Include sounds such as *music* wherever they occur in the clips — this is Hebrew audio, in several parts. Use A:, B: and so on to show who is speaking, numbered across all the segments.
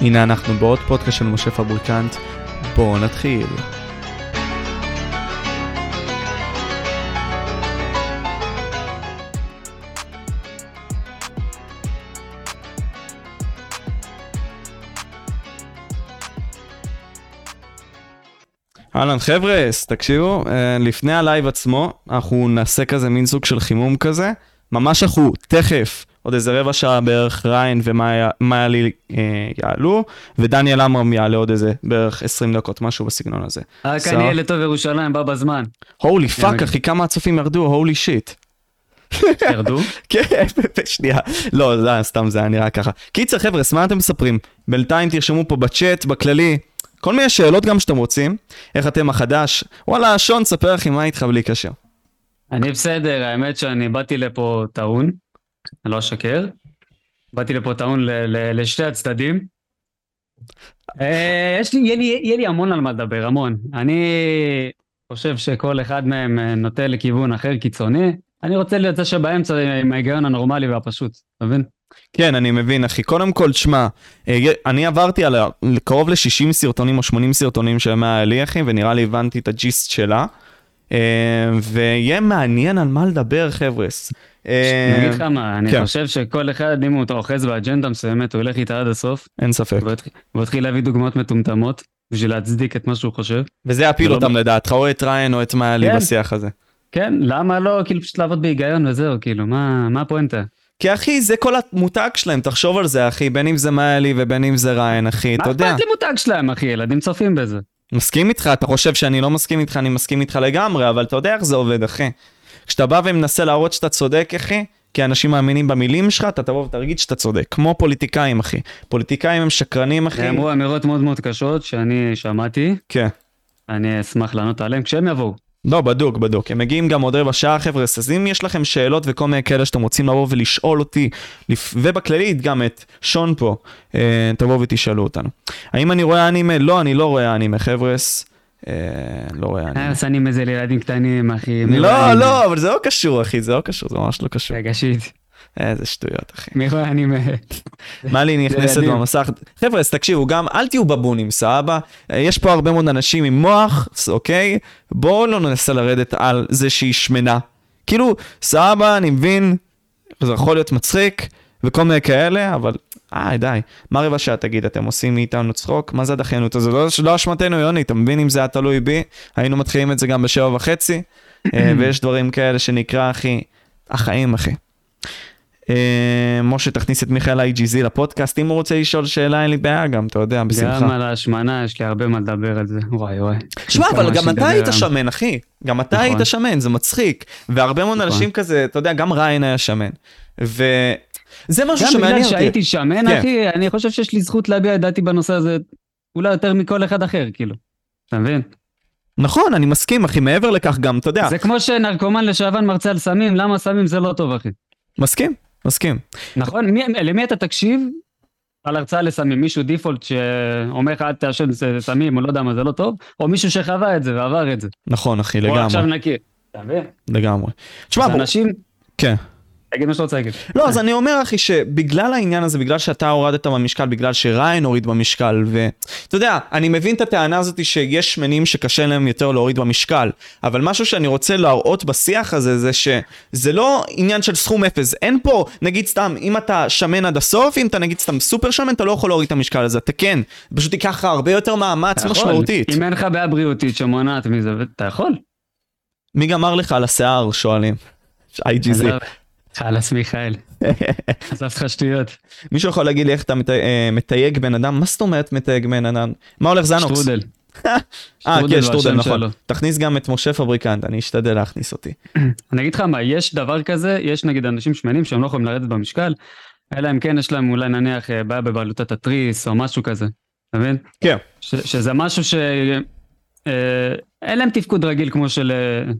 A: הנה אנחנו בעוד פודקאסט של משה פבריקנט, בואו נתחיל. אהלן חבר'ה, אז תקשיבו, אה, לפני הלייב עצמו, אנחנו נעשה כזה מין סוג של חימום כזה. ממש אנחנו תכף, עוד איזה רבע שעה בערך, ריין ומאיה לי אה, יעלו, ודניאל עמרם יעלה עוד איזה בערך 20 דקות, משהו בסגנון הזה.
B: רק
A: סבבה.
B: אני ילד טוב ירושלים, בא בזמן.
A: הולי פאק,
B: מגניב.
A: אחי, כמה הצופים ירדו, הולי שיט.
B: ירדו?
A: *laughs* כן, שנייה. לא, זה היה סתם, זה היה נראה ככה. קיצר, חבר'ה, אז מה אתם מספרים? בינתיים תרשמו פה בצ'אט, בכללי, כל מיני שאלות גם שאתם רוצים. איך אתם החדש? וואלה, שון, ספר אחי, מה איתך בלי קשר?
B: אני בסדר, האמת שאני באתי לפה טעון, אני לא אשקר. באתי לפה טעון ל- ל- לשתי הצדדים. אה, יש לי, יהיה לי, יהיה לי המון על מה לדבר, המון. אני חושב שכל אחד מהם אה, נוטה לכיוון אחר קיצוני. אני רוצה להיות זה שבאמצע עם ההיגיון הנורמלי והפשוט, אתה מבין?
A: כן, אני מבין, אחי. קודם כל, תשמע, אה, אני עברתי על ה- קרוב ל-60 סרטונים או 80 סרטונים של המאה האלי, אחי, ונראה לי הבנתי את הג'יסט שלה. אה, ויהיה מעניין על מה לדבר, חבר'ס. אה,
B: אני אגיד לך מה, אני
A: כן.
B: חושב שכל אחד, אם הוא אוחז באג'נדה מסוימת, הוא ילך איתה עד הסוף,
A: אין ספק.
B: והוא יתח- והוא יתחיל להביא דוגמאות מטומטמות בשביל להצדיק את מה שהוא חושב.
A: וזה יפיל
B: ולא-
A: אותם לדעתך, או את ריין או את מאיה לי
B: לא כן.
A: בשיח הזה.
B: כן, למה לא? כאילו פשוט לעבוד בהיגיון וזהו, כאילו, מה, מה הפואנטה?
A: כי אחי, זה כל המותג שלהם, תחשוב על זה, אחי, בין אם זה מאלי ובין אם זה ריין, אחי,
B: מה
A: אתה יודע.
B: אכפת לי מותג שלהם, אחי? ילדים צופים בזה.
A: מסכים איתך, אתה חושב שאני לא מסכים איתך, אני מסכים איתך לגמרי, אבל אתה יודע איך זה עובד, אחי. כשאתה בא ומנסה להראות שאתה צודק, אחי, כי אנשים מאמינים במילים שלך, אתה תבוא ותרגיד שאתה צודק. כמו פוליטיקאים, אחי. פוליטיקאים הם שקרנים, אחי.
B: נאמרו אמירות מאוד מאוד קשות שאני שמעתי,
A: כן.
B: אני אשמח לענות עליהן כשהם יבואו.
A: לא, בדוק, בדוק. הם מגיעים גם עוד רבע שעה, חבר'ה, אז אם יש לכם שאלות וכל מיני כאלה שאתם רוצים לבוא ולשאול אותי, לפ- ובכללית גם את שון פה, אה, תבואו ותשאלו אותנו. האם אני רואה אנימה? לא, אני לא רואה אנימה, חבר'ס. אה, לא רואה אנימה.
B: אה, שמים את זה לילדים קטנים, אחי. מי רואה
A: לא,
B: אנימה?
A: לא, אבל זה לא קשור, אחי, זה לא קשור, זה ממש לא קשור.
B: רגע, שיט.
A: איזה שטויות, אחי.
B: מי רואה אני...
A: מה לי נכנסת
B: ילדים.
A: במסך? חבר'ה, אז תקשיבו, גם אל תהיו בבונים, סבבה? אה, יש פה הרבה מאוד אנשים עם מוח, ס- אוקיי? בואו לא ננסה לרדת על זה שהיא שמנה. כאילו, סבבה, אני מבין, זה יכול להיות מצחיק, וכל מיני כאלה, אבל... אה, די. מה רבע שעה תגיד, אתם עושים מאיתנו צחוק? מה זה הדחיינות הזו? לא- לא אשמתנו, יוני, אתה מבין אם זה היה תלוי בי? היינו מתחילים את זה גם בשבע וחצי, אה, ויש דברים כאלה שנקרא, אחי, החיים, אחי. אה, משה, תכניס את מיכאל איי.ג'י.זי לפודקאסט, אם הוא רוצה לשאול שאלה, אין לי בעיה גם, אתה יודע,
B: גם
A: בשמחה.
B: על ההשמנה, יש לי הרבה מה לדבר על זה. וואי וואי.
A: שמע,
B: כמה
A: אבל גם
B: שידבר
A: אתה היית
B: על-
A: שמן, אחי. גם אתה
B: נכון.
A: היית שמן, זה מצחיק. והרבה מאוד
B: נכון.
A: אנשים כזה, אתה יודע, גם ריין היה שמן. וזה משהו
B: גם
A: שמעניין
B: בגלל
A: אותי.
B: שהייתי שמן,
A: כן.
B: אחי, אני חושב שיש לי זכות להביע את דעתי בנושא הזה, אולי יותר מכל אחד אחר, כאילו. אתה מבין?
A: נכון, אני מסכים, אחי, מעבר לכך גם, אתה יודע,
B: זה כמו שנרקומן לשעבר מרצה על סמים, למה סמים זה לא טוב, אחי?
A: מסכים, מסכים.
B: נכון? מי, למי אתה תקשיב על הרצאה לסמים? מישהו דיפולט שאומר לך, אל תעשן זה סמים, או לא יודע מה, זה לא טוב? או מישהו שחווה את זה ועבר את זה.
A: נכון, אחי,
B: או עכשיו
A: לגמרי,
B: נקי. אתה מבין?
A: לגמרי. תשמע,
B: אז
A: בוא-
B: אנשים,
A: כן.
B: תגיד מה שאתה רוצה להגיד.
A: לא, אז אני אומר, אחי, שבגלל העניין הזה, בגלל שאתה הורדת במשקל, בגלל שריין הוריד במשקל, ואתה יודע, אני מבין את הטענה הזאת שיש שמנים שקשה להם יותר להוריד במשקל, אבל משהו שאני רוצה להראות בשיח הזה, זה שזה לא עניין של סכום אפס. אין פה, נגיד סתם, אם אתה שמן עד הסוף, אם אתה נגיד סתם סופר שמן, אתה לא יכול להוריד את המשקל הזה, אתה כן. זה פשוט ייקח לך הרבה יותר מאמץ
B: אתה יכול.
A: משמעותית.
B: נכון. אם אין לך בעיה בריאותית שמונעת מזה, אתה יכול.
A: מי גמר לך על השיער, שואלים. IGZ.
B: עזוב.
A: *laughs*
B: חלאס מיכאל. עזב לך שטויות.
A: מישהו יכול להגיד לי איך אתה מת- אה, מתייג בן אדם? מה זאת אומרת מתייג בן אדם? מה הולך זנוקס?
B: שטרודל.
A: *laughs* אה,
B: שטרודל
A: כן,
B: והשם
A: שטרודל, נכון.
B: שלו.
A: תכניס גם את משה פבריקנט, אני אשתדל להכניס אותי.
B: אני אגיד לך מה, יש דבר כזה, יש נגיד אנשים שמנים שהם לא יכולים לרדת במשקל, אלא אם כן יש להם אולי נניח אה, בעיה בבעלותת התריס או משהו כזה, אתה מבין?
A: כן.
B: ש- שזה משהו ש... אה, אין להם תפקוד רגיל כמו של... אה,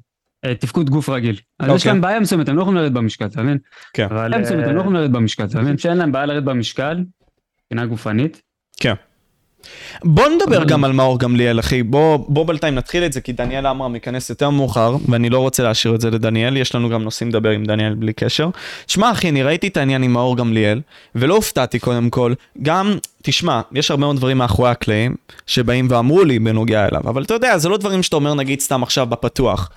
B: אה, תפקוד גוף רגיל. אז יש
A: אוקיי.
B: להם בעיה מסוימת, הם לא יכולים לרדת במשקל, אתה מבין?
A: כן.
B: אבל... אה, בעיה מסוימת, הם לא יכולים לרדת במשקל, אתה מבין? שאין להם בעיה לרדת במשקל, מבחינה גופנית.
A: כן. בוא נדבר גם על מאור גמליאל, אחי. בוא, בוא בינתיים נתחיל את זה, כי דניאל עמרם ייכנס יותר מאוחר, ואני לא רוצה להשאיר את זה לדניאל, יש לנו גם נושאים לדבר עם דניאל בלי קשר. שמע, אחי, אני ראיתי את העניין עם מאור גמליאל, ולא הופתעתי קודם כל. גם, תשמע, יש הרבה מאוד דברים מאחורי הקלעים, שבאים ואמרו לי בנוגע אליו, אבל אתה יודע, זה לא דברים שאתה אומר, נגיד, סתם עכשיו בפתוח.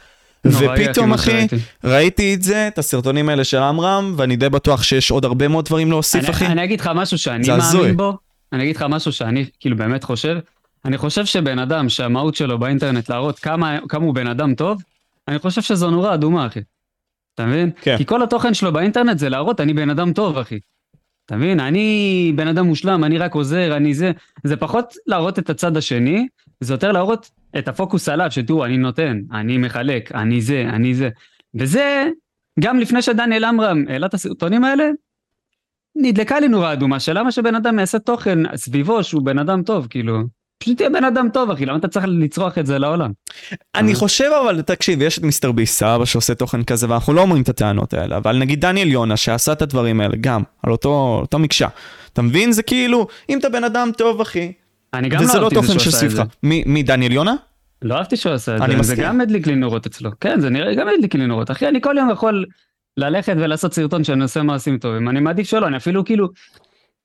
B: נוראי, אחי,
A: ופתאום,
B: מה
A: אחי,
B: שראיתי.
A: ראיתי את זה, את הסרטונים האלה של עמרם, ואני די בטוח שיש עוד הרבה מאוד דברים להוסיף,
B: אני-
A: אחי.
B: אני אגיד לך משהו שאני
A: זה הזוי.
B: מאמין בו, אני אגיד לך משהו שאני כאילו באמת חושב, אני חושב שבן אדם שהמהות שלו באינטרנט להראות כמה כמה הוא בן אדם טוב, אני חושב שזו נורה אדומה, אחי. אתה מבין?
A: כן.
B: כי כל התוכן שלו באינטרנט זה להראות אני בן אדם טוב, אחי. אתה מבין? אני בן אדם מושלם, אני רק עוזר, אני זה. זה פחות להראות את הצד השני, זה יותר להראות את הפוקוס עליו, שתראו, אני נותן, אני מחלק, אני זה, אני זה. וזה, גם לפני שדניאל עמרם העלה את הסרטונים האלה, נדלקה לי נורה אדומה של למה שבן אדם יעשה תוכן סביבו שהוא בן אדם טוב, כאילו. פשוט תהיה בן אדם טוב, אחי, למה אתה צריך לצרוח את זה לעולם?
A: אני
B: אה.
A: חושב אבל, תקשיב, יש את מיסטר ביסט, סבא שעושה תוכן כזה, ואנחנו לא אומרים את הטענות האלה, אבל נגיד דניאל יונה שעשה את הדברים האלה, גם, על אותו, אותה מקשה. אתה מבין? זה כאילו, אם אתה בן אדם טוב, אחי,
B: אני גם לא
A: וזה לא
B: אהבתי את זה
A: תוכן
B: שהוא עשה את
A: שסביבך.
B: זה.
A: מי מי, דניאל יונה?
B: לא אהבתי שהוא עשה את
A: אני
B: זה, זה
A: מסכים.
B: גם הדליק לי נורות אצלו. כן, זה נראה, גם הדליק לי נורות. אחי, אני כל יום יכול ללכת ולעשות סרטון שאני עושה מעשים טובים. אני מעדיף שלא, אני אפילו כאילו,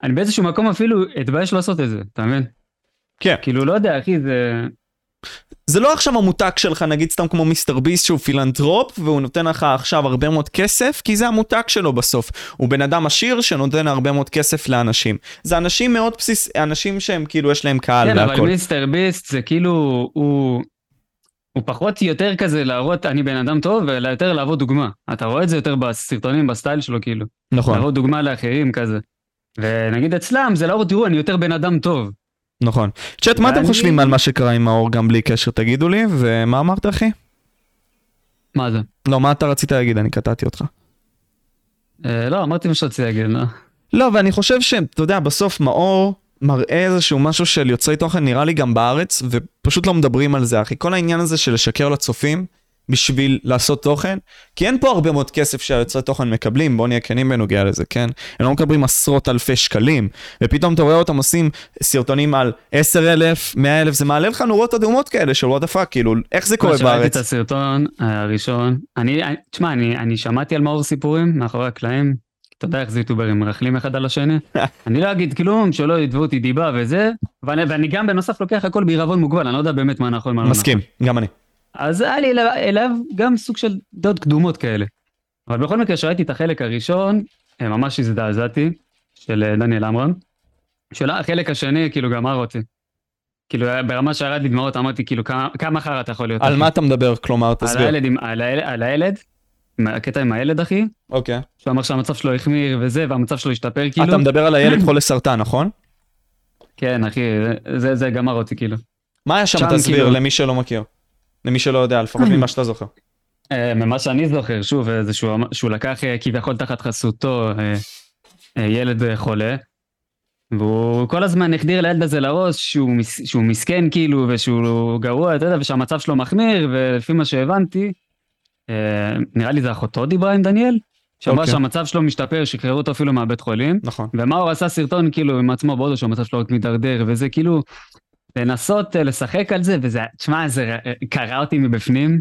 B: אני באיזשהו מקום אפילו אתבייש לעשות את זה, אתה מבין?
A: כן.
B: כאילו, לא יודע, אחי, זה...
A: זה לא עכשיו המותג שלך, נגיד סתם כמו מיסטר ביסט שהוא פילנטרופ, והוא נותן לך עכשיו הרבה מאוד כסף, כי זה המותג שלו בסוף. הוא בן אדם עשיר שנותן הרבה מאוד כסף לאנשים. זה אנשים מאוד בסיס, אנשים שהם כאילו יש להם קהל
B: כן, אבל
A: והכל.
B: מיסטר ביסט זה כאילו, הוא... הוא פחות יותר כזה להראות אני בן אדם טוב, אלא יותר להוות דוגמה. אתה רואה את זה יותר בסרטונים, בסטייל שלו, כאילו.
A: נכון,
B: להראות דוגמה לאחרים כזה. ונגיד אצלם זה להראות, תראו, אני יותר בן אדם טוב.
A: נכון. צ'אט, מה אתם
B: ואני-
A: חושבים על מה שקרה עם מאור גם בלי קשר, תגידו לי, ומה אמרת אחי?
B: מה זה?
A: לא, מה אתה רצית להגיד? אני קטעתי אותך.
B: אה, לא, אמרתי מה שרציתי להגיד, לא.
A: לא, ואני חושב שאתה יודע, בסוף מאור מראה איזשהו משהו של יוצרי תוכן, נראה לי גם בארץ, ופשוט לא מדברים על זה, אחי. כל העניין הזה של לשקר לצופים בשביל לעשות תוכן, כי אין פה הרבה מאוד כסף שהיוצרי תוכן מקבלים, בוא נהיה כנים בנוגע לזה, כן? הם לא מקבלים עשרות אלפי שקלים, ופתאום אתה רואה אותם עושים סרטונים על 10,000, 100,000, זה מעלה לך נורות אדומות כאלה של וואטה פאק, כאילו, איך זה קורה
B: שראיתי את
A: בארץ?
B: הסרטון הראשון, אני, אני- תשמע, אני, אני שמעתי על מאור סיפורים מאחורי הקלעים, אתה יודע איך זה יוטוברים מרכלים אחד על
A: *laughs*
B: השני, אני לא אגיד כלום, שלא יתבעו אותי דיבה וזה, ואני, ואני גם בנוסף לוקח הכל בעירבון מוגבל, אני לא יודע באמת מה נכון, מה לא נכון.
A: מסכים, גם אני.
B: אז היה לי אליו- אליו גם סוג של דעות קדומות כאלה. אבל בכל מקרה, כשראיתי את החלק הראשון, אה, ממש הזדעזעתי, של אה, דניאל עמרם. של החלק השני, כאילו, גמר אותי. כאילו, היה- ברמה שירד לי דמעות, אמרתי, כאילו, כמה- כמה חרא אתה יכול להיות?
A: על
B: אחי?
A: מה אתה מדבר, כלומר,
B: על
A: תסביר.
B: הילד, עם, על, הילד, על הילד, עם הקטע עם הילד, אחי,
A: אוקיי.
B: שהוא אמר שהמצב שלו החמיר וזה, והמצב שלו השתפר, כאילו.
A: אתה מדבר על הילד חולה סרטן, נכון?
B: כן, אחי, זה, זה גמר אותי, כאילו.
A: מה היה שם
B: שם,
A: תסביר
B: כאילו-
A: למי שלא מכיר? למי שלא יודע, לפחות ממה שאתה זוכר.
B: אה, ממה שאני זוכר, שוב, אה, זה שהוא, אמר- שהוא לקח אה, כביכול תחת חסותו אה, אה, ילד אה, חולה, והוא כל הזמן החדיר לילד הזה לראש שהוא, מס, שהוא מסכן כאילו, ושהוא גרוע, אתה יודע, ושהמצב שלו מחמיר, ולפי מה שהבנתי, אה, נראה לי זה אחותו דיברה עם דניאל, שאמרה
A: אוקיי.
B: שהמצב שלו משתפר, שחררו אותו אפילו מהבית חולים.
A: נכון.
B: ומאור עשה סרטון כאילו עם עצמו בהודו שהמצב שלו רק מידרדר וזה כאילו לנסות אה, לשחק על זה וזה תשמע זה אה, קרע אותי מבפנים.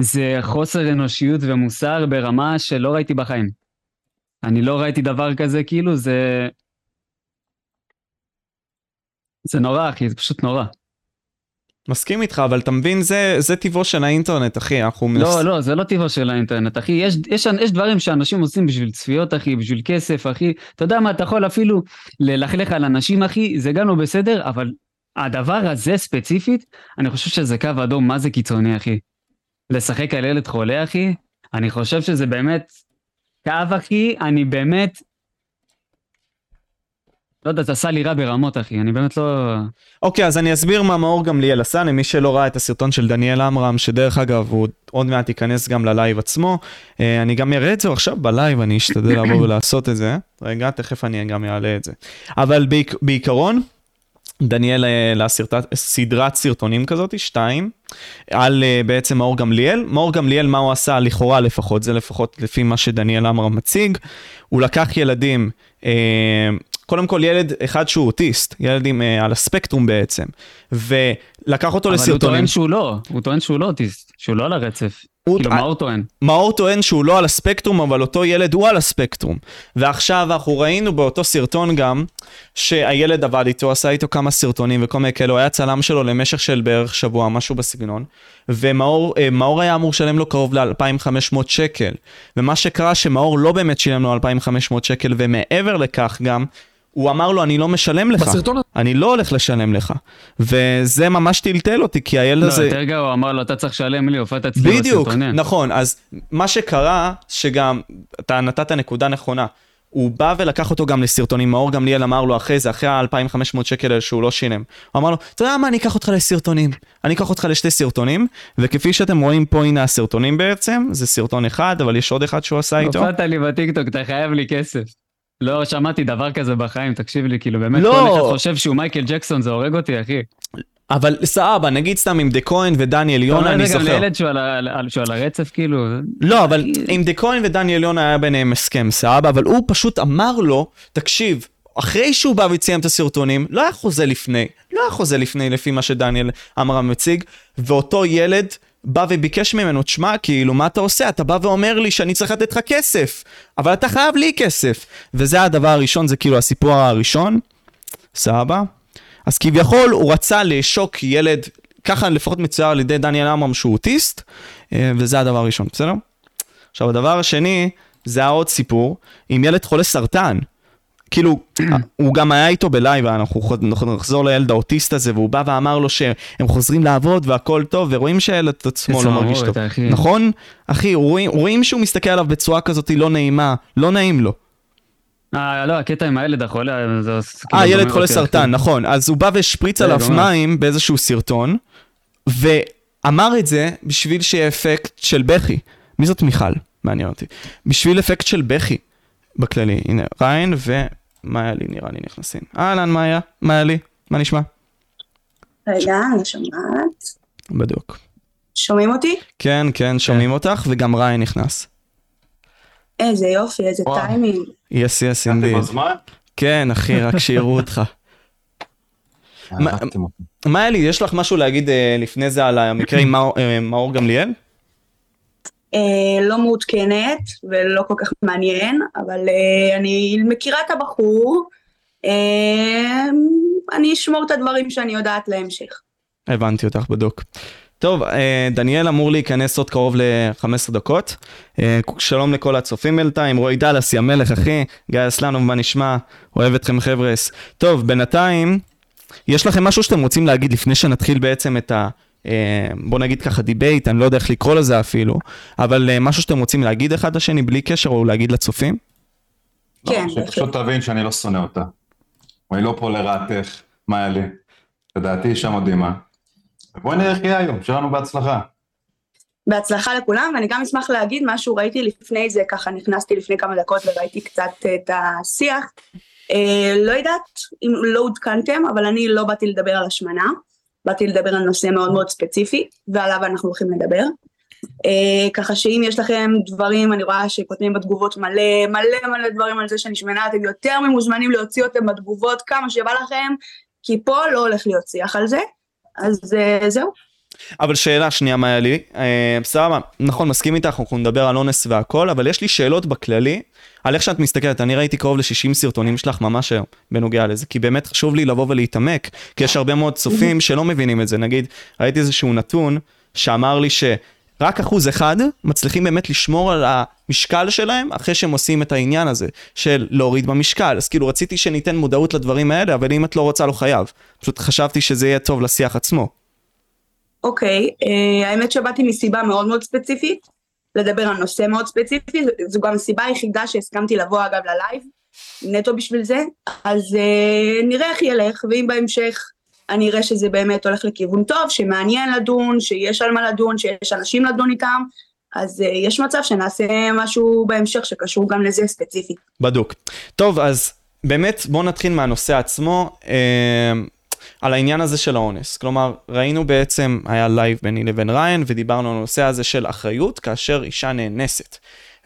B: זה חוסר אנושיות ומוסר ברמה שלא ראיתי בחיים. אני לא ראיתי דבר כזה כאילו זה. זה נורא אחי זה פשוט נורא.
A: מסכים איתך, אבל אתה מבין, זה, זה טבעו של האינטרנט, אחי, אנחנו מנס...
B: לא, לא, זה לא טבעו של האינטרנט, אחי. יש, יש, יש דברים שאנשים עושים בשביל צפיות, אחי, בשביל כסף, אחי. אתה יודע מה, אתה יכול אפילו ללכלך על אנשים, אחי, זה גם לא בסדר, אבל הדבר הזה ספציפית, אני חושב שזה קו אדום, מה זה קיצוני, אחי? לשחק על ילד חולה, אחי? אני חושב שזה באמת כאב, אחי, אני באמת... לא יודע, זה עשה לי רע ברמות, אחי, אני באמת לא...
A: אוקיי, אז אני אסביר מה מאור גמליאל עשה, למי שלא ראה את הסרטון של דניאל עמרם, שדרך אגב, הוא עוד מעט ייכנס גם ללייב עצמו. אה, אני גם אראה את זה עכשיו בלייב, אני אשתדל לבוא ולעשות את זה. רגע, תכף אני גם אעלה את זה. אבל בעיק, בעיקרון, דניאל העלה סרטת- סדרת סרטונים כזאת, שתיים, על אה, בעצם מאור גמליאל. מאור גמליאל, מה הוא עשה לכאורה לפחות, זה לפחות לפי מה שדניאל עמרם מציג. הוא לקח ילדים, אה, קודם כל ילד אחד שהוא אוטיסט, ילד עם, אה, על הספקטרום בעצם, ולקח אותו
B: אבל הוא
A: לסרטונים.
B: טוען שהוא לא, הוא טוען שהוא לא אוטיסט, שהוא לא על הרצף.
A: הוא
B: כאילו,
A: טע-
B: מה הוא טוען?
A: מאור טוען שהוא לא על הספקטרום, אבל אותו ילד הוא על הספקטרום. ועכשיו אנחנו ראינו באותו סרטון גם, שהילד עבד איתו, עשה איתו כמה סרטונים וכל מיני כאלו, היה צלם שלו למשך של בערך שבוע, משהו בסגנון. ומאור אה, מאור היה אמור לשלם לו קרוב ל-2,500 שקל. ומה שקרה שמאור לא באמת שילם לו 2,500 שקל, ומעבר לכך גם, הוא אמר לו, אני לא משלם לך.
C: בסרטון הזה-
A: אני לא הולך לשלם לך. וזה ממש טלטל אותי, כי הילד
B: לא,
A: הזה...
B: יותר גרוע, הוא אמר לו, אתה צריך לשלם לי, הופעת אצלי
A: בדיוק,
B: בסרטונים.
A: נכון, אז מה שקרה, שגם, אתה נתת נקודה נכונה, הוא בא ולקח אותו גם לסרטונים, מאור גמליאל אמר לו אחרי זה, אחרי ה-2500 שקל האלה שהוא לא שילם, הוא אמר לו, אתה יודע מה, אני אקח אותך לסרטונים, אני אקח אותך לשתי סרטונים, וכפי שאתם רואים פה, הנה הסרטונים בעצם, זה סרטון אחד, אבל יש עוד אחד שהוא עשה איתו.
B: הופעת לי בטיקטוק, אתה חייב לי כסף. לא שמעתי דבר כזה בחיים, תקשיב לי, כאילו, באמת,
A: לא.
B: כל אחד חושב שהוא מייקל ג'קסון, זה הורג אותי, אחי.
A: אבל סבבה, נגיד סתם עם דה כהן ודניאל יונה, אני
B: אתה אומר את זה
A: זוכר.
B: גם לילד שהוא על ה- על ה- שהוא על הרצף, כאילו?
A: לא, אבל עם דה כהן ודניאל יונה היה ביניהם הסכם סבבה, אבל הוא פשוט אמר לו, תקשיב, אחרי שהוא בא וציים את הסרטונים, לא היה חוזה לפני, לא היה חוזה לפני לפי מה שדניאל עמרם מציג, ואותו ילד בא וביקש ממנו, תשמע, כאילו, מה אתה עושה? אתה בא ואומר לי שאני צריך לתת לך כסף, אבל אתה חייב לי כסף. וזה הדבר הראשון, זה כאילו הסיפור הראשון, סבבה? אז כביכול הוא רצה לעשוק ילד, ככה לפחות מצויר על ידי דניאל עמרם שהוא אוטיסט, אה, וזה הדבר הראשון, בסדר? עכשיו, הדבר השני, זה היה עוד סיפור, עם ילד חולה סרטן. כאילו, *clears throat* הוא גם היה איתו בלייב, אנחנו חוז- אנחנו נחזור לילד האוטיסט הזה, והוא בא ואמר לו שהם חוזרים לעבוד והכל טוב, ורואים שהילד עצמו לא
B: צמרמורת,
A: מרגיש טוב.
B: אחי.
A: נכון? אחי, רואים, רואים שהוא מסתכל עליו בצורה כזאת לא נעימה, לא נעים לו.
B: אה, לא, הקטע עם הילד החולה, זה... כאילו,
A: אה, ילד
B: גומר
A: חולה
B: אותי, אחי. אה,
A: סרטן, נכון. אז הוא בא והשפריץ
B: זה
A: עליו
B: גומר.
A: מים באיזשהו סרטון, ואמר את זה בשביל שיהיה אפקט של בכי. מי זאת מיכל? מעניין אותי. בשביל אפקט של בכי, בכללי. הנה, ריין ומאיה לי, נראה לי, נכנסים. אהלן, מאיה, מאיה לי, מה נשמע?
D: רגע, אני שומעת.
A: בדיוק.
D: שומעים אותי?
A: כן, כן, שומעים אותך, וגם ריין נכנס.
D: איזה יופי, איזה
C: וואו.
D: טיימינג.
A: יס, יס,
E: אתם
A: אינדיד.
E: בזמן?
A: כן, אחי, רק שיראו אותך. מה-
E: אה, הרגתם אותי.
A: מאיה לי, יש לך משהו להגיד אה, לפני זה על המקרה עם מאור- אה, מאור גמליאל?
D: אה, לא מעודכנת ולא כל כך מעניין, אבל אה, אני מכירה את הבחור. אה, אני אשמור את הדברים שאני יודעת להמשך.
A: הבנתי אותך בדוק. טוב, אה, דניאל אמור להיכנס עוד קרוב ל-15 דקות. אה, שלום לכל הצופים בינתיים, רועי דלס, יא מלך אחי, גיא אסלנוב, מה נשמע? אוהב אתכם חבר'ס. טוב, בינתיים, יש לכם משהו שאתם רוצים להגיד לפני שנתחיל בעצם את ה... אה, בוא נגיד ככה דיבייט, אני לא יודע איך לקרוא לזה אפילו, אבל אה, משהו שאתם רוצים להגיד אחד לשני בלי קשר או להגיד לצופים?
E: לא,
D: כן,
E: שפשוט תבין שאני לא שונא אותה. אני לא פה לרעתך, מה היה לי? לדעתי אישה מדהימה. בואי נראה איך יהיה היום, שלנו בהצלחה.
D: בהצלחה לכולם, ואני גם אשמח להגיד משהו, ראיתי לפני זה, ככה נכנסתי לפני כמה דקות וראיתי קצת את השיח. אה, לא יודעת אם לא עודכנתם, אבל אני לא באתי לדבר על השמנה, באתי לדבר על נושא מאוד מאוד ספציפי, ועליו אנחנו הולכים לדבר. אה, ככה שאם יש לכם דברים, אני רואה שכותבים בתגובות מלא, מלא מלא דברים על זה שאני שמנה, אתם יותר ממוזמנים להוציא אותם בתגובות כמה שבא לכם, כי פה לא הולך להיות שיח על זה. אז אה, זהו.
A: אבל שאלה שנייה מה היה לי, אה, סבבה, נכון, מסכים איתך, אנחנו נדבר על אונס והכל, אבל יש לי שאלות בכללי, על איך שאת מסתכלת, אני ראיתי קרוב ל-60 סרטונים שלך ממש היום, בנוגע לזה, כי באמת חשוב לי לבוא ולהתעמק, כי יש הרבה מאוד צופים שלא מבינים את זה, נגיד, ראיתי איזשהו נתון שאמר לי שרק אחוז אחד מצליחים באמת לשמור על המשקל שלהם אחרי שהם עושים את העניין הזה של להוריד במשקל, אז כאילו רציתי שניתן מודעות לדברים האלה, אבל אם את לא רוצה לא חייב, פשוט חשבתי שזה יהיה טוב לשיח עצמו.
D: אוקיי, אה, האמת שבאתי מסיבה מאוד מאוד ספציפית, לדבר על נושא מאוד ספציפי, זו- זו גם הסיבה היחידה שהסכמתי לבוא אגב ללייב, נטו בשביל זה, אז אה, נראה איך ילך, ואם בהמשך אני אראה שזה באמת הולך לכיוון טוב, שמעניין לדון, שיש על מה לדון, שיש אנשים לדון איתם, אז אה, יש מצב שנעשה משהו בהמשך שקשור גם לזה ספציפית.
A: בדוק. טוב, אז באמת בואו נתחיל מהנושא עצמו, אה, על העניין הזה של האונס. כלומר, ראינו בעצם, היה לייב ביני לבין ריין, ודיברנו על הנושא הזה של אחריות כאשר אישה נאנסת.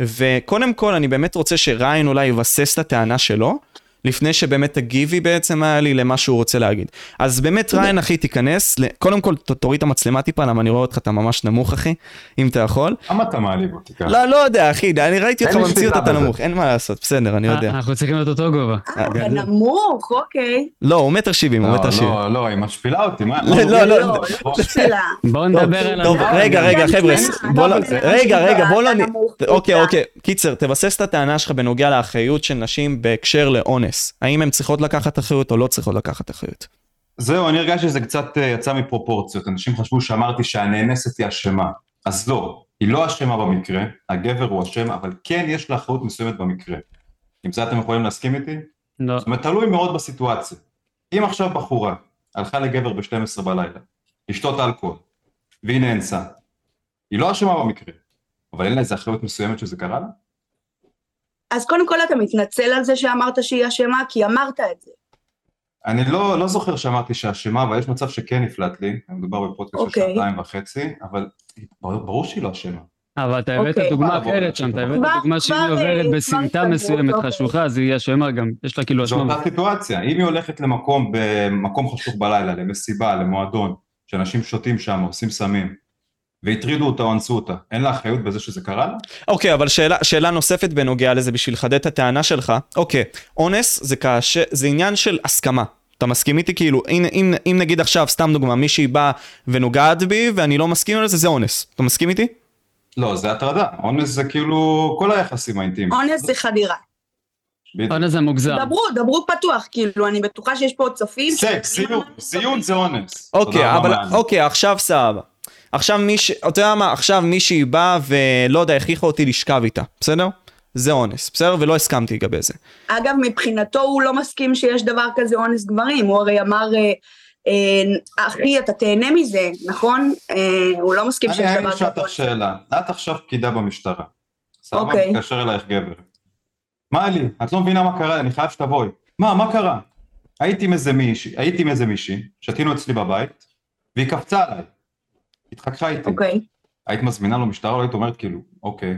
A: וקודם כל, אני באמת רוצה שריין אולי יבסס את הטענה שלו, לפני שבאמת תגיבי בעצם, מה היה לי, למה שהוא רוצה להגיד. אז באמת, ריין, אחי, תיכנס, ל- קודם כל, ת- תוריד את המצלמה טיפה, למה אני רואה אותך, אתה ממש נמוך, אחי, אם אתה יכול.
E: למה אתה מעליב אותי ככה?
A: לא, לא יודע, אחי, אני ראיתי אותך
E: אה. אין לי
A: במציאות,
E: שליטה
A: אתה
E: בזה. אה,
A: נמוך, אין מה לעשות, בסדר, אני יודע.
B: אה, אנחנו צריכים להיות אותו גובה.
D: אה, אתה נמוך, אוקיי.
A: לא, הוא מטר שבעים, הוא מטר
E: לא,
A: שבעים.
E: לא, לא, היא משפילה אותי, מה?
A: לא, לא,
D: לא, לא
E: בוא,
D: שאלה.
B: בואו נדבר על...
A: טוב,
B: ה-
A: רגע, רגע,
D: אני
A: חבר'ה,
D: מצטערת,
A: בוא לא...
D: אבל זה לא
A: רגע,
D: משפילה,
A: רגע, בוא לא...
D: אתה
A: נ-
D: נמוך,
A: אוקיי,
D: תודה.
A: אוקיי. קיצר, תבסס את הטענה שלך בנוגע לאחריות של נשים בהקשר לאונס. האם הן צריכות לקחת אחריות או לא צריכות לקחת אחריות?
E: זהו, אני הרגשתי שזה קצת אה, יצא מפרופורציות. אנשים חשבו שאמרתי שהנאנסת היא אשמה. אז לא, היא לא אשמה במקרה, הגבר הוא אשם, אבל כן יש לה אחריות מסוימת במקרה. עם זה אתם יכולים להסכים איתי?
B: לא.
E: זאת אומרת, תלוי מאוד בסיטואציה. אם עכשיו בחורה הלכה לגבר ב-12 בלילה, לשתות אלכוהול, והיא נאנסה, היא לא אשמה במקרה, אבל אין לה איזו אחריות מסוימת שזה קרה לה?
D: אז קודם כל אתה מתנצל על זה שאמרת שהיא אשמה, כי אמרת את זה.
E: אני לא, לא זוכר שאמרתי שאשמה, אבל יש מצב שכן נפלט לי, מדובר בפודקאסט של
D: אוקיי.
E: שנתיים וחצי, אבל ברור ברור שהיא לא אשמה.
B: אבל אתה הבאת
D: אוקיי.
B: דוגמה
E: כבר-
B: אחרת שם, אתה הבאת
D: כבר-
B: דוגמה שהיא
D: כבר, אה,
B: עוברת
D: זמן
B: בסמטה
D: התקדמות,
B: מסוימת
D: אוקיי.
B: חשוכה, אז היא אשמה גם, יש לה כאילו
E: זו
B: אשמה.
E: אותה סיטואציה, אם היא הולכת למקום, במקום חשוך בלילה, למסיבה, למועדון, שאנשים שותים שם, עושים סמים, והטרידו אותה או אנסו אותה, אין לה אחריות בזה שזה קרה לה?
A: אוקיי, אבל שאלה, שאלה נוספת בנוגע לזה, בשביל לחדד את הטענה שלך. אוקיי, אונס זה, כאשר, זה עניין של הסכמה. אתה מסכים איתי? כאילו, אם, אם, אם נגיד עכשיו, סתם דוגמה, מישהי באה ונוגעת בי ואני לא מסכים על זה, זה אונס. אתה מסכים איתי?
E: לא, זה הטרדה, אונס זה כאילו כל היחסים האינטימיים.
D: אונס זה חדירה.
E: בדיוק.
B: אונס אוקיי, זה מוגזם.
D: דברו, דברו פתוח, כאילו, אני בטוחה שיש פה עוד צופים.
E: סקס, זיון, זיון זה אונס.
A: אוקיי,
E: תודה
A: אבל
E: רבה.
A: אוקיי, עכשיו סבבה. עכשיו מישהי, אתה יודע מה, עכשיו מישהי באה ולא יודע, הכריחה אותי לשכב איתה, בסדר? זה אונס, בסדר? ולא הסכמתי לגבי זה.
D: אגב, מבחינתו הוא לא מסכים שיש דבר כזה אונס גברים, הוא הרי אמר, אה, אה, אחי, אתה תהנה מזה, נכון? אה, הוא לא מסכים שיש
E: אני אני
D: דבר
E: אשאל
D: כזה
E: אותך
D: אונס.
E: שאלה. את עכשיו פקידה במשטרה. סבבה?
D: אוקיי.
E: מתקשר אלייך גבר. מה לי? את לא מבינה מה קרה לי, אני חייב שתבואי. מה, מה קרה? הייתי עם איזה מישהי, הייתי עם איזה מישהי, שתינו אצלי בבית, והיא קפצה עליי. התחככה איתי.
D: אוקיי.
E: היית מזמינה לו משטרה, לא היית אומרת כאילו, אוקיי.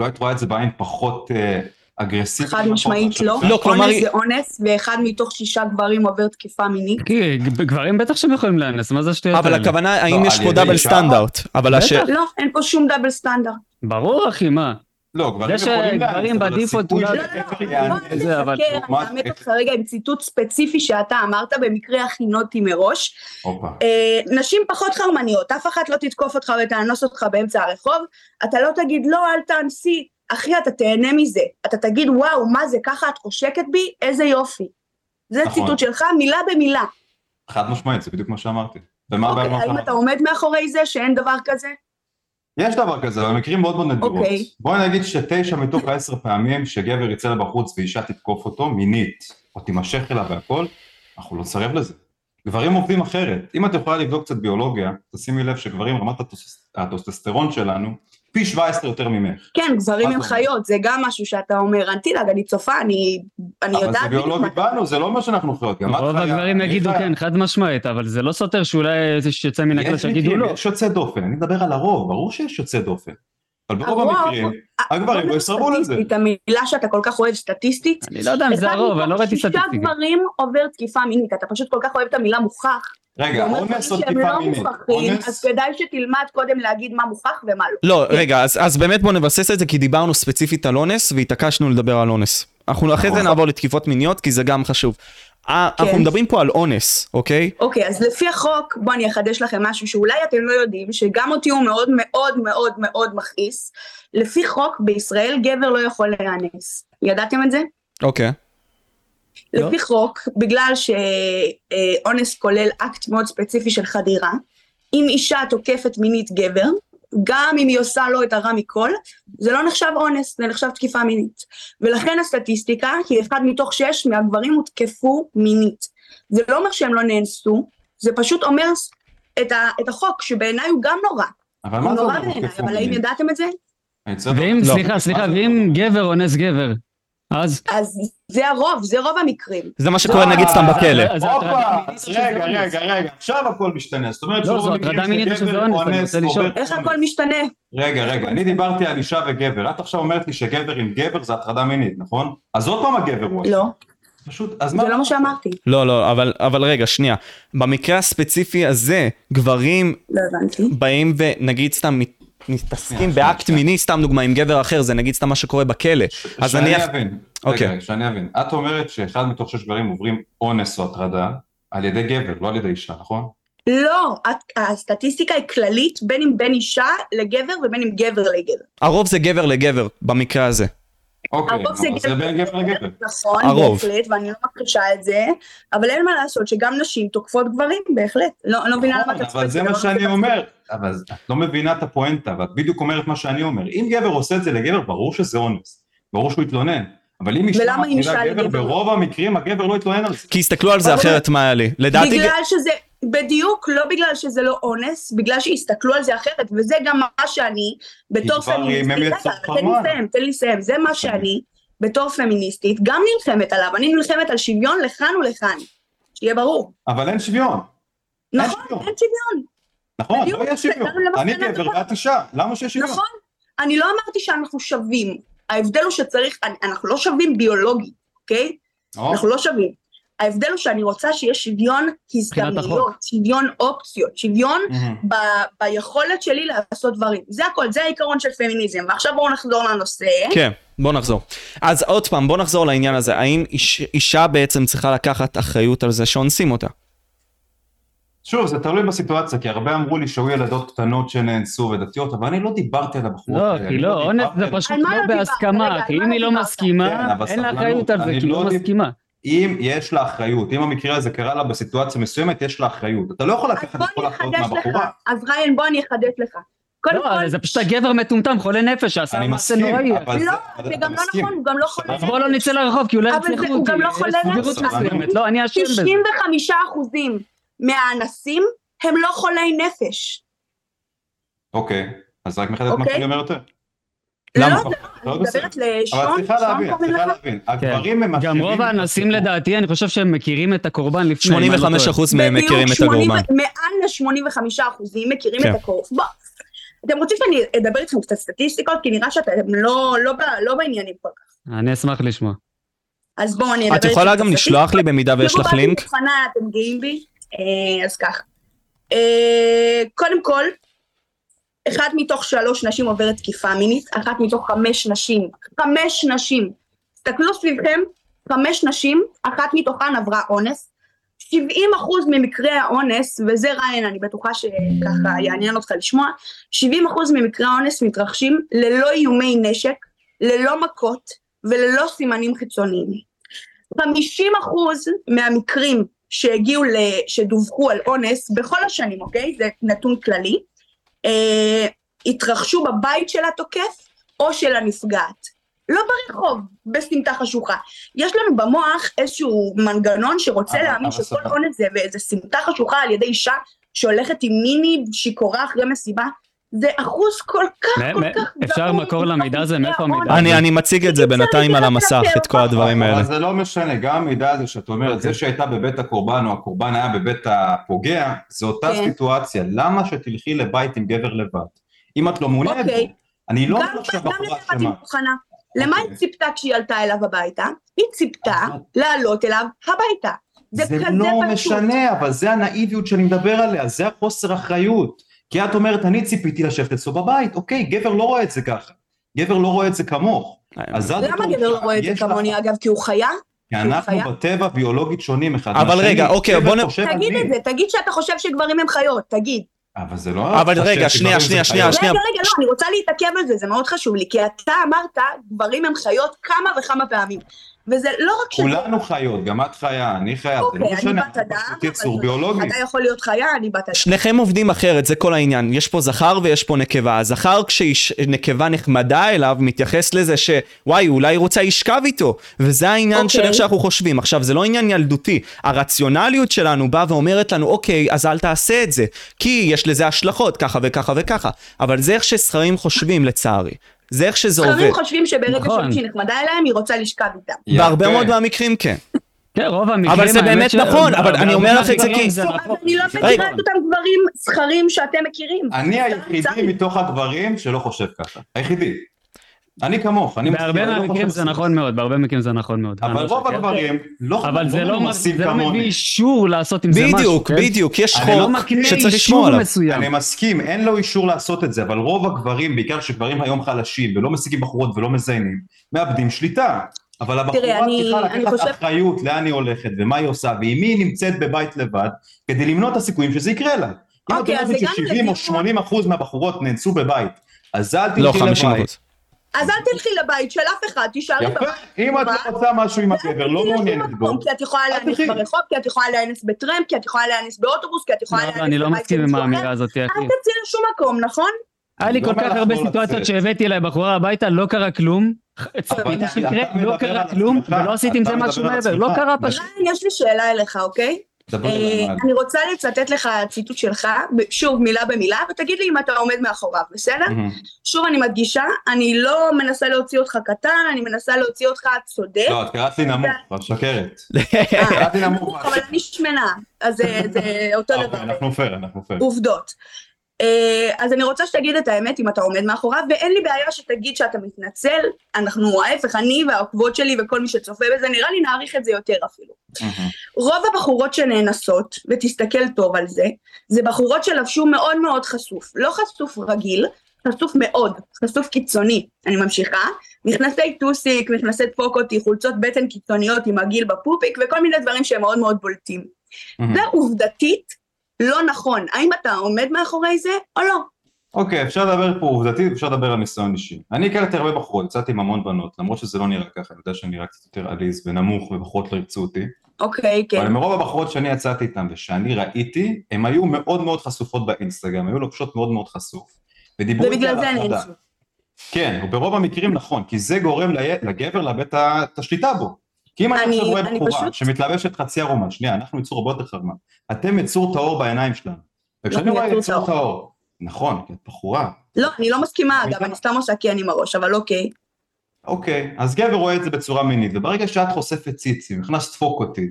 E: לא היית רואה את זה בעין פחות אה, אגרסיבית.
D: חד משמעית לא.
A: לא, כלומר
D: אונס
A: היא-
D: זה אונס, ואחד מתוך שישה גברים עובר תקיפה מינית.
B: כי גברים בטח שהם יכולים לאנס, מה זה השטויות
A: אבל
B: האלה?
A: הכוונה, האם
E: לא,
A: יש
E: על
A: פה
E: ידי
A: דאבל
E: אישה?
A: סטנדרט? אבל
B: כן, בטח.
A: השאלה...
D: לא, אין פה שום דאבל סטנדרט.
B: ברור אחי, מה?
E: לא, גברים
B: זה
E: יכולים
B: שגברים
E: להגיד, אבל
B: בדיפולט
E: הסיכוי
B: אולי-
D: לא,
E: שגבר
D: לא, לא,
E: יענה-
D: בוא
B: זה, אבל-
D: תחכה, אני
E: לעומת-
D: אעמת אותך רגע עם ציטוט ספציפי שאתה אמרת, במקרה הכינותי מראש.
E: הופה.
D: אה, נשים פחות חרמניות, אף אחת לא תתקוף אותך ותאנוס אותך באמצע הרחוב, אתה לא תגיד לא, אל תאנסי, אחי, אתה תהנה מזה. אתה תגיד, וואו, מה זה, ככה את חושקת בי? איזה יופי. זה
E: נכון.
D: ציטוט שלך, מילה במילה.
E: חד משמעית, זה בדיוק מה שאמרתי. ומה הבעיה
D: אוקיי,
E: במה
D: האם
E: שאמרתי?
D: אתה עומד מאחורי זה שאין דבר כזה?
E: יש דבר כזה, אבל מקרים מאוד מאוד נדירות.
D: אוקיי.
E: בואי נגיד שתשע מתוך העשר פעמים שגבר יצא לבחוץ ואישה תתקוף אותו מינית, או תימשך אליו והכל, אנחנו לא נסרב לזה. גברים עובדים אחרת. אם את יכולה לבדוק קצת ביולוגיה, תשימי לב שגברים, רמת הטוס- הטוסטסטרון שלנו, פי 17 יותר ממך.
D: כן, גברים
E: מה
D: הם
E: זה
D: חיות, זה גם משהו שאתה אומר, אל תדאג, אני צופה, אני אני
E: אבל
D: יודעת...
E: זה ביולוגי
D: בדיוק מה-
E: בנו, זה לא אומר שאנחנו חיות. גם את
B: רוב
E: חיה,
B: הגברים
E: אני
B: יגידו
E: חיה.
B: כן, חד משמעית, אבל זה לא סותר שאולי איזה שיוצא מן הכלל
E: יש
B: שיגידו
E: מקרים,
B: לא.
E: יש יוצא דופן, אני מדבר על הרוב, ברור שיש יוצא דופן. אבל ברוב
D: הרוב- אה,
E: המקרים, הגברים לא יסרבו לזה.
D: סטטיסטית, המילה שאתה כל כך אוהב, סטטיסטית,
B: אני לא יודע אם זה
D: אחד
B: הרוב, אני לא
D: מתוך
B: ראיתי
D: שישה
B: סטטיסטיקה.
D: גברים עובר תקיפה מינית, אתה פשוט כל כך אוהב את המילה מוכח.
E: רגע,
D: אתה אומר
E: אונס או
D: דברים שהם
E: תקיפה
D: לא
E: מינית?
D: מוכחים, אז
E: אונס?
D: כדאי שתלמד קודם להגיד מה מוכח ומה לא.
A: לא, רגע, אז, אז באמת בוא נבסס את זה, כי דיברנו ספציפית על אונס, והתעקשנו לדבר על אונס. אנחנו אחרי זה
E: נכון.
A: נעבור לתקיפות מיניות, כי זה גם חשוב. אה, אנחנו
D: כן.
A: מדברים פה על אונס, אוקיי?
D: אוקיי, אז לפי החוק, בואו אני אחדש לכם משהו שאולי אתם לא יודעים, שגם אותי הוא מאוד מאוד מאוד מאוד מכעיס. לפי חוק, בישראל גבר לא יכול להיאנס. ידעתם את זה?
A: אוקיי. לא.
D: לפי חוק, בגלל שאונס כולל אקט מאוד ספציפי של חדירה, אם אישה תוקפת מינית גבר, גם אם היא עושה לו את הרע מכל, זה לא נחשב אונס, זה נחשב תקיפה מינית. ולכן הסטטיסטיקה היא אחד מתוך שש מהגברים הותקפו מינית. זה לא אומר שהם לא נאנסו, זה פשוט אומר ס- את, ה, את החוק, שבעיניי הוא גם נורא.
E: אבל
D: הוא
E: מה זה
D: נורא
E: אומר?
D: בעיניי,
E: הותקפו
D: אבל האם
E: מינית?
D: ידעתם את זה?
E: אני צריך-
B: ואם,
A: לא.
B: סליחה, סליחה, ואם גבר אונס גבר, אז?
D: אז זה הרוב, זה רוב המקרים.
A: זה מה שקורה נגיד סתם בכלא.
B: אז זה הטרדה
E: הופה,
B: מינית או
E: אז
B: שזה
E: רגע,
B: אונס?
E: רגע, רגע, עכשיו הכל משתנה, זאת אומרת
B: לא, זו הטרדה מינית או שזה אונס, אני רוצה לשאול.
E: עובר
D: איך
E: אונס.
D: הכל משתנה?
E: רגע, רגע, אני דיברתי על אישה וגבר, את עכשיו אומרת לי שגבר עם גבר זה הטרדה מינית, נכון? אז עוד פעם הגבר הוא...
D: לא.
E: אשם. פשוט, אז מה?
D: זה לא מה שאמרתי,
A: לא, לא, אבל, אבל רגע, שנייה. במקרה הספציפי הזה, גברים
D: לא הבנתי.
A: באים ונגיד סתם מת- מתעסקים
E: שנייה,
A: באקט
E: שנייה.
A: מיני, סתם דוגמה, עם גבר אחר, זה נגיד סתם מה שקורה בכלא. אז
E: שאני
A: נניח...
E: אבין.
A: אוקיי.
E: רגע, רגע, שאני אבין. את אומרת שאחד מתוך שש גברים עוברים אונס או הטרדה על ידי גבר, לא על ידי אישה, נכון?
D: לא, הת- הסטטיסטיקה היא כללית בין אם בין אישה לגבר ובין אם גבר לגבר.
A: הרוב זה גבר לגבר, במקרה הזה.
E: אוקיי,
D: הרוב זה
E: נו, אז זה
D: אה, גבר.
E: בין גבר לגבר.
D: נכון,
A: הרוב.
D: בהחלט, ואני לא מכחישה את זה, אבל אין מה לעשות שגם נשים תוקפות גברים, בהחלט. לא אני לא מבינה למה
E: נכון,
D: אתה צוחק.
E: אבל זה מה
D: לא
E: שאני
D: מכיר.
E: אומר. אבל את לא מבינה את הפואנטה, ואת בדיוק אומרת מה שאני אומר. אם גבר עושה את זה לגבר, ברור שזה אונס. ברור שהוא יתלונן. אבל אם אישה
D: ולמה אם אישה
E: מטרידה גבר,
D: לגבר?
E: ברוב המקרים הגבר לא יתלונן על זה.
A: כי הסתכלו על זה
D: אבל-
A: אחרת מה היה לי. לדעתי... ג-
D: בגלל שזה, בדיוק, לא בגלל שזה לא אונס, בגלל שהסתכלו על זה אחרת, וזה גם מה שאני, בתור
E: כי גברים הם
D: פמיניסטית, רגע,
E: יצר
D: תן לי
E: פרמן.
D: לסיים, תן לי לסיים, זה מה שאני, בתור פמיניסטית, גם נלחמת עליו, אני נלחמת על שוויון לכאן ולכאן, שיהיה ברור.
E: אבל אין שוויון. אין
D: נכון,
E: שוויון.
D: אין שוויון,
E: נכון,
D: בדיוק,
E: לא יהיה שוויון.
D: הגענו למסקנה
E: אני גבר
D: טובה.
E: ואת אישה, למה שיהיה שוויון?
D: נכון? אני לא אמרתי שאנחנו שווים, ההבדל הוא שצריך, אני- אנחנו לא שווים ביולוגית, אוקיי?
E: נכון.
D: אנחנו לא שווים. ההבדל הוא שאני רוצה שיהיה שוויון הזדמנויות,
B: החוק.
D: שוויון אופציות, שוויון
E: מהמם.
D: ב- ביכולת שלי לעשות דברים. זה הכל, זה העיקרון של פמיניזם. ועכשיו בואו נחזור לנושא.
A: כן, בוא נחזור. אז עוד פעם, בוא נחזור לעניין הזה. האם איש, אישה בעצם צריכה לקחת אחריות על זה שאונסים אותה?
E: שוב, זה תלוי בסיטואציה, כי הרבה אמרו לי שהיו ילדות קטנות שנאנסו ודתיות, אבל אני לא דיברתי על הבחורות
B: לא, כי לא,
E: דיברתי
B: אונס זה
E: על-
B: פשוט
D: על מה
B: לא
D: לא דיברת? רגע,
B: בהסכמה,
D: על
B: כי
D: מה
B: אם
D: לא
B: היא לא
D: דיברת?
E: כן,
B: מסכימה,
E: אבל
B: אין לה
E: סבלנות,
B: אחריות על זה,
E: אני
B: כי היא
E: לא
B: לא
E: דיב-
B: מסכימה.
E: אם יש לה אחריות, אם המקרה הזה קרה לה בסיטואציה מסוימת, יש לה אחריות. אתה לא יכול
D: אז
E: לקחת את כל
D: בוא אני
E: האחריות
D: אחדש לך.
E: מהבחורה.
D: אז ריין, בוא אני אחדש לך. קודם
B: לא,
D: כל,
B: אבל זה פשוט הגבר מטומטם, חולה נפש, שעשה
E: אני
B: מעשה
E: מסכים,
B: נוראי.
E: אבל
D: לא,
E: אבל
D: זה
E: אתה
D: גם לא
E: מסכים.
D: נכון, הוא גם לא חולה
E: סבבה.
B: אז בואו לא נצא לרחוב, כי אולי
D: אבל זה-
B: יצליחו
D: הוא
B: אותי,
D: גם לא
B: יש
D: חולה
B: סבירות
E: נפש.
B: מסוימת. לא, אני אשם בזה.
D: 95 אחוזים מהאנסים הם לא חולי נפש.
E: אוקיי, אז רק מחדד מה
D: אוקיי.
E: שאני אומר יותר.
A: למה?
D: לא,
E: לא
D: אני
E: בסדר.
D: מדברת לשון,
E: אבל צריכה
D: שון
E: להבין,
D: קוראים
E: צריכה
D: לך?
E: להבין. הגברים הם
B: כן. גם רוב האנסים לדעתי, אני חושב שהם מכירים את הקורבן לפני. אם אני לא טועה.
A: 85% מהם
D: בדיוק,
A: מכירים את
D: 80
A: הגורמן.
D: מעל ל-85 אחוזים מכירים
A: כן.
D: את הקורס. בוא, אתם רוצים שאני אדבר איתכם קצת סטטיסטיקות? כי נראה שאתם לא, לא, ב- לא בעניינים כל כך.
B: אני אשמח לשמוע.
D: אז בואו אני אדבר
A: את יכולה גם לשלוח לי במידה ויש
D: לא,
A: לך לינק?
D: תראו, באתי מוכנה, אתם גאים בי? אה, אז ככה. אה, קודם כל, אחת מתוך שלוש נשים עוברת תקיפה מינית, אחת מתוך חמש נשים, חמש נשים. תסתכלו סביבכם, חמש נשים, אחת מתוכן עברה אונס. 70 אחוז ממקרי האונס, וזה ריין, אני בטוחה שככה יעניין אותך לשמוע, 70 אחוז ממקרי האונס מתרחשים ללא איומי נשק, ללא מכות וללא סימנים חיצוניים. 50% מהמקרים שהגיעו, ל... שדווחו על אונס, בכל השנים, אוקיי? זה נתון כללי, אה, התרחשו בבית של התוקף או של הנפגעת. לא ברחוב, בסמטה חשוכה. יש לנו במוח איזשהו מנגנון שרוצה
E: אבל-
D: להאמין
E: אבל
D: שכל
E: סבבה.
D: אונס זה ואיזה סמטה חשוכה על ידי אישה שהולכת עם מיני שיכורה אחרי מסיבה. זה אחוז כל כך,
B: מ-
D: כל
B: מ-
D: כך
B: אפשר
D: גבוה
B: מקור למידע הזה? מאיפה
D: מהאונס.
B: המידע?
A: אני, אני מציג את זה בינתיים על המסך, את כל הדברים האלה.
E: אבל זה לא משנה, גם המידע הזה שאת אומרת,
D: אוקיי.
E: זה שהייתה בבית הקורבן או הקורבן היה בבית הפוגע, זו אותה
D: כן.
E: סיטואציה. למה שתלכי לבית עם גבר לבד? אם את לא מעוניינת,
D: אוקיי.
E: בו, אני לא
D: גם
E: אומר
D: גם לזה
E: שהבחורה
D: באתי
E: אשמה.
D: מוכנה. למה
E: אוקיי.
D: היא ציפתה כשהיא עלתה אליו הביתה? היא ציפתה
E: אז-
D: לעלות אליו הביתה. זה
E: זה
D: כזה
E: לא
D: פשוט.
E: משנה, אבל זה הנאיביות שאני מדבר עליה, זה החוסר אחריות. כי את אומרת, אני ציפיתי לשבת אצלו בבית, אוקיי, גבר לא רואה את זה ככה. גבר לא רואה את זה כמוך. אז את
D: כן. למה
E: בתור
D: גבר לא
E: אישה,
D: רואה את זה
E: יש לך-
D: כמוני אגב? כי הוא חיה?
E: כי אנחנו
D: חיה?
E: בטבע ביולוגית שונים אחד
A: אבל
E: מהשני.
A: רגע, אוקיי,
E: גבר
A: בוא נ-
E: חושב על
D: תגיד
E: מין.
D: את זה, תגיד שאתה חושב שגברים הם חיות, תגיד.
E: אבל זה לא...
A: אבל רגע,
E: חושב
A: שנייה, שנייה,
E: שגברים זה
A: שנייה,
E: חיות.
A: אה, שנייה.
D: רגע, רגע, לא, אני רוצה להתעכב על זה, זה מאוד חשוב לי, כי אתה אמרת, גברים הם חיות כמה וכמה פעמים. וזה לא רק שזה...
E: כולנו חיות, גם את חיה, אני חיה, זה
D: אוקיי,
E: לא
D: אני
E: משנה,
D: בת אדם,
E: פשוט
D: אבל
E: יצור
D: זה-
E: ביולוגי.
D: אתה יכול להיות חיה, אני בת אדם.
A: שניכם עובדים אחרת, זה כל העניין. יש פה זכר ויש פה נקבה. הזכר כשנקבה נחמדה אליו, מתייחס לזה שוואי, אולי היא רוצה ישכב איתו. וזה העניין okay. של
D: אוקיי.
A: איך שאנחנו חושבים. עכשיו, זה לא עניין ילדותי. הרציונליות שלנו באה ואומרת לנו, אוקיי, אז אל תעשה את זה. כי יש לזה השלכות, ככה וככה וככה. אבל זה איך שזכרים חושבים, לצערי. זה איך שזה עובד.
D: גברים חושבים שברגע
B: נכון.
D: שהיא נחמדה אליהם, היא רוצה לשכב איתם.
E: יפה.
A: בהרבה מאוד מהמקרים כן.
B: כן, רוב המקרים...
A: אבל זה
B: האמת
A: באמת
B: ש-
A: נכון, אבל
B: הרבה
A: אני אומר לך את זה
B: מהמקרים
A: כי-
D: אז
B: נכון.
D: אני לא
B: זה
D: מכירה
B: נכון.
D: את אותם גברים זכרים שאתם מכירים.
E: אני
D: סתם, צר לי.
E: היחידי מתוך הגברים שלא חושב ככה. היחידי. אני כמוך, אני
B: בהרבה
E: מסכים, אני לא
B: מהמקרים
E: חושב
B: זה
E: שזה-
B: נכון מאוד, בהרבה מקרים זה נכון מאוד.
E: אבל
B: אני לא
E: רוב
B: משקר.
E: הגברים לא
B: אבל זה לא
E: מנומסים
B: זה לא מביא
E: כמוני.
B: אישור לעשות עם זה משהו.
A: בדיוק,
B: כן?
A: בדיוק, יש
E: אני
B: זה לא
A: חוק
B: מקנה
A: שצריך לשמור
B: אישור
A: עליו.
B: מסוים.
E: אני מסכים, אין לו אישור לעשות את זה, אבל רוב הגברים, בעיקר שגברים היום חלשים ולא משיגים בחורות ולא מזיינים, מאבדים שליטה. אבל הבחורה
D: תראה, אני-
E: צריכה
D: אני
E: לקחת
D: חושב-
E: אחריות לאן היא הולכת ומה היא עושה ועם מי היא נמצאת בבית לבד, כדי למנוע את הסיכויים שזה יקרה לה. אם את
D: אוקיי,
E: אומרת
D: אז
E: לי
D: הגענו
E: ש-70 או
D: לדיון.
E: 80 אחוז מהבחורות נאנסו בבית, אז אל תלכי
A: לא,
E: לבית.
A: 50 אחוז.
D: אז אל תלכי לבית של אף אחד, תישארי
E: יפה,
D: בבית.
E: אם את לא רוצה משהו עם הגבר,
D: תלכי
E: לא
D: לשום
E: מעוניינת בו.
D: מקום, כי את יכולה להאנס
E: תלכי.
D: ברחוב, כי את יכולה להאנס בטרמפ, כי את יכולה להאנס באוטובוס, כי את יכולה
B: לא,
D: להאנס...
B: לא, אני לא
D: בבית
B: מסכים
D: של
B: עם
D: מישהו אחר.
B: האמירה הזאת, אחי.
D: אל תצאי לשום מקום, נכון?
B: היה לי
E: לא
B: כל
E: אומר
B: כך
E: לך
B: הרבה
E: לא
B: סיטואציות
E: לצאת.
B: שהבאתי אליי בחורה הביתה, לא קרה כלום.
E: אבל
B: צפיתי
E: אתה- אתה
B: שיקרה,
E: מדבר
B: לא
E: על
B: קרה
E: עצמך,
B: כלום, ולא
E: אתה
B: עשיתי עם זה
E: מדבר
B: משהו
E: על
B: מעבר,
E: עצמך.
B: לא קרה פשוט.
D: ריין, כן, יש לי שאלה אליך, אליי.
E: דבר אליי,
D: אה,
E: לא מה?
D: אני רוצה לצטט לך ציטוט שלך, ב- שוב מילה במילה, ותגיד לי אם אתה עומד מאחוריו, בסדר?
E: מהמם.
D: שוב אני מדגישה, אני לא מנסה להוציא אותך קטן, אני מנסה להוציא אותך צודק,
E: לא, כן. את קראת לי נמוך, את שקרת.
D: אה,
E: קראת לי נמוך.
D: אבל אני שמנה, אז זה- זה אותו
E: אוקיי,
D: דבר.
E: אנחנו פייר, אנחנו פייר.
D: עובדות. אה, אז אני רוצה שתגיד את האמת אם אתה עומד מאחוריו, ואין לי בעיה שתגיד שאתה מתנצל, אנחנו ההפך, אני והעוקבות שלי וכל מי שצופה בזה, נראה לי נעריך את זה יותר אפילו.
E: מהמם.
D: רוב הבחורות שנאנסות, ותסתכל טוב על זה, זה בחורות שלבשו מאוד מאוד חשוף. לא חשוף רגיל, חשוף מאוד, חשוף קיצוני. אני ממשיכה. מכנסי טוסיק, מכנסי פוקוטי, חולצות בטן קיצוניות עם עגיל בפופיק, וכל מיני דברים שהם מאוד מאוד בולטים.
E: מהמם.
A: Hmm.
D: זה עובדתית לא נכון. האם אתה עומד מאחורי זה או לא?
E: אוקיי, אפשר לדבר פה עובדתית, אפשר לדבר על ניסיון אישי. אני הכרתי הרבה בחורות, יצאתי עם המון בנות, למרות שזה לא נראה ככה, אני יודע שאני נראה קצת יותר עליז ונמוך, ובחורות לא ירצו אותי.
D: אוקיי, כן.
E: אבל מרוב הבחורות שאני יצאתי איתן ושאני ראיתי, הן היו מאוד מאוד חשופות באינסטגרם, היו לובשות מאוד מאוד חשוף. ודיברו איתי
D: ובגלל
E: על
D: זה
E: הפרדה.
D: נאנסו.
E: כן, ברוב המקרים נכון, כי זה גורם ל- לגבר לאבד את ה- את השליטה בו. כי אם אני
D: אני-
E: עכשיו רואה
D: אני
E: בחורה
D: פשוט-
E: שמתלבשת חצי ערומה, שנייה, אנחנו יצור הרבה יותר חרמה. אתם יצור טהור בעיניים שלנו. וכשאני
D: אנחנו
E: רואה
D: יצור
E: יצור
D: טהור.
E: טהור, נכון, כי את בחורה.
D: לא, אני לא מסכימה אגב, אני סתם עושה כן עם הראש, אבל אוקיי.
E: אוקיי, אז גבר רואה את זה בצורה מינית, וברגע שאת חושפת ציצים, הכנסת פוקוטית,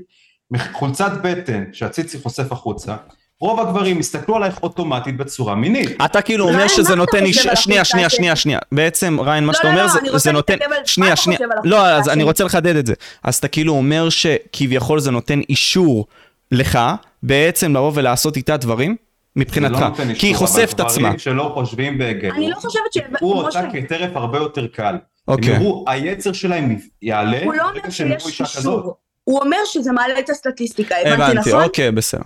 E: מח- חולצת בטן שהציצי חושף החוצה, רוב הגברים יסתכלו עלייך אוטומטית בצורה מינית.
A: אתה כאילו
D: ריין,
A: אומר
D: לא, מה
A: שזה
D: אתה
A: נותן
D: חושב
A: איש...
D: על
A: שנייה,
D: החולצה
A: שנייה,
D: של-
A: שנייה, שנייה. בעצם, ריין, מה
D: לא,
A: שאתה
D: לא,
A: אומר
D: לא,
A: זה-
D: אני רוצה
A: זה נותן...
D: להתעכב על- מה
A: שנייה,
D: אתה
A: שנייה.
D: חושב על
A: לא,
D: החולצה
A: אז אני
D: שלי?
A: רוצה לחדד את זה. אז אתה כאילו אומר שכביכול זה נותן אישור לך, בעצם לבוא ולעשות איתה דברים, מבחינתך.
E: זה לא נותן
A: כי היא
E: אישור,
A: חושפת
E: אבל
A: עצמה.
E: גברים שלא חושבים בהיגיון.
D: אני לא חושבת ש-
E: יראו
D: כמו
E: אותה
D: ש-
E: כטרף הרבה יותר קל.
A: אוקיי.
E: הם יראו, היצר שלהם יעלה.
D: הוא לא אומר
E: ברגע שהם יראו
D: שיש
E: אישה כזאת.
D: אישור. הוא אומר שזה מעלה את הסטטיסטיקה, הבנתי,
A: הבנתי,
D: נכון?
A: אוקיי, בסדר.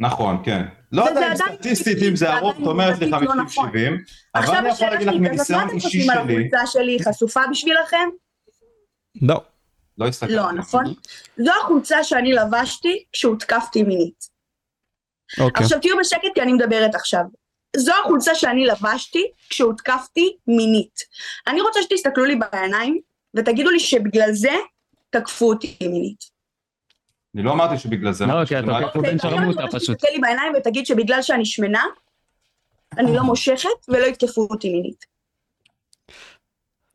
E: נכון, כן. לא
D: וזה
E: יודע אם
D: עדיין
E: סטטיסטית,
D: עובדתית,
E: אם זה
D: זה
E: הרוב,
D: עדיין
E: את אומרת לי
D: עובדתית לא
E: 50-70,
D: נכון.
E: אבל
D: עכשיו
E: אני יכול
D: השאלה
E: להגיד לך
D: שלי, אז מה
E: מניסיון
D: אתם
E: אישי
D: חושבים על
E: שלי,
D: החולצה שלי? היא חשופה בשבילכם?
A: לא.
E: לא הסתכלתי.
D: לא, נכון? זו החולצה שאני לבשתי כשהותקפתי מינית.
E: כן.
A: אוקיי.
D: עכשיו תהיו בשקט כי אני מדברת עכשיו. זו החולצה שאני לבשתי כשהותקפתי מינית. אני רוצה שתסתכלו לי בעיניים ותגידו לי שבגלל זה תקפו אותי מינית.
E: אני לא אמרתי שבגלל זה.
B: לא,
E: אמרתי
B: כי אתה
E: שרק-
B: אוקיי, בן
D: עכשיו
B: שרמוטה,
D: אני רוצה
B: פשוט.
D: שתסתכל לי בעיניים ותגיד שבגלל שאני שמנה, אני לא מושכת ולא יתקפו אותי מינית.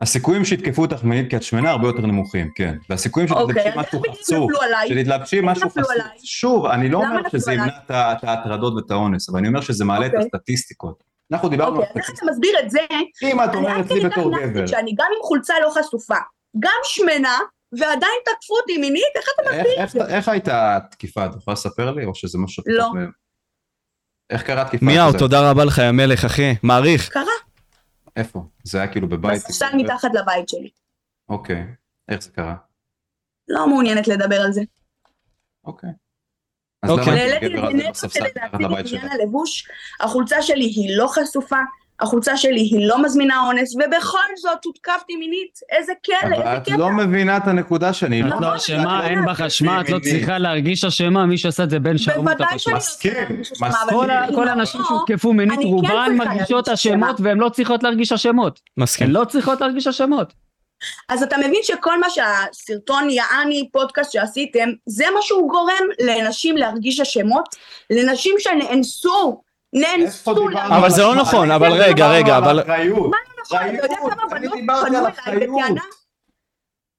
E: הסיכויים שיתקפו אותך מינית כי את שמנה הרבה יותר נמוכים, כן. והסיכויים
D: אוקיי,
E: שתתלבשי
D: אז איך
E: משהו
D: בדיוק
E: חצוף,
D: נפלו עליי?
E: שתתלבשי
D: איך
E: משהו
D: נפלו
E: חצוף.
D: עליי?
E: שוב, אני לא
D: למה
E: אומר
D: נפלו
E: שזה ימנע
D: עליי?
E: את ה- את ההטרדות ואת האונס, אבל אני אומר שזה מעלה את
D: אוקיי.
E: הסטטיסטיקות. אנחנו דיברנו על
D: אוקיי, אז איך אתה מסביר את זה?
E: אם
D: אני
E: את
D: עד
E: אומרת
D: כדי
E: לי
D: כך
E: בתור
D: נאצית
E: גבר,
D: שאני גם עם חולצה לא חשופה, גם שמנה, ועדיין תקפו אותי מינית, איך אתה...
E: איך- איך- איך הייתה התקיפה? את יכולה לספר לי? או שזה משהו...
D: לא.
E: שאת- איך קרה התקיפה?
A: מיהו,
E: אתה יודע?
A: תודה רבה לך, יא מלך, אחי. מעריך.
D: קרה?
E: איפה? זה היה כאילו בבית?
D: בספסל מתחת לבית שלי.
E: אוקיי. איך זה קרה?
D: לא מעוניינת לדבר על זה.
E: אוקיי. אז
A: אוקיי.
E: למה
D: והעליתי את זה
E: הגבר הזה
D: נטו
E: בספסל
D: כדי
E: מתחת
D: להציג
E: לבית
D: את
E: שלך?
D: עניין הלבוש. החולצה שלי היא לא חשופה, החולצה שלי היא לא מזמינה אונס, ובכל זאת הותקפתי מינית. איזה כלא,
E: אבל
D: איזה
E: את
D: קטע.
E: לא מבינה את הנקודה שאני...
D: נכון.
B: את לא אשמה, אין בך אשמה, את לא צריכה להרגיש אשמה, מי שעשה את זה בן שרמוטה
D: בוודאי שאני
B: פשוט.
D: לא
E: מסכים,
D: צריכה להרגיש אשמה,
E: מסכים.
D: אבל
B: כל ה-
D: אני
B: כל
D: לא-
B: הנשים שהותקפו מינית,
D: אני כן
B: רובן
D: צריכה
B: מרגישות
D: להרגיש אשמה. כן.
B: אשמות והן לא צריכות להרגיש אשמות. הן
A: מסכים.
B: לא צריכות להרגיש אשמות.
D: אז אתה מבין שכל מה שהסרטון יעני פודקאסט שעשיתם, זה מה שהוא גורם לנשים להרגיש אשמות, לנשים שנאנסו,
E: איפה
D: נאנסו
E: דיברנו
D: להרגיש
A: אבל זה לא
E: על אשמה?
A: נכון, אבל
E: איפה
A: רגע,
E: דיברנו
A: רגע,
E: על
A: אבל-
E: אחריות?
D: נכון, אתה יודע
E: אחריות.
D: כמה
E: אני
D: בנות
E: דיברתי
D: פנו
E: על
D: אליי בטענה?
E: אחריות.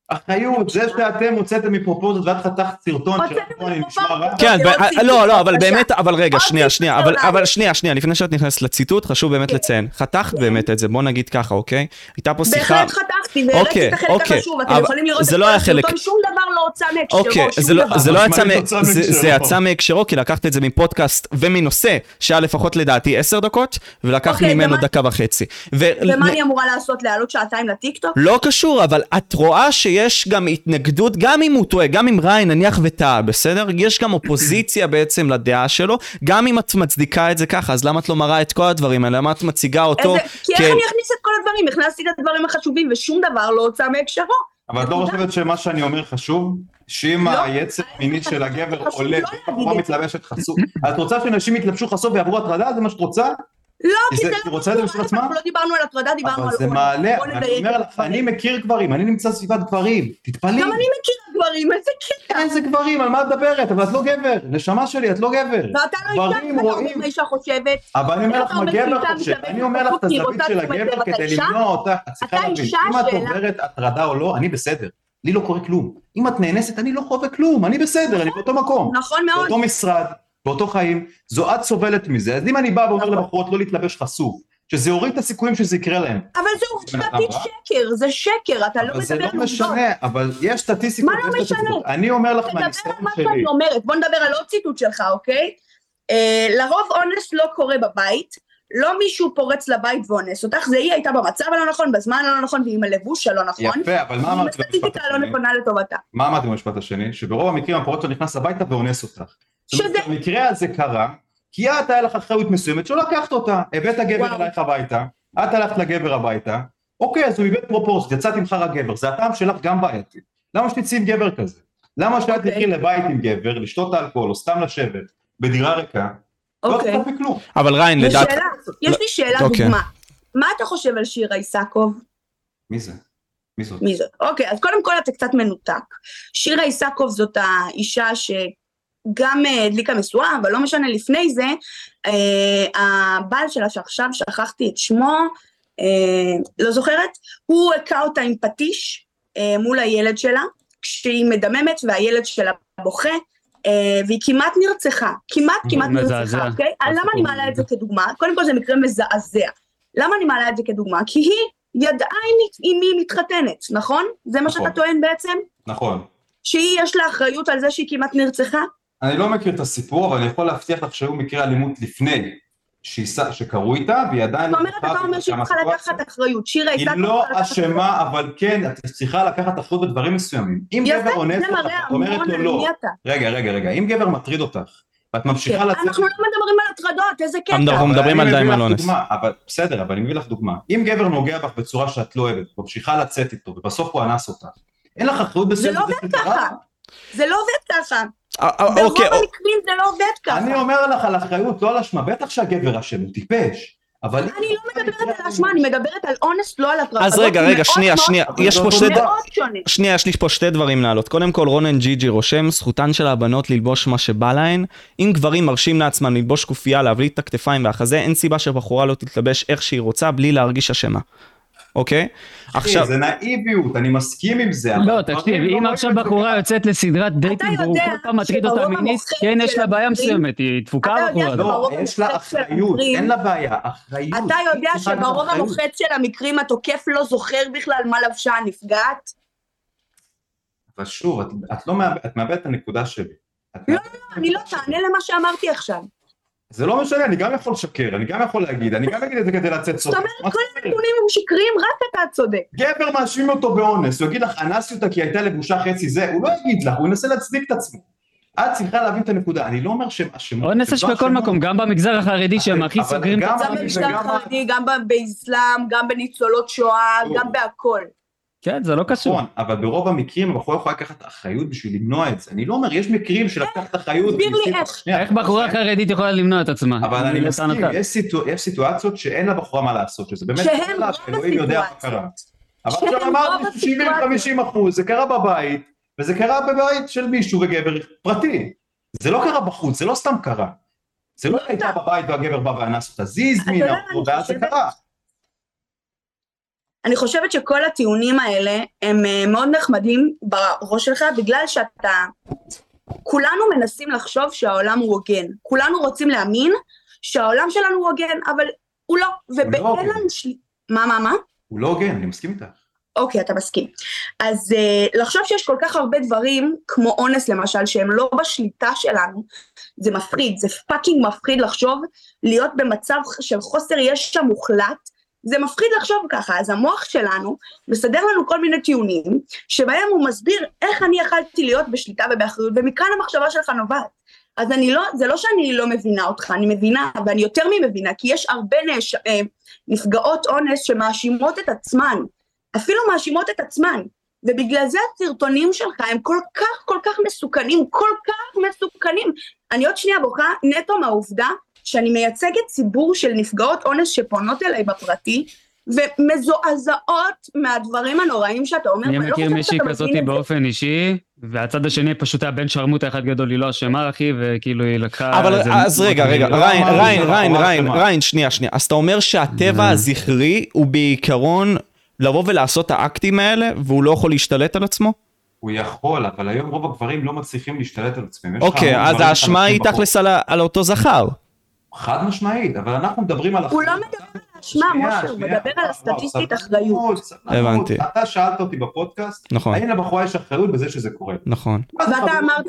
E: אחריות, זה שאתם הוצאתם מפרופוזות ואת חתכת סרטון
D: הוצאתם
E: שפה אני נשמע
D: מפרופורציות.
E: רע,
A: כן,
D: זה
A: ב-
D: לא ציטוט,
A: לא, לא, אבל
D: בבקשה.
A: באמת, אבל רגע,
D: עוד
A: שנייה,
D: ציטוט
A: שנייה, אבל-
D: לא
A: אבל
D: מעניין.
A: שנייה, שנייה, לפני שאת נכנסת לציטוט, חשוב באמת
D: כן.
A: לציין. חתכת באמת את זה, בוא נגיד ככה, אוקיי? הייתה פה שיחה...
D: בהחלט חתכתי, והראיתי את
A: אוקיי,
D: החלק
A: אוקיי,
D: החשוב, אתם
A: אבל
D: יכולים לראות את
A: זה לא
D: כל
A: היה חלק-
D: הסרטון, שום דבר לא הוצא מהקשרו,
A: אוקיי,
D: שום
A: זה לא-
D: דבר.
A: זה לא יצא
E: משמעית
A: מ-
E: הוצאה
A: זה-
E: מהקשרו.
A: זה יצא מהקשרו, כי לקחת את זה מפודקאסט ומנושא שהיה לפחות לדעתי עשר דקות, ולקחת
D: אוקיי,
A: ממנו
D: ומה-
A: דקה וחצי.
D: ומה אני אמורה לעשות, להעלות שעתיים לטיקטוק?
A: לא קשור, אבל את רואה שיש גם התנגדות, גם אם הוא טועה, גם אם ריין נניח וטעה, בסדר? יש גם אופוזיציה בעצם לדעה שלו, גם אם את מצדיקה את זה ככה, אז למה את לא מראה את כל הדברים האלה? למה את מציגה אותו?
D: איזה- כי איך
A: כן.
D: אני אכניס את כל הדברים? הכנסתי את הדברים החשובים ושום דבר לא הוצא מהקשרו.
E: אבל את לא חושבת שמה שאני אומר חשוב? שאם
D: לא,
E: היצר המיני של הגבר
D: חשוב
E: עולה,
D: לא להגיד
E: בחורה
D: את זה.
E: מתלבשת חשוף, את רוצה שנשים יתלבשו חשוף ויעברו הטרדה? זה מה שאת רוצה?
D: לא, כי
E: כי זה-
D: זה
E: כי
D: לא
E: רוצה את זה בשביל
D: הטרדה,
E: עצמה?
D: אנחנו לא דיברנו על הטרדה, דיברנו על...
E: אבל זה
D: אונס.
E: מעלה,
D: בוא
E: אני
D: נדייק
E: אומר
D: את
E: לך,
D: הדברים.
E: אני מכיר גברים, אני נמצא סביבת גברים, תתפלאי.
D: גם אני מכירה גברים, איזה קטע.
E: איזה גברים, על מה את מדברת? אבל את לא גבר, נשמה שלי, את לא גבר.
D: ואתה לא
E: גברים
D: יודעת מה אתה
E: רואים.
D: אומר מה אישה חושבת.
E: אבל אני אומר לך
D: אתה
E: מה
D: אומר
E: גבר
D: שאישה
E: חושב,
D: מתלבשת
E: אני אומר לך את
D: בחוץ, היא
E: הזווית
D: רוצה
E: של
D: תשומת לב,
E: הגבר
D: אתה
E: כדי
D: אישה?
E: למנוע אותך, את
D: אתה
E: צריכה להבין,
D: אישה
E: אם את
D: שאלה.
E: עוברת הטרדה או לא, אני בסדר, לי לא קורה כלום. אם את נאנסת, אני לא חווה כלום, אני בסדר, אני באותו מקום,
D: נכון מאוד.
E: באותו משרד, באותו חיים, זו את סובלת מזה, אז אם אני בא ואומר
D: נכון.
E: לבחורות לא להתלבש חשוף, שזה יוריד את הסיכויים שזה יקרה להם,
D: אבל זה
E: בן אדם
D: עובדתית
E: רע.
D: שקר, זה שקר, אתה לא
E: לא- אבל זה
D: מדבר
E: לא
D: על עובדות.
E: משנה, אבל יש סטטיסטיקות,
D: מה לא
E: יש סטטיסטיקות. אני אומר לך
D: תדבר על
E: מהניסיון
D: מה לא
E: שלי,
D: שאני אומרת, בוא נדבר על עוד ציטוט שלך, אוקיי? אה, לרוב אונס לא קורה בבית, לא מישהו פורץ לבית ואונס אותך, זה היא הייתה במצב הלא נכון, בזמן הלא נכון ועם הלבוש הלא נכון. לא
E: יפה, אבל מה
D: עם
E: אמרת במשפט
D: הסטטיסטיקה הלא
E: השני?
D: נכונה לטובתה.
E: מה אמרתי במשפט השני? שברוב המקרים הפרוטו נכנס הביתה ואונס אותך.
D: שזה-
E: שזה... במקרה הזה קרה, כי את היה לך אחריות מסוימת שלא לקחת אותה. הבאת גבר
D: וואו.
E: אלייך הביתה, את הלכת לגבר הביתה, אוקיי, אז הוא איבד פרופורציות, יצאת עם חרא גבר, זה הטעם שלך גם בעייתי. למה שתצאי עם גבר כזה? למה שאת
D: אוקיי.
E: תלכי לבית עם גבר, לשתות אלכוהול או סתם לשבת בדירה ריקה? לא
D: אוקיי.
E: תצטרכי כלום.
A: אבל ריין,
D: יש
A: לדעת...
D: שאלה, יש לי שאלה,
A: אוקיי.
D: דוגמה. מה אתה חושב על שירה איסקוב?
E: מי זה? מי זאת?
D: מי זאת? אוקיי, אז קודם כל אתה קצת מנותק. שירה איסקוב זאת האישה שגם אה, הדליקה משואה, אבל לא משנה, לפני זה, אה, הבעל שלה שעכשיו שכחתי את שמו, אה, לא זוכרת, הוא הכה אותה עם פטיש אה, מול הילד שלה, כשהיא מדממת והילד שלה בוכה. אה, והיא כמעט נרצחה, כמעט כמעט
B: מזעזע.
D: נרצחה, אוקיי? אה, למה אני מעלה את זה כדוגמה? קודם כל זה מקרה מזעזע. למה אני מעלה את זה כדוגמה? כי היא ידעה עם מי- עם מי היא מתחתנת, נכון? זה מה
E: נכון.
D: שאתה טוען בעצם?
E: נכון.
D: שהיא יש לה אחריות על זה שהיא כמעט נרצחה?
E: אני לא מכיר את הסיפור, אבל אני יכול להבטיח לך שהיו מקרי אלימות לפני שהיא- שקרו איתה, והיא עדיין...
D: זאת אומרת,
E: לקחה
D: אתה אומר שהיא
E: כמה
D: צריכה
E: סיטואציות.
D: לקחת אחריות. שירה
E: היא
D: איסקוב
E: לא
D: צריכה לקחת אחריות.
E: אשמה, אבל כן, את צריכה לקחת אחריות בדברים מסוימים. אם גבר
D: יפה,
E: אונס
D: זה
E: אותך,
D: מראה
E: את אומרת
D: המון
E: לו
D: על
E: לא.
D: מי אתה.
E: רגע, רגע, רגע, אם גבר מטריד אותך, ואת ממשיכה
D: כן,
E: לצאת...
D: אנחנו לא מדברים על הטרדות, איזה קטע.
A: אנחנו
E: אבל
A: מדברים
E: אני
A: על
E: מביא
A: דיימן
E: לך
A: אונס.
E: דוגמה, אבל בסדר, אבל אני מביא לך דוגמה. אם גבר נוגע בך בצורה שאת לא אוהבת, ממשיכה לצאת איתו, ובסוף הוא אנס אותך, אין לך אחריות
D: זה
E: בסדר.
D: לא עובד ככה. זה לא עובד ככה.
A: אה, אה,
D: ברוב
A: אוקיי, אוקיי.
D: המקרים זה לא עובד ככה.
E: אני אומר לך על אחריות, לא על אשמה. בטח שהגבר אשם, הוא טיפש. אבל...
D: אני לא מדברת על אשמה, אני מדברת על אונס, לא על הטרדות.
A: אז רגע,
D: זה
A: רגע,
D: מאוד
A: שנייה,
D: מאוד-
A: שנייה,
E: אבל
A: יש
E: זה
A: פה
E: אותו
A: שתי...
E: דבר.
A: ד-
D: מאוד שונה.
A: שנייה, יש לי פה שתי דברים לעלות. קודם כל, רונן ג'יג'י רושם, זכותן של הבנות ללבוש מה שבא להן. אם גברים מרשים לעצמם ללבוש כופייה, להבליט את הכתפיים והחזה, אין סיבה שבחורה לא תתלבש איך שהיא רוצה, בלי להרגיש אשמה. אוקיי?
E: עכשיו...
A: עכשיו,
E: זה נאיביות, אני מסכים עם זה. אבל
B: לא,
E: דברים
B: תקשיב,
E: לא
B: אם
E: רואים
B: עכשיו
E: את זה
B: בחורה
E: ככה.
B: יוצאת לסדרת דייטים
D: יודע
B: והוא כל פעם מטריד אותה
D: שברוב
B: מינית,
D: המוחץ
B: כן,
D: של
B: יש לה בעיה
D: הגברים-
B: מסוימת, היא
D: אתה
B: דפוקה
D: יודע
B: הבחורה הזאת.
D: שברוב
E: לא,
D: המוחץ
E: יש לה
D: של
E: אחריות,
D: הגברים-
E: אין לה בעיה, אחריות.
D: אתה יודע
E: היא צריכה
D: שברוב
E: לקחת אחריות.
D: המוחץ של המקרים התוקף לא זוכר בכלל מה לבשה הנפגעת?
E: אבל שוב, את, את לא מאבדת, את מאבדת את הנקודה שלי. את
D: לא,
E: מאבדת-
D: אני לא תענה למה שאמרתי עכשיו.
E: זה לא משנה, אני גם יכול לשקר, אני גם יכול להגיד, אני גם אגיד את זה כדי לצאת
D: זאת
E: צודק. מה
D: אומרת, כל
E: זאת אומרת?
D: הנתונים הם שקריים, רק אתה צודק.
E: גבר מאשים אותו באונס, הוא יגיד לך, אנסתי אותה כי הייתה לבושה חצי זה, הוא לא יגיד לך, הוא ינסה להצדיק את עצמו. את צריכה להבין את הנקדה, אני לא אומר שהם אשמות.
B: אונס
E: הם
B: יש
E: לא
B: בכל
E: אשמות.
B: מקום, גם במגזר החרדי שהם
E: אבל-
B: הכי
E: אבל
B: סוגרים את
E: גם- נכון,
D: גם
E: אבל
D: במשטר
E: וגם ה-
D: החרדי, גם ב- באסלאם, גם בניצולות שואה,
E: ברור.
D: גם בהכל.
B: כן, זה לא קשור.
E: נכון, אבל ברוב המקרים הבחורה יכולה לקחת אחריות בשביל למנוע את זה. אני לא אומר, יש מקרים שלקחת אחריות...
D: תסביר לי
E: וניסית,
D: איך.
E: אבל שנייה,
B: איך בחורה
E: אבל-
B: חרדית יכולה למנוע את עצמה?
E: אבל אני מסכים,
B: לטענתה.
E: יש סיטו- יש סיטואציות שאין לבחורה מה לעשות, שזה באמת...
D: שהם
E: קרה
D: רוב
E: לה, שאלוהים יודע מה קרה.
D: הסיטואציות.
E: אבל
D: שהם
E: עכשיו
D: רוב
E: אמרתי
D: הסיטואציות.
E: 70-50 אחוז, זה קרה בבית, וזה קרה בבית של מישהו וגבר פרטי. זה לא קרה בחוץ, זה לא סתם קרה. זה לא הייתה בבית והגבר בא ואנס אותה, זה
D: יודע
E: הזמינה
D: מה אני
E: אותו, ואז זה
D: חושבת?
E: קרה.
D: אני חושבת שכל הטיעונים האלה הם אה, מאוד נחמדים בראש שלך, בגלל שאתה... כולנו מנסים לחשוב שהעולם הוא הוגן. כולנו רוצים להאמין שהעולם שלנו הוא הוגן, אבל הוא לא.
E: לא הוגן.
D: ואין לנו של... מה, מה, מה?
E: הוא לא הוגן, אני מסכים איתך.
D: אוקיי, אתה מסכים. אז אה, לחשוב שיש כל כך הרבה דברים, כמו אונס למשל, שהם לא בשליטה שלנו, זה מפחיד, זה פאקינג מפחיד לחשוב, להיות במצב של חוסר ישע מוחלט, זה מפחיד לחשוב ככה. אז המוח שלנו מסדר לנו כל מיני טיעונים, שבהם הוא מסביר איך אני יכלתי להיות בשליטה ובאחריות, ומכאן המחשבה שלך נובעת. אז אני לא, זה לא שאני לא מבינה אותך, אני מבינה, ואני יותר ממבינה, כי יש הרבה נאש, אה, נפגעות אונס שמאשימות את עצמן. אפילו מאשימות את עצמן. ובגלל זה הסרטונים שלך הם כל כך כל כך מסוכנים, כל כך מסוכנים. אני עוד שנייה בוכה נטו מהעובדה שאני מייצגת ציבור של נפגעות אונס שפונות אליי בפרטי, ומזועזעות מהדברים הנוראים שאתה אומר.
B: אני
D: ואני לא
B: מכיר
D: חושבת
B: מישהי
D: שאתה
B: כזאת
D: מבין את זה.
B: באופן אישי, והצד השני פשוט היה בן שרמוטה אחד גדול, היא לא אשמה אחי, וכאילו היא
E: אה,
B: לקחה...
A: אבל
B: איזה-
A: אז רגע, רגע,
E: לא
A: ריין,
E: אמרנו
A: ריין,
E: שאנחנו
A: ריין,
E: רק
A: ריין,
E: למעלה.
A: ריין, שנייה, שנייה. אז אתה אומר שהטבע הזכרי הוא בעיקרון לבוא ולעשות את האקטים האלה, והוא לא יכול להשתלט על עצמו?
E: הוא יכול, אבל היום רוב הגברים לא מצליחים להשתלט על עצמם. יש לך
A: אוקיי,
E: המון
A: אז
E: גברים
A: האשמה היא
E: חזקים בחוץ.
A: תכלס על ה- על אותו זכר.
E: חד משמעית, אבל אנחנו מדברים על...
D: הוא לא
E: אחריות.
D: מדבר על האשמה,
E: שנייה,
D: משה, הוא
E: שנייה.
D: מדבר על
E: לא,
D: הסטטיסטית
E: סבלנות,
D: אחריות.
E: סבלנות.
A: הבנתי.
E: אתה שאלת אותי בפודקאסט,
A: נכון.
E: האם לבחורה יש אחריות בזה שזה קורה?
A: נכון.
E: מה זה
D: ואתה
E: חברים?
D: אמרת-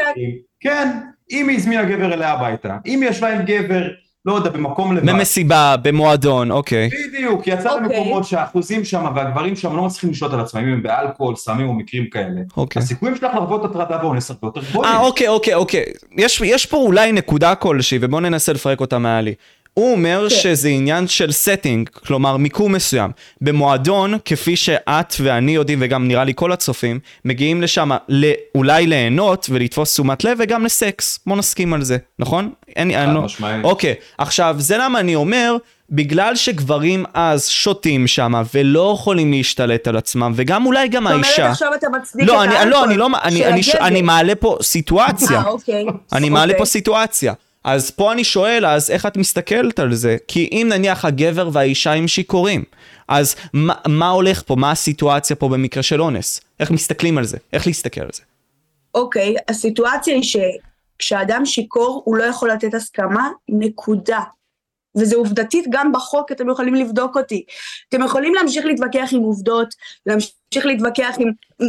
E: כן, אם היא הזמינה גבר אליה הביתה, אם יש להם גבר, לא יודע, במקום לבד.
A: במסיבה, במועדון, אוקיי.
E: בדיוק, יצא
D: אוקיי.
E: למקומות שהאחוזים שם והגברים שם לא מצליחים לשלוט על עצמם, אם הם באלכוהול, סמים או מקרים כאלה.
A: אוקיי.
E: הסיכויים שלך לחוות הטרדה ואונס הרבה יותר גבוהים.
A: אה, אוקיי, אוקיי, אוקיי. יש, יש פה אולי נקודה כלשהי, ובואו ננסה לפרק אותה מעלי. הוא אומר
D: כן.
A: שזה עניין של setting, כלומר מיקום מסוים. במועדון, כפי שאת ואני יודעים, וגם נראה לי כל הצופים, מגיעים לשם לא, אולי ליהנות ולתפוס תשומת לב, וגם לסקס. בוא נסכים על זה, נכון? אין,
E: חד
A: אני לא...
E: משמעית.
A: אוקיי, עכשיו, זה למה אני אומר, בגלל שגברים אז שותים שם, ולא יכולים להשתלט על עצמם, וגם אולי גם
D: זאת
A: האישה...
D: אומרת, עכשיו אתה מצדיק את
A: לא, אני, לא,
D: האלכוהול
A: אני לא, אני,
D: של
A: אני, ש-
D: הגבר.
A: אני מעלה פה סיטואציה.
D: אה, אוקיי.
A: אני מעלה פה
D: אוקיי.
A: סיטואציה. אז פה אני שואל, אז איך את מסתכלת על זה? כי אם נניח הגבר והאישה הם שיכורים, אז מה, מה הולך פה? מה הסיטואציה פה במקרה של אונס? איך מסתכלים על זה? איך להסתכל על זה?
D: אוקיי, הסיטואציה היא שכשאדם שיכור הוא לא יכול לתת הסכמה, נקודה. וזה עובדתית גם בחוק, אתם יכולים לבדוק אותי. אתם יכולים להמשיך להתווכח עם עובדות, להמשיך להתווכח עם... עם-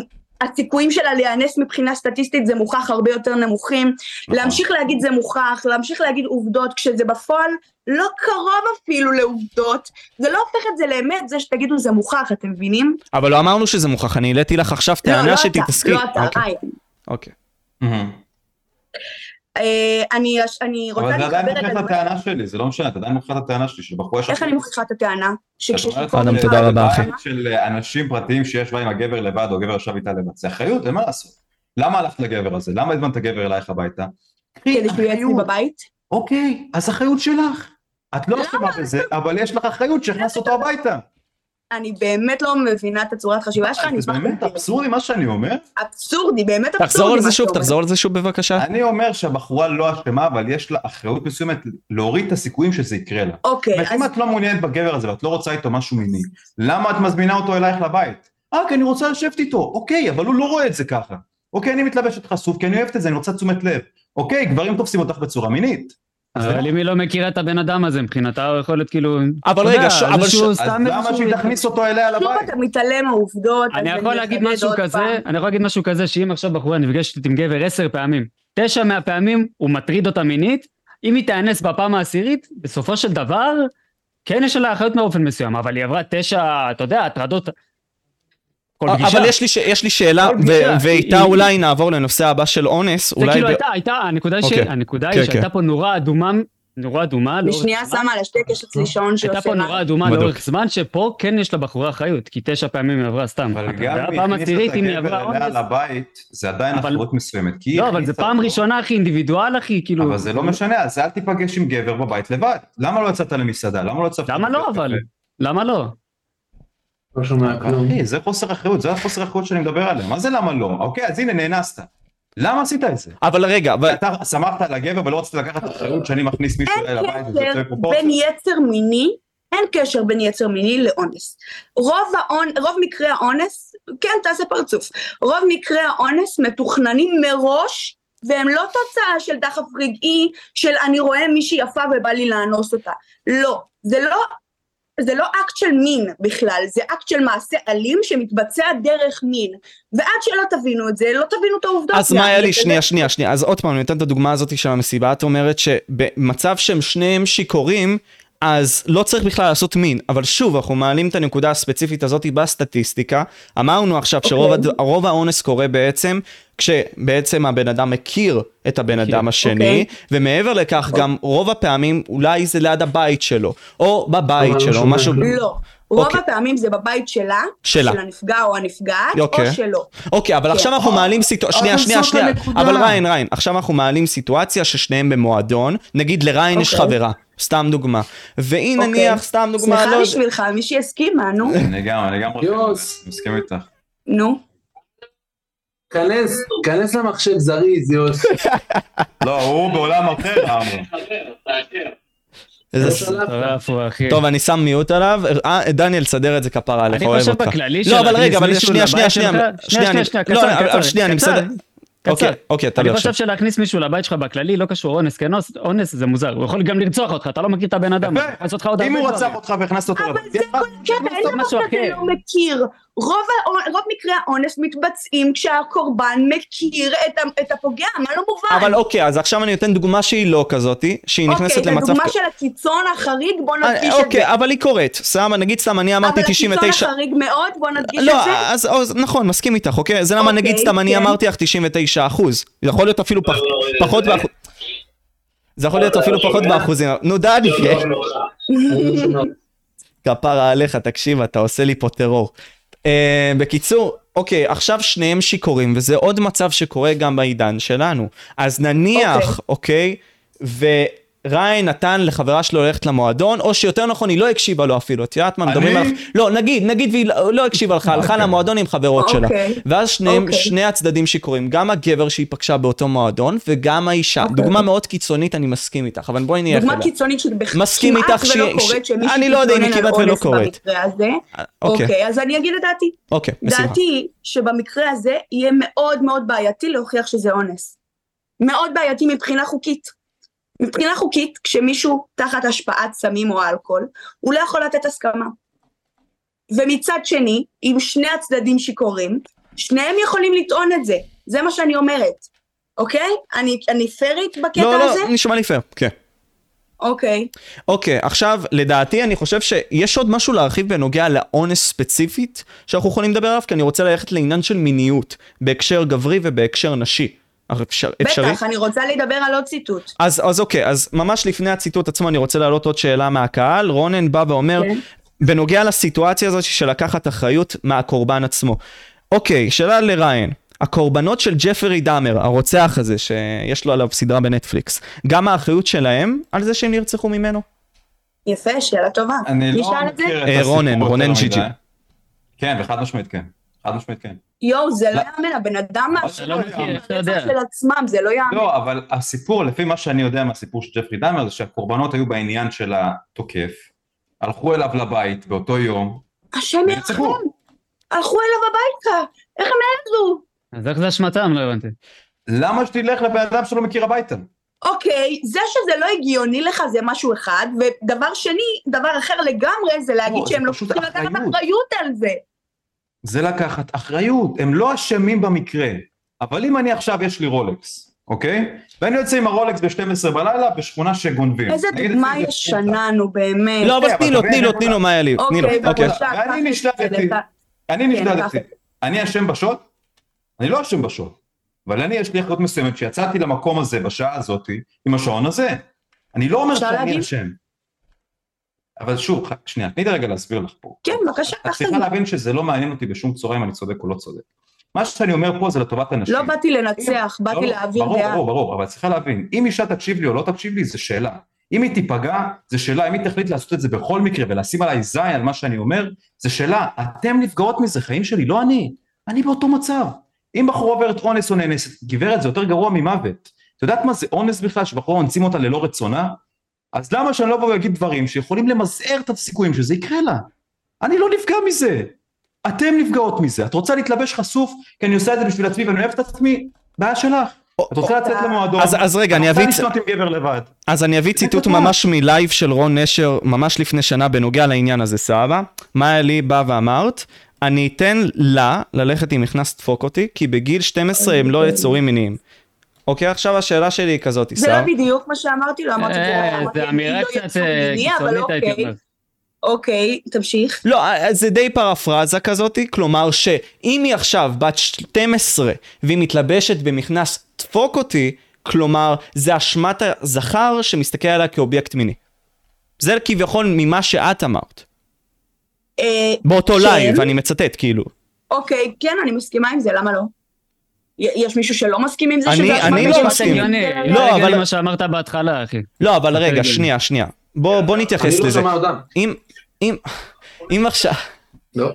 D: הסיכויים שלה להיאנס מבחינה סטטיסטית זה מוכח הרבה יותר נמוכים,
A: אוקיי. נכון.
D: להמשיך להגיד זה מוכח, להמשיך להגיד עובדות, כשזה בפועל לא קרוב אפילו לעובדות, זה לא הופך את זה לאמת, זה שתגידו זה מוכח, אתם מבינים?
A: אבל לא אמרנו שזה מוכח, אני העליתי לך עכשיו
D: לא,
A: טענה
D: לא אתה,
A: שתתעסקי.
D: לא אתה,
A: אוקיי,
D: ריין.
A: אוקיי.
E: מהמם.
D: אה, אני, אני רוצה
E: אבל זה עדיין
D: להתחבר רגע
E: מוכיח את
D: לדברים
E: הטענה שלי, זה לא משנה, אתה עדיין מוכיח את הטענה שלי, שבחורה יש...
D: איך אני מוכיחה את הטענה? שכשיש
A: אדם, תודה
E: זה
A: רבה,
E: בית אה, של אנשים פרטיים שיש בהם הגבר לבד, או הגבר ישב איתה לבד, זה אחריות, אין מה לעשות. למה הלכת לגבר הזה? למה הזמנת גבר אלייך הביתה?
D: כדי שהוא יהיה אצלי בבית?
E: אוקיי, אז אחריות שלך. את לא
D: למה?
E: אשמה בזה, אבל יש לך אחריות שהכנסת אותו הביתה.
D: אני באמת לא מבינה את הצורת חשיבה שלך, אני
E: אה, זה
D: אשמח...
E: באמת אבסורדי מה שאני אומר.
D: אבסורדי, באמת אבסורדי.
A: תחזור על
D: מה
A: זה
D: שאתה
A: שוב,
D: אומר.
A: תחזור על זה שוב בבקשה.
E: אני אומר שהבחורה לא אשמה, אבל יש לה אחריות מסוימת להוריד את הסיכויים שזה יקרה לה.
D: אוקיי,
E: זאת אומרת,
D: אז
E: אם את לא מעוניינת בגבר הזה ואת לא רוצה איתו משהו מיני, למה את מזמינה אותו אלייך לבית? אה, כי אני רוצה לשבת איתו. אוקיי, אבל הוא לא רואה את זה ככה. אוקיי, אני מתלבשת חשוף כי אני אוהבת את זה, אני רוצה תשומת לב. אוקיי, גברים תופסים אותך בצורה מינית.
B: אבל אם היא לא מכירה את הבן אדם הזה מבחינתה, הוא יכול להיות כאילו...
A: אבל
B: אתה
A: רגע,
B: יודע,
A: ש- אבל
B: איזשהו
A: ש-
E: אז
B: סתם
E: למה
B: איזשהו-
E: שהיא תכניס אותו אליה
D: שוב
E: לבית?
D: אתה מתעלם מהעובדות. אז
B: אני יכול להגיד
D: אחדד
B: משהו
D: עוד
B: כזה,
D: פעם.
B: אני יכול להגיד משהו כזה, שאם עכשיו בחורה נפגשת עם גבר עשר פעמים, תשע מהפעמים הוא מטריד אותה מינית, אם היא תאנס בפעם העשירית, בסופו של דבר, כן יש עליה אחריות מאופן מסוים, אבל היא עברה תשע, אתה יודע, הטרדות... כל פגישה.
A: אבל יש לי ש- יש לי שאלה,
B: כל פגישה.
A: ו- ואיתה
B: היא-
A: אולי נעבור לנושא הבא של אונס,
B: זה
A: אולי...
B: כאילו
A: ב-
B: הייתה, הייתה, הנקודה היא ש-
A: אוקיי.
B: הנקודה
A: כן,
B: היא שהייתה
A: כן.
B: פה נורה אדומה, נורה אדומה,
D: אני
B: לאורך
D: שנייה
B: זמן.
D: שמה על השתק, יש אצלי שעון שעושה...
B: לא, הייתה פה
D: מה-
B: נורה אדומה
A: בדוק.
B: לאורך זמן, שפה כן יש לבחורה אחריות, כי תשע פעמים היא עברה סתם.
E: אבל
B: אתה
E: גם
B: יודע,
E: אם
B: פעם
E: היא הכניסה
B: עשירית
E: את
B: אם היא עברה
E: הגבר אליה
B: אונס.
E: לבית, זה עדיין
B: אבל-
E: אחריות מסוימת. כי היא
B: לא, אבל זה
E: הכניסה
B: פעם
E: אותו.
B: ראשונה, אחי, אינדיבידואל, אחי, כאילו...
E: אבל זה לא משנה, אז אל תיפגש עם גבר בבית לבד. למה לא יצאת למסעדה? למה לא יצאת...
B: למה לא אבל? למה לא?
C: לא שומע כלום.
E: אחי, זה חוסר אחריות, זה החוסר אחריות שאני מדבר עליה. מה זה למה לא? אוקיי, אז הנה, נאנסת. למה עשית את זה?
A: אבל רגע, אבל-
E: אתה סמכת על הגבר ולא רצית לקחת אחריות שאני מכניס מישהו אליי
D: אין
E: לבית וזה יוצא
D: קשר
E: מפרופורציה.
D: בין יצר מיני אין קשר בין יצר מיני לאונס. רוב, האונ... רוב מקרי האונס, כן, תעשה פרצוף, רוב מקרי האונס מתוכננים מראש, והם לא תוצאה של דחף רגעי, של אני רואה מישהי יפה ובא לי לאנוס אותה. לא, זה לא, זה לא אקט של מין בכלל, זה אקט של מעשה אלים שמתבצע דרך מין. ועד שלא תבינו את זה, לא תבינו את העובדות.
A: אז מה היה לי?
D: זה-
A: שנייה, שנייה, שנייה. אז עוד פעם, אני אתן את הדוגמה הזאת של המסיבה. את אומרת שבמצב שהם שניהם שיכורים, אז לא צריך בכלל לעשות מין. אבל שוב, אנחנו מעלים את הנקודה הספציפית הזאת בסטטיסטיקה. אמרנו עכשיו שרוב הד... רוב האונס קורה בעצם, כשבעצם הבן אדם מכיר את הבן אדם השני,
D: אוקיי.
A: ומעבר לכך, גם רוב הפעמים אולי זה ליד הבית שלו, או בבית
C: אבל
A: שלו,
C: הוא
A: משהו...
C: שומע.
D: לא. רוב
A: אוקיי.
D: הפעמים זה בבית שלה,
A: שלה.
D: של הנפגע או הנפגעת,
A: אוקיי.
D: או שלו.
A: אוקיי,
D: כן.
A: אבל עכשיו
D: אה,
A: אנחנו מעלים סיטואציה, שנייה,
C: אבל
A: שנייה,
C: זאת
A: שנייה,
C: הנקודה.
A: אבל ריין, ריין, עכשיו אנחנו מעלים סיטואציה ששניהם במועדון, נגיד לריין יש
D: אוקיי.
A: חברה, סתם דוגמה, והיא
D: אוקיי.
A: נניח, סתם דוגמה,
D: שמחה
A: לא יודע,
D: בשבילך, מישהי הסכימה,
A: *laughs*
D: נו,
E: אני גם, אני גם
C: יוס.
E: מסכים איתך.
D: נו.
C: כנס, כנס למחשב זריז,
A: *laughs*
C: יוס.
E: לא, הוא בעולם אחר, אמרו.
A: איזה
C: לא
A: ס-
C: שלחת.
B: מטורף הוא, אחי.
A: טוב, אני שם מיוט עליו, אה, דניאל, סדר את זה כפרה עליך,
B: אני
A: אוהב
B: חושב
A: אותך.
B: בכללי
A: לא,
B: של
A: אבל רגע,
B: להכניס
A: אבל
B: מישהו
A: שנייה, שנייה,
B: לבית
A: שנייה,
B: שלך- שנייה,
A: אני-
B: שנייה,
A: לא,
B: קצר,
A: אבל
B: קצר,
A: שנייה, אני
B: קצר.
A: מסדר, אוקיי,
B: קצר.
A: אוקיי, אתה
B: אני
A: לא
B: חושב שלהכניס מישהו לבית שלך בכללי, לא קשור אונס, כן אונס- אונס זה מוזר, הוא יכול גם לרצוח אותך, אתה לא מכיר את הבן אדם, הוא
E: יפה.
B: יכול לעשות לך עוד
E: אם
B: הרבה
E: הוא רצח
B: דברים.
E: אותך והכנסת אותו
D: אבל זה
E: לבית,
D: כל הקטע, כן, אין דבר
B: משהו
D: שאתה
B: אחר.
D: לא מכיר. רוב האונ- רוב מקרי האונס מתבצעים כשהקורבן מכיר את ה- את הפוגע, מה לא מובן?
A: אבל אוקיי, אז עכשיו אני נותן דוגמה שהיא לא כזאתי, שהיא נכנסת
D: אוקיי, זו
A: למצב...
D: דוגמה
A: כ-
D: של הקיצון החריג, בוא נדגיש את זה.
A: אוקיי, אבל היא קורית, סבבה, נגיד סתם, אני אמרתי
D: אבל
A: 99...
D: הקיצון החריג מאוד, בוא נדגיש את
A: לא,
D: זה.
A: אז, אז נכון, מסכים איתך, אוקיי? זה למה
D: אוקיי,
A: נגיד סתם אני
D: כן.
A: אמרתי לך 99 אחוז. זה יכול להיות אפילו פח, פחות באחוז... זה יכול להיות אפילו פחות באחוזים. נו דני, כן.
C: לא
A: *laughs* כפרה עליך, תקשיב, אתה עושה לי פה טרור. אה, בקיצור, אוקיי, עכשיו שניהם שיכורים, וזה עוד מצב שקורה גם בעידן שלנו. אז נניח, אוקיי, וריין נתן לחברה שלו ללכת למועדון, או שיותר נכון, היא לא הקשיבה לו אפילו, את יודעת מה, מדברים
E: אני?
A: על... לא, נגיד, נגיד והיא לא- לא הקשיבה לך, הלכה
E: אוקיי.
A: למועדון עם חברות שלה.
D: אוקיי.
A: ואז שניהם, okay.
D: אוקיי.
A: שני הצדדים שיכורים, גם הגבר שהיא פגשה באותו מועדון וגם האישה. Okay. דוגמה מאוד קיצונית, אני מסכים איתך, אבל בואי נהיה
D: דוגמה
A: חדה.
D: קיצונית שבכ-
A: מסכים
D: כמעט
A: איתך
D: ולא
A: ש- ש-
D: קורית, שמישהו
A: אני לא יודע אם היא
D: מתלונן על
A: כמעט ולא
D: אונס
A: קורית.
D: במקרה הזה.
A: אוקיי,
D: אוקיי, אז אני אגיד את דעתי.
A: אוקיי, בשמחה.
D: דעתי שבמקרה הזה יהיה מאוד מאוד בעייתי להוכיח שזה אונס. מאוד בעייתי מבחינה חוקית. מבחינה חוקית, כשמישהו תחת השפעת סמים או אלכוהול, הוא לא יכול לתת הסכמה. ומצד שני, אם שני הצדדים שיכורים, שניהם יכולים לטעון את זה. זה מה שאני אומרת, אוקיי? אני, אני פרית בקטע
A: לא,
D: הזה?
A: לא, נשמע לי פייר, כן.
D: אוקיי.
A: אוקיי, עכשיו, לדעתי, אני חושב שיש עוד משהו להרחיב בנוגע לאונס ספציפית שאנחנו יכולים לדבר עליו, כי אני רוצה ללכת לעניין של מיניות, בהקשר גברי ובהקשר נשי. אפשר, אפשרי?
D: בטח, אני רוצה לדבר על עוד ציטוט.
A: אז, אז אוקיי, אז ממש לפני הציטוט עצמו אני רוצה להעלות עוד שאלה מהקהל. רונן בא ואומר,
D: כן.
A: בנוגע לסיטואציה הזאת של לקחת אחריות מהקורבן עצמו. אוקיי, שאלה לריין. הקורבנות של ג'פרי דאמר, הרוצח הזה, שיש לו עליו סדרה בנטפליקס, גם האחריות שלהם על זה שהם נרצחו ממנו?
D: יפה, שאלה טובה.
E: אני
D: מי
E: לא
D: שאל את זה?
E: מכיר את
A: אה,
E: הסיפור
A: רונן,
E: יותר
A: רונן
E: מדי.
A: ג'יג'י.
E: כן, וחד משמעית כן. חד משמעית כן.
D: יואו, זה
E: לא-
D: לא יאמן, הבן אדם
E: לא
D: מאשר
E: מכיר,
B: איך אתה יודע?
D: של עצמם, זה לא יאמן.
E: לא, אבל הסיפור, לפי מה שאני יודע מהסיפור של ג'פרי דאמר, זה שהקורבנות היו בעניין של התוקף, הלכו אליו לבית באותו יום,
D: השם
E: נרצחו.
D: ירחם. הלכו אליו הביתה, איך הם העזו?
B: אז איך זה אשמתם? לא הבנתי.
E: למה שתלך לבן אדם שלא מכיר הביתה?
D: אוקיי, זה שזה לא הגיוני לך זה משהו אחד, ודבר שני, דבר אחר לגמרי, זה להגיד
E: לא, זה
D: שהם לא
E: פשוט
D: צריכים לקחת
E: אחריות.
D: אחריות על זה.
E: זה לקחת אחריות, הם לא אשמים במקרה. אבל אם אני עכשיו, יש לי רולקס, אוקיי? ואני יוצא עם הרולקס ב-12 בלילה בשכונה שגונבים.
D: איזה
E: נגיד
D: דוגמה
E: אצלי זה
D: ישנה, נו באמת.
A: לא, אבל
E: אבל
A: תני לו,
E: אתה
A: תני
E: מבין,
A: לו,
E: אין
A: תני
E: עבודה.
A: לו מה היה לי. תני לו,
D: אוקיי,
A: אוקיי.
D: בבקשה.
E: ואני
D: קח את זה,
E: נשלחתי.
D: כן, אתה-
E: אני
D: כן,
E: נשדדתי.
D: ככה.
E: אני אשם בשוט? אני לא אשם בשוט. אבל אני יש לי אחריות מסוימת שיצאתי למקום הזה בשעה הזאת עם השעון הזה. אני לא אומר
D: אפשר
E: שאני
D: להגיב?
E: אשם. אבל שוב, ח- שנייה, תני לי רגע להסביר לך פה.
D: כן, בבקשה,
E: את
D: קח את
E: צריכה
D: זה.
E: להבין שזה לא מעניין אותי בשום צורה אם אני צודק או לא צודק. מה שאני אומר פה זה לטובת הנשים.
D: לא באתי לנצח,
E: לא,
D: באתי
E: לא,
D: להעביר
E: ברור,
D: דעה.
E: ברור, ברור, אבל את צריכה להבין, אם אישה תקשיב לי או לא תקשיב לי, זה שאלה. אם היא תיפגע, זה שאלה, אם היא תחליט לעשות את זה בכל מקרה ולשים עליי זין על מה שאני אומר, זה שאלה. אתם נפגעות מזה, חיים שלי, לא אני. אני באותו מצב. אם בחורה עוברת אונס או נאנסת, גברת, זה יותר גרוע ממוות. את יודעת מה זה אונס בכלל, שבחורה אונסים אותה ללא רצונה? אז למה שאני לא אבוא ואגיד דברים שיכולים למזער את הסיכויים שזה יקרה לה? אני לא נפגע מזה. אתם נפגעות מזה. את רוצה להתלבש חשוף כי אני עושה את זה בשביל עצמי ואני אוהב את עצמי? בעיה שלך. את רוצה לצאת למועדון.
A: אוקיי, אז- אז רגע, אני אביא
E: את
A: צ-
E: רוצה לשנות עם גבר לבד.
A: אז אני אביא ציטוט ממש מלייב של רון נשר, ממש לפני שנה, בנוגע לעניין הזה, סבא. מאיה לי באה ואמרת, אני אתן לה ללכת עם נכנס דפוק אותי, כי בגיל 12 הם לא יצורים מיניים. אוקיי, עכשיו השאלה שלי היא כזאת,
D: זה לא
A: סבא.
D: בדיוק מה שאמרתי לו, אמרתי לא
B: אה,
D: תראה,
B: זה אמירה קצת אה, קיצונית הייתי אומר.
D: אוקיי, תמשיך.
A: לא, אז זה די פרפרזה כזאת, כלומר שאם היא עכשיו בת 12 והיא מתלבשת במכנס דפוק אותי, כלומר זה אשמת הזכר שמסתכל עליה כאובייקט מיני. זה כביכול ממה שאת אמרת.
D: אה,
A: באותו
D: כן.
A: לייב, אני מצטט כאילו.
D: אוקיי, כן, אני מסכימה עם זה, למה לא? י- יש מישהו שלא מסכים עם זה?
A: אני-
D: שזה
A: אני
D: הזמן
A: לא
D: שלו?
A: מסכים.
B: הגיוני,
D: לא,
B: לא
A: אבל-
B: הגיוני מה שאמרת בהתחלה, אחי.
A: לא, אבל רגע,
B: הגיוני.
A: שנייה, שנייה. בוא, בוא
C: אני
A: נתייחס
C: לא
A: לזה.
C: שומע אותם.
A: אם, אם, אם עכשיו...
C: לא.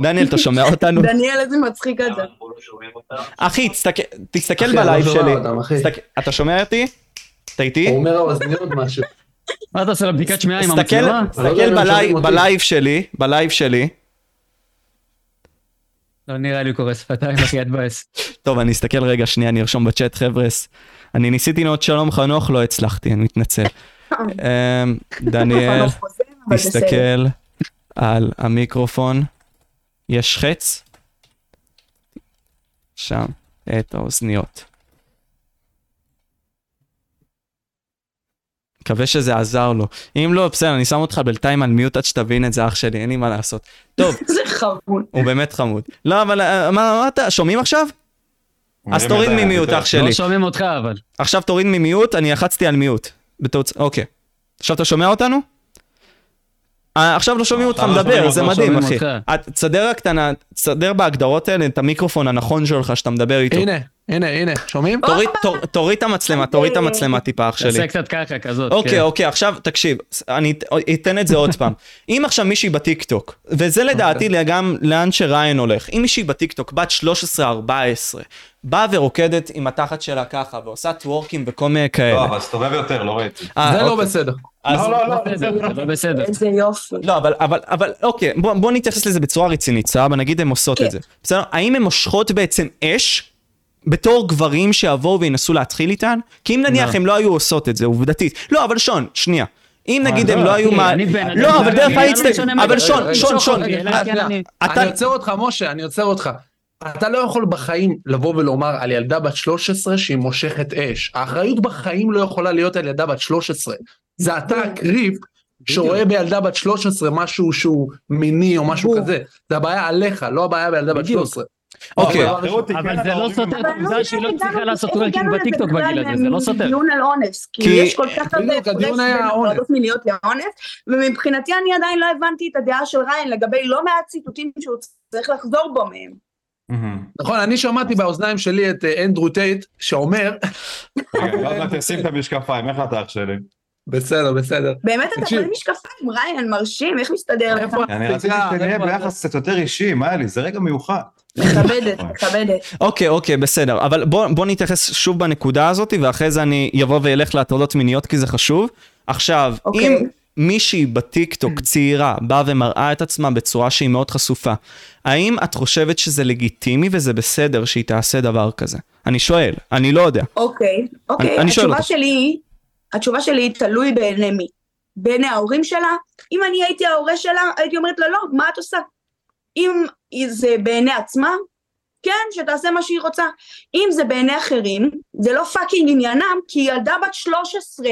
A: דניאל, אתה שומע אותנו?
D: דניאל, איזה מצחיק
B: אה,
D: את זה.
A: אחי, תסתכל,
C: אחי,
A: תסתכל
C: אני לא
A: בלייב
C: שומע
A: שלי.
C: אותם, אחי.
A: תסתכל- אתה שומע אותי? אתה איתי?
C: הוא אומר האוזניות משהו.
B: מה אתה עושה לו בדיקת שמיעה עם
A: תסתכל-
C: אני לא
B: המצלמה?
C: יודע אם
A: תסתכל
C: הם שומעים
A: בלייב-
C: אותי.
A: בלייב שלי, בלייב שלי.
B: לא נראה לי הוא קורא שפתיים, אחי, את בעס.
A: טוב, אני אסתכל רגע שנייה, אני ארשום בצ'אט, חבר'ס. אני ניסיתי לנות שלום חנוך, לא הצלחתי, אני
D: *laughs*
A: מתנצל. אמ, דניאל,
D: חנוך לא חוזר, אבל בסדר.
A: תסתכל על המיקרופון. יש חץ? שם, את האוזניות. מקווה שזה עזר לו. אם לא, בסדר, אני שם אותך בינתיים על מיוט עד שתבין את זה, אח שלי, אין לי מה לעשות. טוב,
D: זה חמוד.
A: הוא באמת חמוד. לא, אבל אה, מה אמרת? שומעים עכשיו? אז תוריד ממיוט, אח שלי.
B: לא שומעים אותך, אבל.
A: עכשיו תוריד ממיוט, אני לחצתי על מיוט. בתוצ... אוקיי. עכשיו אתה שומע אותנו? אה, עכשיו לא שומעים אותך
E: עכשיו לא
A: מדבר,
E: שומעים
A: זה
E: אותך,
A: מדהים, אחי.
B: שומעים
A: את- תסדר הקטנה, תסדר בהגדרות האלה את המיקרופון הנכון שלך שאתה מדבר איתו.
F: הנה, הנה, הנה, שומעים?
A: תוריד- תור- תוריד את המצלמה, תוריד את המצלמה טיפה, אח שלי.
B: תעשה קצת ככה, כזאת.
A: אוקיי,
B: כן.
A: אוקיי, עכשיו תקשיב, ס- אני את- אוקיי, אתן את זה עוד פעם. אם עכשיו מישהי בטיקטוק, וזה לדעתי גם לאן שריין הולך, אם מישהי בטיקטוק בת 13-14, באה ורוקדת עם התחת שלה ככה, ועושה טוורקים וכל מיני
E: לא,
A: כאלה.
E: אבל הסתובב יותר, לא ראיתי.
A: אה,
F: זה לא
A: אוקיי.
F: בסדר.
A: אז-
E: לא, לא, לא.
B: בסדר, *laughs* זה לא בסדר.
D: איזה יופי.
A: לא, אבל, אבל, אבל אוקיי, בוא, בוא נתייחס לזה בצורה רצינית, סבבה? נגיד הן עושות
D: כן.
A: את זה. בסדר? האם הן מושכות בעצם אש בתור גברים שיבואו וינסו להתחיל איתן? כי אם נניח
B: לא.
A: הם לא היו עושות את זה, עובדתית. לא, אבל שון, שנייה. אם נגיד
E: לא,
A: הם לא
B: אחי,
A: היו... מה-
B: אה, אני בן אדם-
A: לא, אבל דרך
B: אני- אני לא
A: האינסטגרם.
B: משנה מה-
A: אבל
B: רגע,
A: שון,
B: רגע,
A: שון,
B: רגע,
A: שון. אה,
B: רגע, אלא אם כן אני-
A: אתה-
F: אני עוצר אותך, משה, אני עוצר אותך. אתה לא יכול בחיים לבוא ולומר על ילדה בת 13 שהיא מושכת אש. האחריות בחיים לא יכולה להיות על ילדה בת 13. זה אתה הקריפ שרואה בילדה בת 13 משהו שהוא מיני או משהו
D: בדיוק.
F: כזה. זה הבעיה עליך, לא הבעיה בילדה בת
B: בדיוק.
F: 13.
A: אוקיי.
F: אבל-
B: אבל
E: כן,
B: זה לא סותר את העובדה שהיא לא הצליחה לעשות טרקינג בטיקטוק בגיל הזה, זה לא סותר.
D: דיון על אונס, כי
A: כי-
D: יש כל כך הרבה
F: בדיוק, הדיון
D: הפרש
F: היה
D: בין
F: האונס.
D: הטרדות מיניות לאונס, ומבחינתי אני עדיין לא הבנתי את הדעה של ריין לגבי לא מעט ציטוטים שהוא צריך לחזור בו מהם.
E: מהמם.
F: נכון, אני שמעתי באוזניים שלי את אה, אנדרו טייט שאומר, *laughs*
E: רגע, עוד מעט תשים את המשקפיים, איך אתה אח שלי?
F: בסדר, בסדר.
D: באמת אתה
F: תקשיב.
D: בלי משקפיים, ריין, מרשים, איך מסתדר לך?
F: איפה
E: אני רציתי שתהיה
F: איפה-
E: ביחס קצת יותר אישי, מה היה לי? זה רגע מיוחד.
D: מכבדת, מכבדת.
A: אוקיי, אוקיי, בסדר. אבל בוא, בוא נתייחס שוב בנקודה הזאת, ואחרי זה אני אבוא ואלך להטרדות מיניות, כי זה חשוב. עכשיו,
D: אוקיי.
A: אם מישהי בטיקטוק צעירה באה ומראה את עצמה בצורה שהיא מאוד חשופה, האם את חושבת שזה לגיטימי וזה בסדר שהיא תעשה דבר כזה? אני שואל, אני לא יודע.
D: אוקיי, אוקיי.
A: אני שואל
D: התשובה
A: אותך.
D: שלי היא, התשובה שלי היא תלוי בעיני מי. בעיני ההורים שלה. אם אני הייתי ההורה שלה, הייתי אומרת לה, לא, מה את עושה? אם זה בעיני עצמה, כן, שתעשה מה שהיא רוצה. אם זה בעיני אחרים, זה לא פאקינג עניינם, כי היא ילדה בת 13,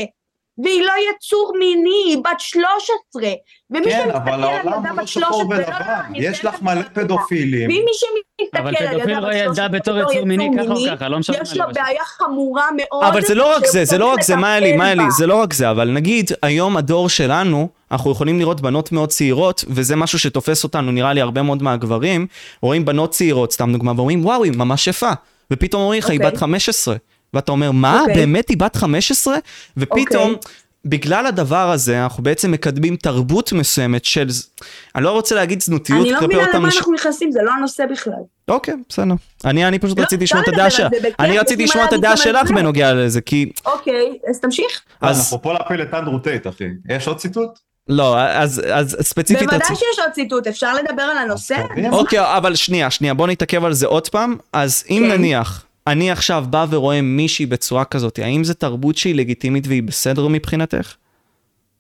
D: והיא לא יצור מיני, היא בת 13. ומי
E: כן,
D: שמסתכל
E: אבל
D: על
E: העולם
D: ילדה
E: הוא לא
D: בת 13,
E: שחור
D: לא, לא,
E: ולבן.
D: אני
E: יש
D: מסיימת
E: לך מלא
D: את הנקודה.
E: פדופילים.
D: ואם מי
B: אבל
D: שמסתכל על ילדה בת 13
B: פדופיל רואה ילדה בתור יצור מיני ככה או ככה, לא משנה
D: יש
B: מה
D: לו
B: לבשל.
D: בעיה חמורה מאוד.
A: אבל זה לא רק
D: שהוא
A: זה, זה לא
D: צריך
A: רק זה,
D: לטפל
A: מאלי, מאלי,
D: בה.
A: זה לא רק זה, אבל נגיד, היום הדור שלנו, אנחנו יכולים לראות בנות מאוד צעירות, וזה משהו שתופס אותנו, נראה לי, הרבה מאוד מהגברים, רואים בנות צעירות, סתם דוגמה, ואומרים, וואו, היא ממש יפה. ופתאום אומרים לך, היא
D: אוקיי.
A: בת 15. ואתה אומר, מה,
D: אוקיי.
A: באמת היא בת 15? ופתאום, בגלל הדבר הזה, אנחנו בעצם מקדמים תרבות מסוימת של... ז- אני לא רוצה להגיד זנותיות
D: אני לא
A: כלפי
D: מבינה
A: אותם
D: למה
A: אנשים...
D: אנחנו נכנסים, זה לא הנושא בכלל.
A: אוקיי, בסדר. אני אני פשוט
D: לא,
A: רציתי
D: אפשר
A: לשמוע את
D: לדבר
A: הדעה
D: על
A: שלך.
D: זה, בכיף,
A: אני
D: יש
A: רציתי
D: לי מה
A: לשמוע את
D: להגיד
A: הדעה
D: גם על
A: שלך
D: זה.
A: בנוגע לזה, כי...
D: אוקיי, אז תמשיך.
E: אז...
A: אז...
E: אנחנו פה להפיל את אנדרו טייט, אחי. יש עוד ציטוט?
A: לא, אז אז ספציפית...
D: בוודאי
A: רציתי-
D: שיש עוד ציטוט, אפשר לדבר על הנושא?
E: אוקיי.
A: אוקיי, אבל שנייה, שנייה, בוא נתעכב על זה עוד פעם. אז אם
D: כן.
A: נניח, אני עכשיו בא ורואה מישהי בצורה כזאת, האם זו תרבות שהיא לגיטימית והיא בסדר מבחינתך?
D: אה,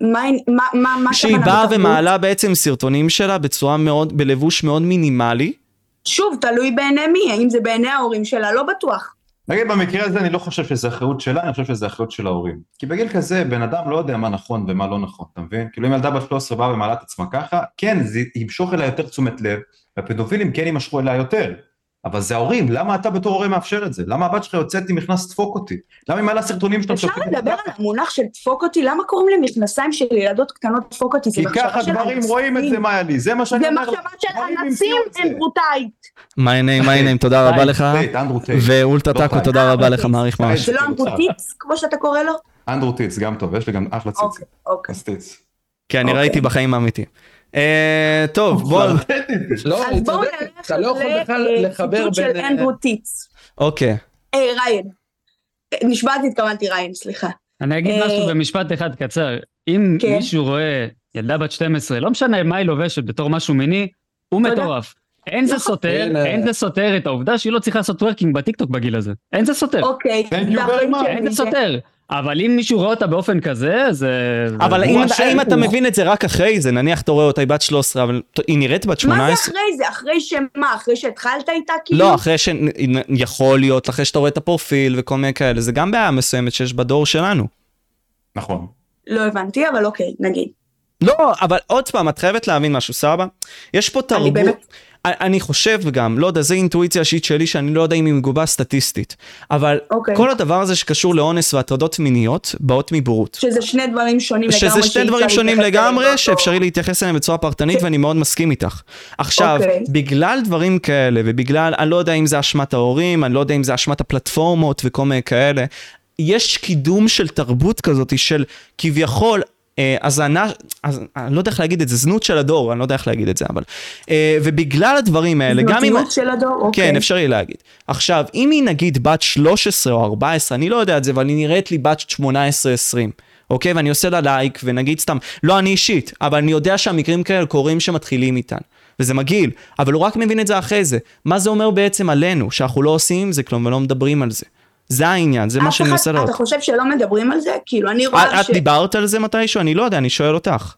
D: מה מה- מה- מה
A: שהיא
D: הכוונה
A: באה
D: כן, בתרבות?
A: ומעלה בעצם סרטונים שלה בצורה מאוד, בלבוש מאוד מינימלי.
D: שוב, תלוי בעיני מי, האם זה בעיני ההורים שלה, לא בטוח.
E: נגיד במקרה הזה אני לא חושב שזה אחריות שלה, אני חושב שזה אחריות של ההורים. כי בגיל כזה בן אדם לא יודע מה נכון ומה לא נכון, אתה מבין? כאילו אם ילדה בת 13 באה ומעלה את עצמה ככה, כן, זה ימשוך אליה יותר תשומת לב, והפדופילים כן יימשכו אליה יותר. אבל זה ההורים, למה אתה בתור הורה מאפשר את זה? למה הבת שלך יוצאת עם מכנס דפוק אותי? למה היא מעלה סרטונים
A: לא
E: שאתה
D: אפשר
E: משקר?
D: לדבר על המונח של דפוק אותי, למה קוראים למכנסיים של ילדות קטנות דפוק אותי? זה
E: כי
D: מחשבה
E: ככה
D: של
E: גברים
D: אנסים.
E: רואים את זה, מאלי, זה מה שאני
D: זה
E: אומר לך.
D: מחשבה של
E: גברים
D: אנסים,
E: המציאו את זה.
D: אמברוטאי.
A: מה העניינים, מה העניינים, תודה רבה לך.
E: טייט, אנדרו טייט.
A: ואולטה
E: לא
A: טאקו,
E: טייט.
A: תודה רבה לך,
D: טייט.
A: מעריך ממש.
D: זה לא אמברוטיפס, כמו שאתה קורא לו?
E: אנדרו טיץ, גם טוב, יש לי גם אחלה ציץ.
D: אוקיי, אוקיי.
E: אז טיץ.
A: כי אני
D: אוקיי.
A: ראיתי בחיים האמיתיים. אה, טוב, בואו,
F: לא,
D: אז
F: אני
D: בואו
F: צודק,
D: נלך
F: אתה לא יכול בכלל לחבר
D: לציטוט של
F: בין... אה,
D: אנדרו טיץ.
A: אוקיי.
D: אה, ריין. נשבעתי, התכוונתי ריין, סליחה.
F: כן.
B: אני אגיד
D: אה,
B: משהו במשפט אחד קצר. אם
D: כן.
B: מישהו רואה ילדה בת 12, לא משנה מה היא לובשת בתור משהו מיני, הוא
D: תודה.
B: מטורף. אין זה
D: נכון.
B: סותר,
F: אין, אה,
B: אין זה סותר את העובדה שהיא לא צריכה לעשות טוורקינג בטיקטוק בגיל הזה. אין זה סותר.
D: אוקיי.
E: Thank you very
D: והחיים
E: much.
D: של
B: אין זה
D: מי
B: סותר. אבל אם מישהו רואה אותה באופן כזה, זה...
A: אבל
B: זה-
A: אם
B: הוא
A: אתה-
B: אשם.
A: אם אתה
B: הוא-
A: מבין את זה רק אחרי זה, נניח אתה רואה אותה, היא בת 13, אבל ת- היא נראית בת
D: מה זה
A: 18.
D: אחרי זה? אחרי שמה? אחרי שהתחלת איתה כאילו?
A: לא, אחרי שיכול להיות, אחרי שאתה רואה את הפרופיל וכל מיני כאלה, זה גם בעיה מסוימת שיש בדור שלנו.
E: נכון.
D: לא הבנתי, אבל אוקיי, נגיד.
A: לא, אבל עוד פעם, את חייבת להבין משהו, סבא. יש פה תרבות...
D: באמת-
A: אני, אני חושב גם, לא יודע, זו אינטואיציה אישית שלי, שאני לא יודע אם היא מגובה סטטיסטית. אבל
D: אוקיי.
A: כל הדבר הזה שקשור לאונס והטרדות מיניות, באות מבורות.
D: שזה שני דברים שונים לגמרי.
A: שזה
D: שאי
A: שני
D: אפשר
A: דברים שונים
D: להתייחס אליהם
A: לגמרי,
D: באותו- כן.
A: שאפשרי להתייחס אליהם בצורה פרטנית, ואני מאוד מסכים איתך. עכשיו,
D: אוקיי.
A: בגלל דברים כאלה, ובגלל, אני לא יודע אם זה אשמת ההורים, אני לא יודע אם זה אשמת הפלטפורמות וכל מיני כאלה, יש קידום של תרבות כזאת, של כביכול... אה, הזנה, אז אני לא יודע איך להגיד את זה, זנות של הדור, אני לא יודע איך להגיד את זה, אבל... אה, ובגלל הדברים האלה, גם אם...
D: זוגיות של הדור, אוקיי.
A: כן, אפשרי להגיד. עכשיו, אם היא נגיד בת 13 או 14, אני לא יודע את זה, אבל היא נראית לי בת 18-20, אוקיי? ואני עושה לה לייק, ונגיד סתם, לא אני אישית, אבל אני יודע שהמקרים כאלה קורים שמתחילים איתן. וזה מגעיל, אבל הוא רק מבין את זה אחרי זה. מה זה אומר בעצם עלינו, שאנחנו לא עושים עם זה כלום ולא מדברים על זה? זה העניין, זה מה
D: אף
A: שאני
D: אחד-
A: מנסה לראות.
D: אתה חושב שלא מדברים על זה? כאילו, אני
A: את
D: רואה
A: את
D: ש...
A: דיברת על זה מתישהו? אני לא יודע, אני שואל אותך.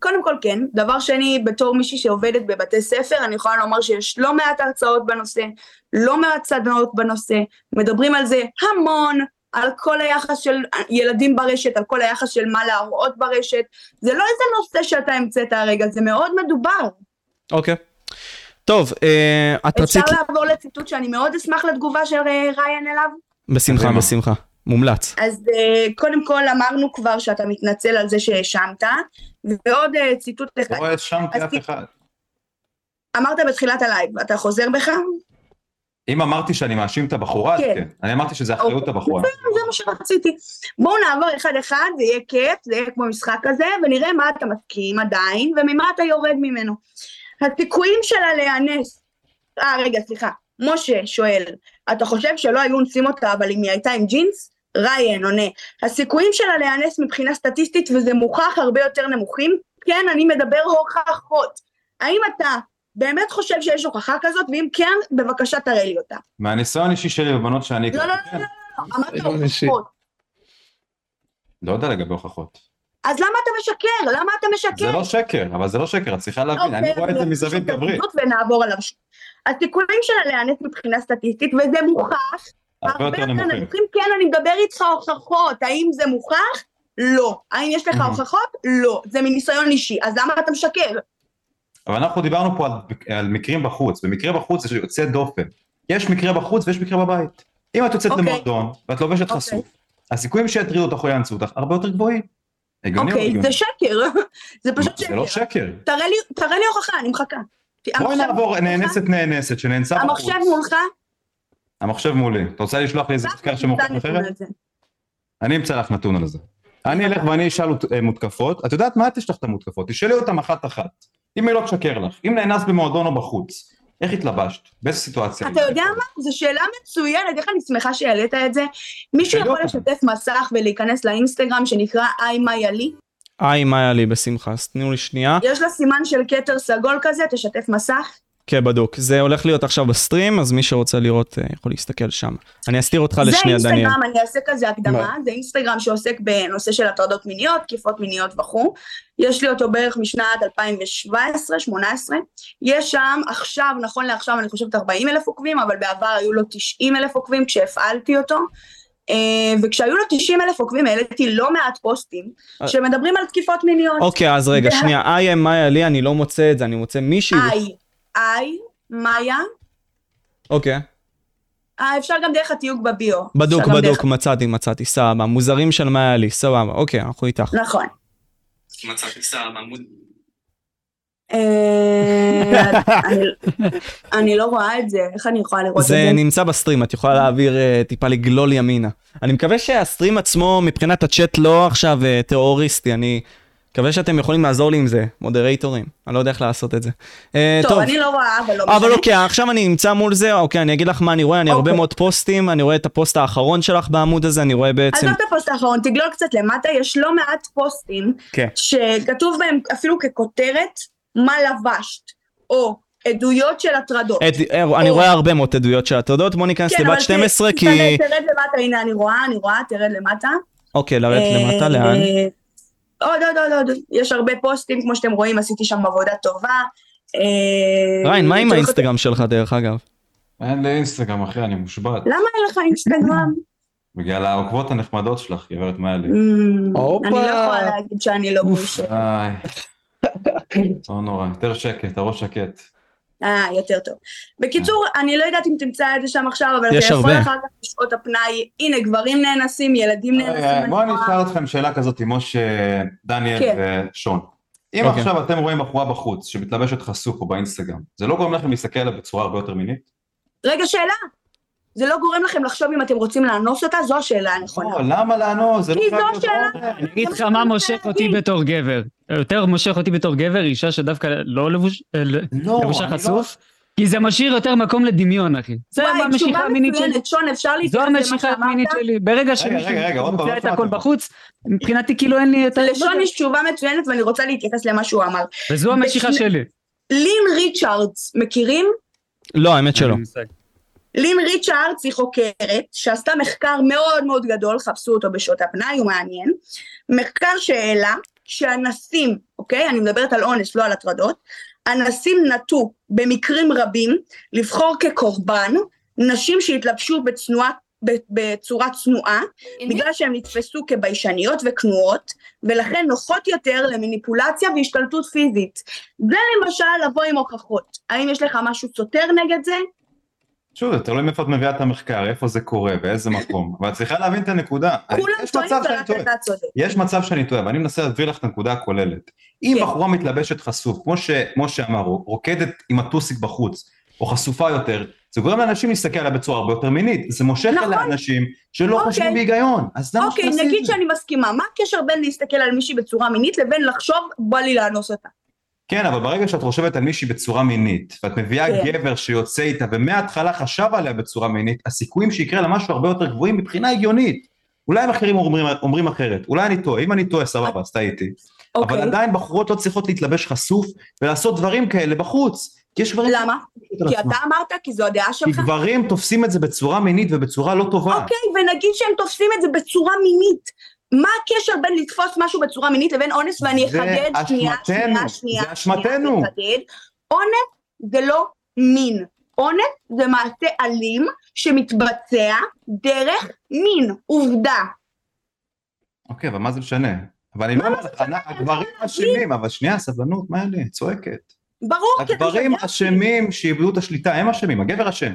D: קודם כל כן. דבר שני, בתור מישהי שעובדת בבתי ספר, אני יכולה לומר שיש לא מעט הרצאות בנושא, לא מעט סדנאות בנושא, מדברים על זה המון, על כל היחס של ילדים ברשת, על כל היחס של מה להראות ברשת. זה לא איזה נושא שאתה המצאת הרגע, זה מאוד מדובר.
A: אוקיי. טוב, אה, את
D: אפשר
A: רצית...
D: לעבור לציטוט שאני מאוד אשמח לתגובה של אה, ריין אליו?
A: בשמחה,
E: קדימה.
A: בשמחה. מומלץ.
D: אז uh, קודם כל אמרנו כבר שאתה מתנצל על זה שהאשמת, ועוד uh, ציטוט אחד,
E: לא האשמתי
D: אז
E: אף
D: כי-
E: אחד.
D: אמרת בתחילת הלייב, אתה חוזר בך?
E: אם אמרתי שאני מאשים את הבחורה, אז
D: כן.
E: כן. אני אמרתי שזה אחריות
D: אוקיי.
E: הבחורה.
D: זה מה שרציתי. בואו נעבור אחד אחד, זה יהיה כיף, זה יהיה כמו משחק כזה, ונראה מה אתה מסכים עדיין, וממה אתה יורד ממנו. הסיכויים שלה להיאנס, אה רגע סליחה, משה שואל, אתה חושב שלא היו אונסים אותה אבל אם היא הייתה עם ג'ינס? ריין עונה, הסיכויים שלה להיאנס מבחינה סטטיסטית וזה מוכח הרבה יותר נמוכים, כן אני מדבר הוכחות, האם אתה באמת חושב שיש הוכחה כזאת ואם כן בבקשה תראה לי אותה,
E: מהניסיון האישי שלי בבנות שאני...
D: לא, לא,
E: כן.
D: לא, אמרת
F: לא, אישי.
D: הוכחות,
E: לא יודע לגבי הוכחות.
D: אז למה אתה משקר? למה אתה משקר?
E: זה לא שקר, אבל זה לא שקר, את צריכה להבין,
D: אוקיי,
E: אני רואה את זה
D: אז
E: מזווית
D: נמשיך
E: גברית.
D: בציטוט ונעבור עליו. הסיכויים שלה להיאנס מבחינה סטטיסטית, וזה מוכח,
E: הרבה יותר נמוכים.
D: כן, אני מדבר איתך הוכחות, האם זה מוכח? לא. האם יש לך
E: Mhm.
D: הוכחות? לא. זה מניסיון אישי, אז למה אתה משקר?
E: אבל אנחנו דיברנו פה על, על מקרים בחוץ, ומקרה בחוץ זה יוצא דופן. יש מקרה בחוץ ויש מקרה בבית. אם את יוצאת
D: אוקיי.
E: למועדון, ואת לובשת
D: אוקיי.
E: חשוף, הסיכויים שיטרידו אותך או יאנסו אותך הרבה יותר גבוהים. הגיוני או לא
D: אוקיי,
E: הגיוני?
D: זה שקר. *laughs* זה פשוט
E: זה לא
D: שקר.
E: שקר.
D: תראה לי- תראה לי הוכחה, אני מחכה.
E: בואי
D: המחשב
E: נעבור
D: מולך?
E: נאנסת נאנסת, שנאנסה בחוץ.
D: המחשב מולך?
E: המחשב מולי. את רוצה לשלוח לי איזה מחקר
D: ואז
E: שמוכן
D: נמצא נתון
E: אחרת?
D: על זה.
E: אני אמצא לך נתון על זה. אני אלך ואני אשאל אות- אה, מותקפות, את יודעת מה? את תשלח את המותקפות, תשאלי אותם אחת-אחת. אם היא לא תשקר לך, אם נאנס במועדון או בחוץ, איך התלבשת? באיזה סיטואציה?
D: אתה יודע מה? זו שאלה מצוינת, איך אני שמחה שהעלית את זה. לא מישהו
E: שאלה
D: יכול
E: אותה.
D: לשתף מסך ולהיכנס לאינסטגרם שנקרא איי מה ילי?
A: היי, מה היה לי? בשמחה. אז תנו לי שנייה.
D: יש לה סימן של כתר סגול כזה, תשתף מסך.
A: כן, בדוק. זה הולך להיות עכשיו בסטרים, אז מי שרוצה לראות אה, יכול להסתכל שם. אני אסתיר אותך
D: זה
A: לשנייה, דניאל.
D: אינסטגרם, אני אעשה כזה הקדמה,
A: מה?
D: זה אינסטגרם שעוסק בנושא של הטרדות מיניות, תקיפות מיניות וכו'. יש לי אותו בערך משנת 2017-2018. יש שם עכשיו, נכון לעכשיו, אני חושבת 40 אלף עוקבים, אבל בעבר היו לו 90 אלף עוקבים כשהפעלתי אותו. אה, וכשהיו לו 90 אלף עוקבים העליתי לא מעט פוסטים
A: אה.
D: שמדברים על תקיפות מיניות.
A: אוקיי, אז רגע,
D: זה-
A: שנייה. איי, מה היה לי? אני לא מוצא את זה, אני מוצא מישהי.
D: איי, איי, מאיה,
A: אוקיי.
D: אה, אפשר גם דרך התיוג בביו.
A: בדוק,
D: אפשר גם
A: בדוק,
D: דרך-
A: מצאתי, מצאתי, סבבה. מוזרים של מה היה לי, סבבה. אוקיי, אנחנו איתך.
D: נכון. לא-
A: מצאתי, סבבה.
D: אה,
A: *laughs*
D: אני- אני לא רואה את זה, איך אני יכולה לראות את
A: זה
D: זה?
A: נמצא בסטרים, את יכולה להעביר אה, טיפה לגלול ימינה. אני מקווה שהסטרים עצמו, מבחינת הצ'אט, לא עכשיו אה, טרוריסטי, אני מקווה שאתם יכולים לעזור לי עם זה, מודרייטורים, אני לא יודע איך לעשות את זה. אה,
D: טוב, אני לא רואה, אבל לא משנה.
A: אבל אוקיי, עכשיו אני נמצא מול זה, אוקיי, אני אגיד לך מה אני רואה, אני הרבה
D: אוקיי.
A: מאוד פוסטים, אני רואה את הפוסט האחרון שלך בעמוד הזה, אני רואה בעצם...
D: עזוב את הפוסט האחרון, תגלול קצת למטה, יש לא מעט פוסטים
A: כן.
D: שכתוב בהם אפילו ככותרת, מה לבשת, או עדויות של הטרדות.
A: את- אה, אני
D: או-
A: רואה הרבה מאוד עדויות של הטרדות, בוא ניכנס
D: כן, אבל
A: לבת
D: ת-
A: 12, כי...
D: תתעלה, תרד למטה, הנה אני רואה, אני רואה, תרד למטה.
A: אוקיי, לרדת
D: אה,
A: למטה, לאן?
D: אה, עוד, עוד, עוד, עוד. יש הרבה פוסטים, כמו שאתם רואים, עשיתי שם עבודה טובה. אה,
A: ריין, מה עם
D: אתם
A: האינסטגרם שלך, דרך אגב?
E: אין לי אינסטגרם, אחי, אני מושבת.
D: למה אין לך אינסטגרם?
E: בגלל העוקבות הנחמדות שלך, גברת
D: *laughs*
E: מאלי.
D: Mm,
F: הופה.
D: אני לא יכולה להגיד שאני לא בושה.
E: איי. לא נורא, יותר שקט, הראש שקט.
D: אה, יותר טוב. בקיצור, אני לא יודעת אם תמצא את זה שם עכשיו, אבל
A: יש
D: אתה יכול
A: הרבה.
D: אחר כך בשעות הפנאי, הנה, גברים נאנסים, ילדים
E: אה,
D: נאנסים.
E: בואו
D: אני
E: אני
D: רואה.
E: אשאל אתכם שאלה כזאת, משה, דניאל
D: כן.
E: ושון. אם
A: אוקיי.
E: עכשיו אתם רואים בחורה בחוץ שמתלבשת חשוף או באינסטגרם, זה לא גורם לכם להסתכל עליה בצורה הרבה יותר מינית?
D: רגע, שאלה. זה לא גורם לכם לחשוב אם אתם רוצים לאנוס אותה? זו השאלה הנכונה.
E: לא, למה לענות? זה לא
D: נכון. כי
E: חייב
D: זו
E: להיות
D: שאלה.
E: עונש.
B: אני אגיד לך מה מושך אותי
D: לא
B: בתור גבר. יותר מושך אותי בתור גבר אישה שדווקא לא לבוש- אה,
E: לא,
B: לבושה
E: אני לא-
B: חשוף, כי זה משאיר יותר מקום לדמיון, אחי. זה
D: וואי,
B: המשיכה
D: תשובה
B: המינית שלי.
D: מצוינת, שון, אפשר
B: זו
D: להתייחס
B: המשיכה המינית שלי. ברגע
E: רגע, רגע,
B: שמישהו
E: עוד פעם,
B: מוצא
E: לא
B: את הכל
E: שמעתי.
B: בחוץ, מבחינתי כאילו אין לי את ה...
D: לשון יש תשובה מצוינת ואני רוצה להתייחס למה שהוא אמר.
B: וזו המשיכה
D: בשני-
B: שלי.
D: לין ריצ'רדס, מכירים?
A: לא, האמת שלא.
B: אין לי מושג.
D: לין ריצ'רדס היא חוקרת שעשתה מחקר מאוד מאוד גדול, חפשו אותו בשעות הפנאי, הוא מעניין. מחקר שהעלה שאנסים, אוקיי? אני מדברת על אונס, לא על הטרדות. אנסים נטו במקרים רבים לבחור כקורבן נשים שהתלבשו בצנועה, ב- בצורה צנועה, בגלל שהן נתפסו כביישניות וכנועות, ולכן נוחות יותר למניפולציה והשתלטות פיזית. זה למשל לבוא עם הוכחות. האם יש לך משהו סותר נגד זה?
E: שוב, זה תלוי מאיפה את מביאה את המחקר, איפה זה קורה, באיזה מקום. אבל את צריכה להבין את הנקודה.
D: כולם
E: יש
D: טועים
E: מצב שאני
D: ורק
E: טועה.
D: אתה צודק.
E: יש מצב שאני טועה, ואני מנסה להסביר לך את הנקודה הכוללת. אם
D: כן.
E: בחורה מתלבשת חשוף, כמו, ש, כמו שאמרו, רוקדת עם הטוסיק בחוץ, או חשופה יותר, זה גורם לאנשים להסתכל עליה בצורה הרבה יותר מינית. זה מושך
D: נכון.
E: אליה אנשים שלא
D: אוקיי.
E: חושבים בהיגיון. אז למה
D: אוקיי,
E: שתעשי את
D: נגיד
E: זה?
D: שאני מסכימה, מה הקשר בין להסתכל על מישהי בצורה מינית לבין לחשוב בא לי לאנוס אותה?
E: כן, אבל ברגע שאת חושבת על מישהי בצורה מינית, ואת מביאה
D: כן.
E: גבר שיוצא איתה, ומההתחלה חשב עליה בצורה מינית, הסיכויים שיקרה לה משהו הרבה יותר גבוהים מבחינה הגיונית. אולי הם אחרים אומרים, אומרים אחרת, אולי אני טועה, אם אני טועה, סבבה, אז טעיתי. אבל
D: אוקיי,
E: עדיין בחורות לא צריכות להתלבש חשוף ולעשות דברים כאלה בחוץ, כי יש גברים...
D: למה?
E: שחושבים לא על
D: כי
E: עצמם.
D: אתה אמרת, כי זו הדעה
E: כי
D: שלך.
E: גברים תופסים את זה בצורה מינית ובצורה לא טובה.
D: אוקיי, ונגיד שהם תופסים את זה בצורה מינית. מה הקשר בין לתפוס משהו בצורה מינית לבין אונס, ואני
E: זה
D: אחדד, שנייה,
E: אשמתנו,
D: שנייה,
E: זה
D: שנייה,
E: אשמתנו.
D: שנייה, אחדד. אונס זה לא מין. אונס זה מעשה אלים שמתבצע דרך מין. עובדה.
E: אוקיי, אבל מה זה משנה? אבל אני לא אומר, אני- הגברים אשמים, אבל שנייה, סבלנות, מה אלה? צועקת.
D: ברור, כי אתה משגע
E: הגברים
D: אותי.
E: אשמים שאיבדו את השליטה, הם אשמים, הגבר אשם.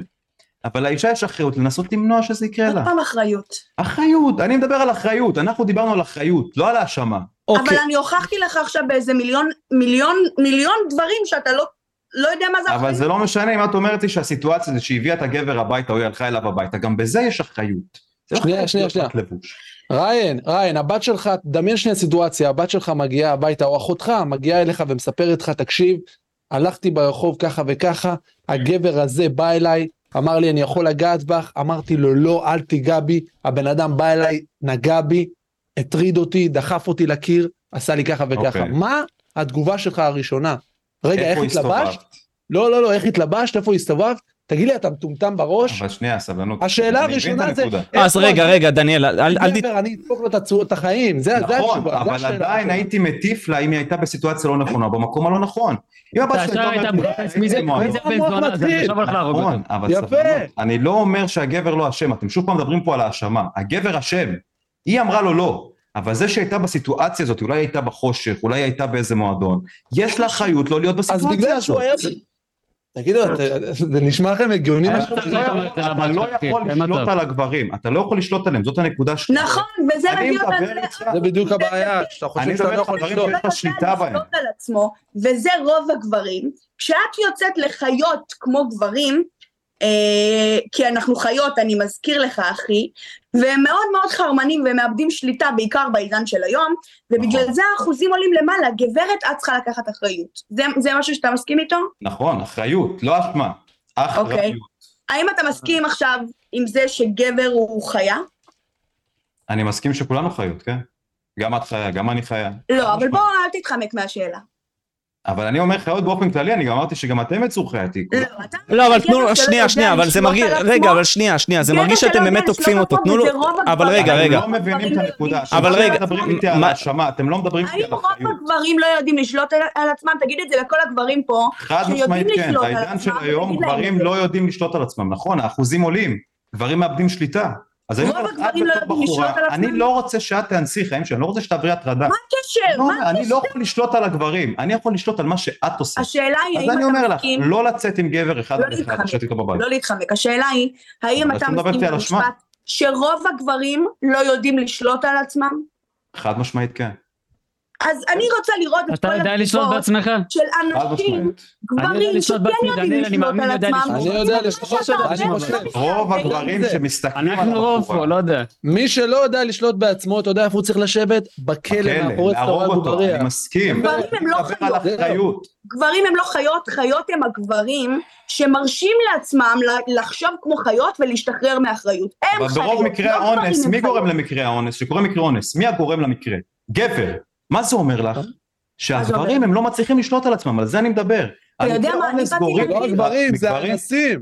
E: אבל לאישה יש אחריות לנסות למנוע שזה יקרה
D: עוד
E: לה.
D: פעם אחריות.
E: אחריות, אני מדבר על אחריות, אנחנו דיברנו על אחריות, לא על האשמה.
A: אוקיי,
D: אבל אני הוכחתי לך עכשיו באיזה מיליון, מיליון, מיליון דברים שאתה לא, לא יודע מה זה
E: אבל
D: אחריות.
E: זה לא משנה אם את אומרת לי שהסיטואציה זה שהביאה את הגבר הביתה או היא הלכה אליו הביתה, גם בזה יש אחריות. זה לא
F: שנייה,
E: חייב
F: שנייה,
E: להיות
F: שנייה.
E: רק לבוש.
F: ריין, ריין, הבת שלך, תדמיין שנייה סיטואציה, הבת שלך מגיעה הביתה, או אחותך מגיעה אליך ומספרת לך, תקשיב, הלכתי ברחוב ככה וככה, הגבר הזה בא אליי, אמר לי, אני יכול לגעת בך, אמרתי לו, לא, אל תיגע בי, הבן אדם בא אליי, נגע בי, הטריד אותי, דחף אותי לקיר, עשה לי ככה וככה.
E: אוקיי.
F: מה התגובה שלך הראשונה? רגע, איך
E: איפה
F: התלבשת?
E: הסתובבת?
F: לא, לא, לא, איך התלבשת? איפה הסתובבת? תגיד לי, אתה מטומטם בראש?
E: אבל שנייה, סבלנות.
F: השאלה
E: אני מבין את
F: הראשונה זה-
E: הנקודה.
A: אה, אז רגע, רגע, דניאל, אל- אל- אל תת...
F: גבר, אני אדפוק לו את הצו- את החיים, זה זה
E: נכון,
F: התשובה, זה
E: אבל
F: השאלה.
E: עדיין הייתי מטיף לה אם היא הייתה בסיטואציה לא נכונה, או במקום הלא נכון. אם הבת שלי
B: אתה ישר
E: הייתה
B: היית
E: אומרת,
B: מחפש מי זה
E: "הייתי מועדון".
B: מי זה
F: המוח
B: בן זונה הזה,
F: מתחיל.
B: עכשיו הולך להרוג
E: נכון,
B: אותו.
E: אבל
F: יפה.
E: סבלנות. אני לא אומר שהגבר לא אשם, אתם שוב פעם מדברים פה על האשמה. הגבר אשם. היא אמרה לו לא. אבל זה שהייתה בסיטואציה הזאת, אולי הייתה בחושך, אולי הייתה באיזה מועדון, יש לה אחריות לא להיות
F: אז
E: בסיטואציה
F: בגלל שהוא
E: הזאת.
F: היה... תגידו, את- זה נשמע לכם הגיוני מה
E: אתה
F: ש...
B: אתה
E: לא
B: אומר
E: יכול-
B: את זה
E: אתה לא
B: לבת שלך,
E: יכול
B: כן, אין
E: לשלוט
B: מצב.
E: על הגברים, אתה לא יכול לשלוט עליהם, זאת הנקודה שלי.
D: נכון, וזה
E: אני
D: מביא אותנו
E: מדבר איתך-
F: זה בדיוק הבעיה, שאתה
E: אני
F: חושב שאתה
E: מדבר
F: לא יכול
E: איתך על
F: לשלוט.
E: דברים יש לו שליטה בהם.
D: לשלוט על עצמו, וזה רוב הגברים. כשאת יוצאת לחיות כמו גברים, אה, כי אנחנו חיות, אני מזכיר לך אחי, והם מאוד מאוד חרמנים ומאבדים שליטה, בעיקר בעידן של היום, ובגלל
E: נכון.
D: זה האחוזים עולים למעלה. גברת, את צריכה לקחת אחריות. זה, זה משהו שאתה מסכים איתו?
E: נכון, אחריות, לא אשמה.
D: אוקיי.
E: אחריות.
D: האם אתה
E: אה.
D: מסכים עכשיו עם זה שגבר הוא חיה?
E: אני מסכים שכולנו חיות, כן? גם את חיה, גם אני חיה.
D: לא, אבל
E: משמעית.
D: בוא אל תתחמק מהשאלה.
E: אבל אני אומר חיות באופן כללי, אני גם אמרתי שגם אתם יצור חייתי.
D: לא, אתה...
A: לא, אבל
D: גבר שלא
A: תנו, שנייה,
D: יודע
A: שנייה, אבל זה
D: לשלוט
A: מרגיש,
D: על עצמו,
A: רגע, אבל שנייה, שנייה, זה
D: גבר
A: מרגיש
D: שלא
A: שאתם
D: יודע
A: באמת
D: לשלוט
A: תוקפים אותו,
D: על עצמו,
A: תנו לו,
D: וזה רוב
A: אבל
D: הגברים.
A: רגע, רגע.
E: אתם לא מבינים את הנקודה.
A: אבל
E: אתם לא
A: רגע,
E: מדברים איתי
A: מה-
E: על האשמה, אתם לא מדברים איתי
D: האם
E: על
D: רוב
E: אחריות.
D: הגברים לא יודעים לשלוט על, על עצמם? תגיד את זה לכל הגברים פה.
E: חד
D: שיודעים
E: משמעית כן,
D: לשלוט על
E: בעידן של
D: עצמם,
E: היום
D: תגיד להם את
E: גברים
D: זה.
E: לא יודעים לשלוט על עצמם, נכון, האחוזים עולים, גברים מאבדים שליטה. אז אני
D: רוב
E: אומר לך, את
D: הגברים לא
E: בתור
D: יודעים לשלוט על
E: בחורה, אני
D: עצמם.
E: לא רוצה שאת תאנסי חיים שלי, אני לא רוצה שתעברי הטרדה.
D: מה הקשר?
E: לא,
D: מה
E: אני
D: הקשר?
E: לא יכול לשלוט על הגברים, אני יכול לשלוט על מה שאת עושה.
D: השאלה היא,
E: אז
D: האם
E: אני
D: אתה
E: אומר לך,
D: מסכים
E: לא לצאת עם גבר אחד
D: לא
E: על אחד,
D: להתחמק.
E: לשבת איתו בבית.
D: לא להתחמק? השאלה היא, האם
E: אבל
D: אתה
E: את לא מדברת
D: מסכים
E: איתי על אשמה.
D: למשפט שרוב הגברים לא יודעים לשלוט על עצמם?
E: חד משמעית כן,
D: אז אני רוצה לראות את
B: אתה
D: כל
B: יודע לשלוט
D: התגובות
B: בעצמך?
D: של
E: חד
D: אנשים,
E: משמעית.
B: אני יודע
D: גברים
B: לשלוט
D: שכן
B: בעצמי, דניאל, אני
D: יודעים לשלוט
B: מאמין,
D: על
B: יודע
D: עצמם.
B: לשלוט.
F: אני יודע לשלוט,
D: שאתה
F: אני
D: אומר,
F: חושב.
D: לא
E: רוב
D: מסתכל.
E: הגברים שמסתכלים על
B: אנחנו רוב פה,
E: הבחורה,
B: לא יודע.
F: מי שלא יודע לשלוט בעצמו, אתה יודע איפה הוא צריך לשבת? בכלא,
E: בכלא,
F: מאחורי
E: כן, להרוג
F: סטרל
E: אותו,
F: ובריח.
E: אני מסכים.
D: גברים הם לא
E: מדבר על
D: חיות.
E: אחריות.
D: גברים הם לא חיות, חיות הם הגברים שמרשים לעצמם ל- לחשוב כמו חיות ולהשתחרר מאחריות. הם
E: אבל
D: חיות,
E: ברוב
D: לא
E: מקרי האונס,
D: גברים הם
E: מי גורם
D: חיות.
E: למקרה האונס? שקורה מקרה אונס, מי הגורם למקרה? גבר. מה זה אומר לך? שהגברים הם לא מצליחים לשלוט על עצמם, על זה אני מדבר.
D: אתה יודע
E: על
D: מה,
E: אונס
D: אני באתי
E: גורם-
D: להגיד-
F: לא הגברים, זה
E: מגברים-
F: האנסים.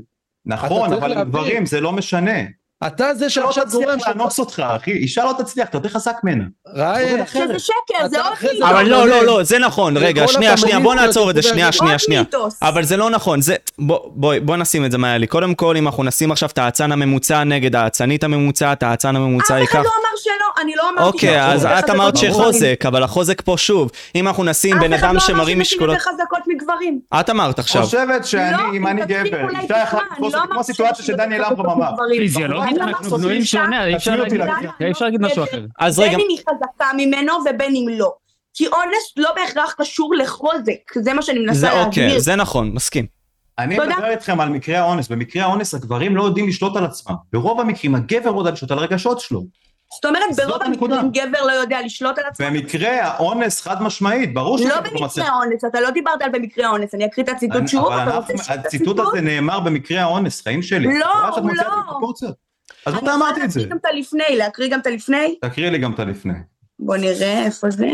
F: אתה
E: נכון,
F: צריך
E: אבל
F: להבין.
E: לגברים זה לא משנה.
F: אתה זה
E: אישה
F: שעכשיו
E: לא
F: גורם
E: תצליח
F: ש...
E: לאנוס אותך, אחי. אישה לא תצליח, אתה יותר חזק ממנה.
F: ריין,
D: שזה שקר, זה
F: אתה
D: עוד
F: אחרי זה-
D: מיתוס.
A: אבל לא,
F: אבל
A: לא,
F: זה-
D: אה,
A: לא, זה נכון,
F: זה
A: רגע,
F: כל
A: שנייה, שנייה, בוא
F: הפמיניסטיות,
A: נעצור את זה,
F: זה
A: שנייה,
F: עוד
A: שנייה,
D: עוד
A: שנייה.
D: מיתוס.
A: אבל זה לא נכון, זה... בוא, בואי, בוא נשים את זה מעלי. קודם כל, אם אנחנו נשים עכשיו את האצן הממוצע נגד האצנית הממוצעת, האצן הממוצע
D: אף אחד
A: ייקח...
D: לא אמר שלא, אני לא אמרתי
A: אוקיי,
D: שלא.
A: אז
D: אני יותר
A: את אמרת
D: חזקות מגברים.
A: שחוזק, אבל החוזק פה שוב. אם אנחנו נשים בן אדם שמרים משקולות...
D: אף אחד לא אמר שנשים יותר חזקות מגברים.
A: את אמרת עכשיו.
E: חושבת
D: לא,
E: שאני, אם אני
D: תקשיב,
E: גבר,
D: אולי
E: אישה אחת
D: תשמע, אני
E: לתפוס
D: לא
E: אותי, כמו
D: אמרתי
E: הסיטואציה
D: שנשים
E: שדניאל
D: יותר
E: אברהם
D: חזקות
E: אמר.
D: מגברים.
B: פיזיולוגית,
D: אני לא
B: אנחנו
D: אמרתי
B: בנויים
D: שאישה-
B: שונה, אי אפשר
E: תשאירי אותי
B: להגיד-
E: להגיד.
B: אי אפשר להגיד משהו אחר.
A: אז
D: בין
A: רגע,
D: אם היא חזקה ממנו ובין אם לא. כי אונס לא בהכרח קשור לחוזק, זה מה שאני מנסה
A: זה
D: להסביר.
A: אוקיי, זה נכון, מסכים.
E: אני
D: תודה.
E: מדבר איתכם על מקרי האונס. במקרי האונס הגברים לא יודעים לשלוט על עצמם. ברוב המקרים הגבר לא יודע לשלוט על הרגשות שלו.
D: זאת אומרת,
E: זאת
D: ברוב
E: הנקודה.
D: המקרים גבר לא יודע לשלוט על עצמו.
E: במקרה האונס חד משמעית, ברור
D: לא
E: שאתה לא מצליח.
D: במקרה האונס, אתה לא דיברת על במקרה האונס, אני אקריא את הציטוט שוב,
E: אבל
D: אתה
E: אנחנו-
D: רוצה שאת
E: הציטוט הזה נאמר במקרה האונס, חיים שלי.
D: לא,
E: את רואה שאת
D: הוא
E: מוציאה את
D: לא.
E: הפרופורציות? אז
D: אני
E: אתה
D: יכולה
E: אמרתי את זה.
D: להקריא גם את הלפני, להקריא גם את הלפני?
E: תקריא לי גם את הלפני.
D: בוא נראה איפה זה.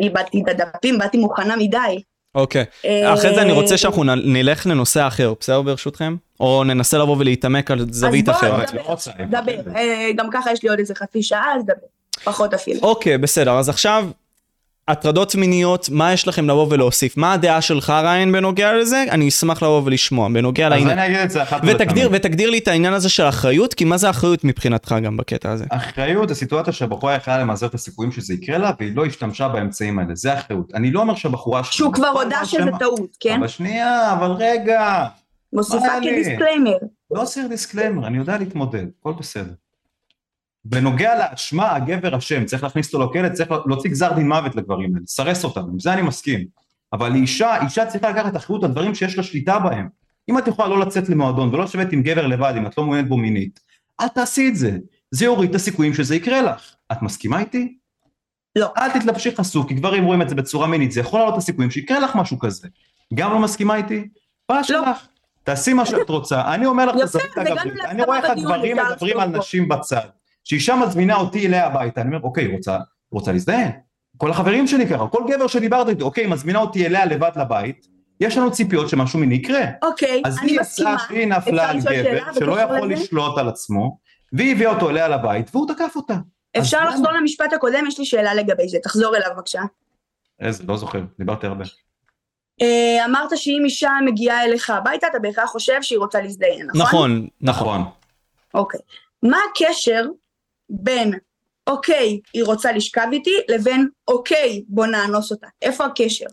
D: איבדתי את הדפים, באתי מוכנה מדי.
A: אוקיי.
D: אה,
A: אחרי זה אני רוצה שאנחנו נ- נלך לנושא אחר, בסדר ברשותכם? או ננסה לבוא ולהתעמק על זווית
D: בוא,
A: אחרת.
E: לא,
D: דבר,
E: את לא רוצה, אני
D: דבר,
E: מפחד.
D: אה, גם ככה יש לי עוד איזה חצי שעה, אז דבר. פחות אפילו.
A: אוקיי, בסדר, אז עכשיו, הטרדות מיניות, מה יש לכם לבוא ולהוסיף? מה הדעה שלך, ריין, בנוגע לזה? אני אשמח לבוא ולשמוע, בנוגע
E: אז
A: לעניין.
E: אני אגיד את זה אחת
A: ותגדיר,
E: ולתמיד.
A: ותגדיר לי את העניין הזה של אחריות, כי מה זה אחריות מבחינתך גם בקטע הזה?
E: אחריות, הסיטואציה שהבחורה יכלה למזער את הסיכויים שזה יקרה לה, והיא לא השתמשה באמצעים האלה, זה אחריות. אני לא אומר שהבחורה אשמה.
D: שהוא כבר
E: אני לא
D: הודה
E: אומר
D: שזה
E: אשמה.
D: טעות, כן?
E: אבל אה, שנייה, אבל רגע.
D: מוסיפה
E: מה לי?
D: כדיסקליימר.
E: לא עושה דיסקליימר, אני יודע להתמודד, הכל בסדר. בנוגע לאשמה, הגבר אשם, צריך להכניס אותו לכלא, צריך להוציא גזר דין מוות לגברים האלה, לסרס אותם, עם זה אני מסכים. אבל אישה, אישה צריכה לקחת אחריות על דברים שיש לה שליטה בהם. אם את יכולה לא לצאת למועדון ולא לשבת עם גבר לבד, אם את לא מעוניינת בו מינית, אל תעשי את זה. זה יוריד את הסיכויים שזה יקרה לך. את מסכימה איתי?
D: לא.
E: אל תתלבשי חשוף, כי גברים רואים את זה בצורה מינית, זה יכול לעלות את הסיכויים שיקרה לך משהו כזה. גם לא מסכימה איתי? בעיה
D: לא.
E: שלך. תעשי מה שאת רוצה. אני אומר לך את
D: יפה,
E: הזווית
D: אז הגענו
E: הגברית. אני
D: להסכמה
E: רואה איך
D: בדיון,
E: הגברים
D: אפשר
E: מדברים על
D: לחשוב פה.
E: נשים בצד. שאישה מזמינה אותי אליה הביתה, אני אומר, אוקיי, רוצה, רוצה להזדהן? כל החברים שלי ככה, כל גבר שדיברת איתו, אוקיי, מזמינה אותי אליה לבד לבית, יש לנו ציפיות שמשהו מיני יקרה.
D: אוקיי,
E: אז
D: אני
E: היא
D: מסכימה.
E: עשתה שהיא נפלה
D: אפשר
E: על
D: לשאול
E: גבר
D: שאלה
E: שלא
D: בקשר
E: יכול
D: לזה?
E: לשלוט על עצמו, והיא הביאה אותו אליה לבית, והוא תקף אותה.
D: אפשר
E: למה?
D: לחזור למשפט הקודם, יש לי שאלה לגבי זה, תחזור אליו בבקשה.
E: איזה, לא זוכר, דיברתי הרבה.
D: אה, אמרת שאם אישה מגיעה אליך הביתה, אתה בהכרח חושב שהיא רוצה להזדיין, נכון?
A: נכון, נכון.
D: אוקיי. מה הקשר בין אוקיי, היא רוצה לשכב איתי, לבין אוקיי, בוא נאנוס אותה? איפה הקשר?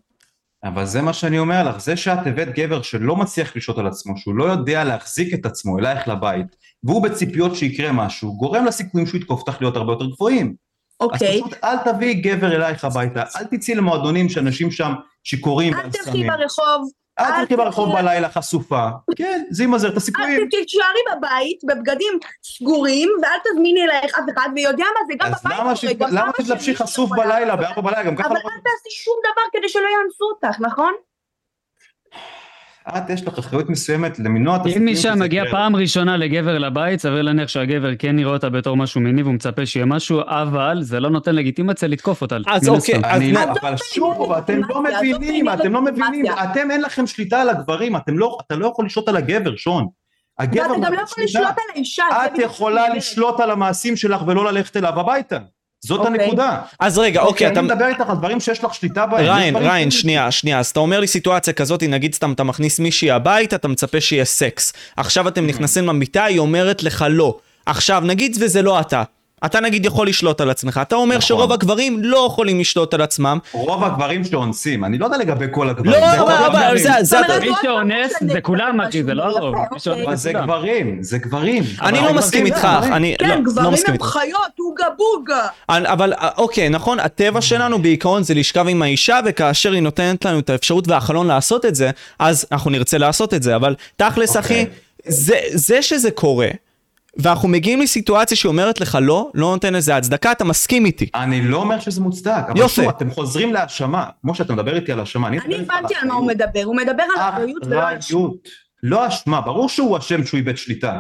E: אבל זה מה שאני אומר לך, זה שאת הבאת גבר שלא מצליח לשלוט על עצמו, שהוא לא יודע להחזיק את עצמו אלייך לבית, והוא בציפיות שיקרה משהו, גורם לסיכויים שהוא יתקוף אותך להיות הרבה יותר גבוהים.
D: אוקיי.
E: אז פשוט אל תביאי גבר אלייך הביתה, אל תצאי למועדונים שאנשים שם שיכורים
D: אל
E: ועל
D: תלכי
E: סמים.
D: ברחוב,
E: אל תלכי
D: אל
E: ברחוב
D: תלכי-
E: בלילה חשופה. כן, זה ימזער את
D: אל
E: הסיכויים.
D: תישארי בבית בבגדים סגורים, ואל תזמיני אלייך אף אחד, ויודע מה זה, גם
E: אז
D: בבית
E: למה
D: קורה,
E: שת-
D: גם
E: למה
D: אבא שלי
E: תתלבשי
D: יכול
E: חשוף
D: לעשות.
E: בלילה, בארבע בלילה, גם ככה
D: אבל
E: לא...
D: אל תעשי שום דבר כדי שלא יאנסו אותך, נכון?
E: את, יש לך אחריות מסוימת למנוע את
B: אם
E: הסיכויים
B: אישה
E: שזה
B: מגיעה
E: יקרה.
B: פעם ראשונה לגבר לבית, סביר להניח שהגבר כן יראה אותה בתור משהו מיני והוא מצפה שיהיה משהו, אבל זה לא נותן לגיטימציה לתקוף אותה.
A: אז
B: מן
A: אוקיי,
B: הסתם.
A: אז
E: אני
A: מה-
E: לא,
D: עזוב
E: אבל
D: את
E: שוב,
D: העניין
E: אתם לא
D: לגיטימציה, עזוב את
E: מבינים,
D: העניין
E: אתם לא מבינים,
D: לגיטימציה.
E: אתם אין לכם שליטה על הגברים, אתם לא, אתה לא יכול לשלוט על הגבר, שון. הגבר
D: ואתה גם לא
E: מפעיל
D: יכול
E: שליטה.
D: לשלוט על האישה. זה
E: כן, את
D: בדיוק מה
E: יכולה
D: שאני
E: לשלוט על המעשים שלך ולא ללכת אליו הביתה. זאת
D: אוקיי.
E: הנקודה.
A: אז רגע, אוקיי, אתה...
E: אני מדבר איתך על דברים שיש לך שליטה בהם. יש
A: ריין,
E: דברים
A: ריין,
E: ש-
A: שנייה, שנייה, אז אתה אומר לי סיטואציה כזאת, נגיד סתם אתה מכניס מישהי הביתה, אתה מצפה שיהיה סקס. עכשיו אתם
E: אוקיי.
A: נכנסים למיטה, היא אומרת לך לא. עכשיו, נגיד וזה לא אתה. אתה נגיד יכול לשלוט על עצמך, אתה אומר
E: נכון.
A: שרוב הגברים לא יכולים לשלוט על עצמם.
E: רוב הגברים שאונסים, אני לא יודע לגבי כל הגברים.
A: לא,
E: זה רוב
A: אבל אבל
E: הגברים.
A: זה
D: אומרת.
A: זה
D: זאת אומרת,
A: הדבר.
B: מי
D: עוד פעם
B: שאונס
D: משנה,
B: זה כולם,
D: משהו.
B: אחי, זה לא הרוב.
D: יפה,
B: מי שאונס
E: אבל
D: אוקיי.
E: זה
B: כולם.
E: גברים, זה גברים.
A: אני לא
E: אבל
A: מסכים
E: גברים
A: איתך,
E: זה גברים.
A: אני
D: כן,
A: לא- לא
D: גברים
A: מסכים
D: הם
A: איתך.
D: חיות, אוגה בוגה.
A: אני- אבל אה, אוקיי, נכון, הטבע שלנו בעיקרון זה לשכב עם האישה, וכאשר היא נותנת לנו את האפשרות והחלון לעשות את זה, אז אנחנו נרצה לעשות את זה, אבל תכלס, אחי,
E: אוקיי.
A: זה, זה שזה קורה, ואנחנו מגיעים לסיטואציה שאומרת לך לא, לא נותן לזה הצדקה, אתה מסכים איתי.
E: אני לא אומר שזה מוצדק, אבל
A: יופי.
E: שוב, אתם חוזרים להאשמה. כמו שאתה מדבר איתי על האשמה, אני מדבר
D: אני
E: איתך
D: הבנתי על מה הוא מדבר, הוא מדבר
E: אה,
D: על אחריות ולא על אשמה.
E: אחריות. לא אשמה, ברור שהוא אשם שהוא איבד שליטה.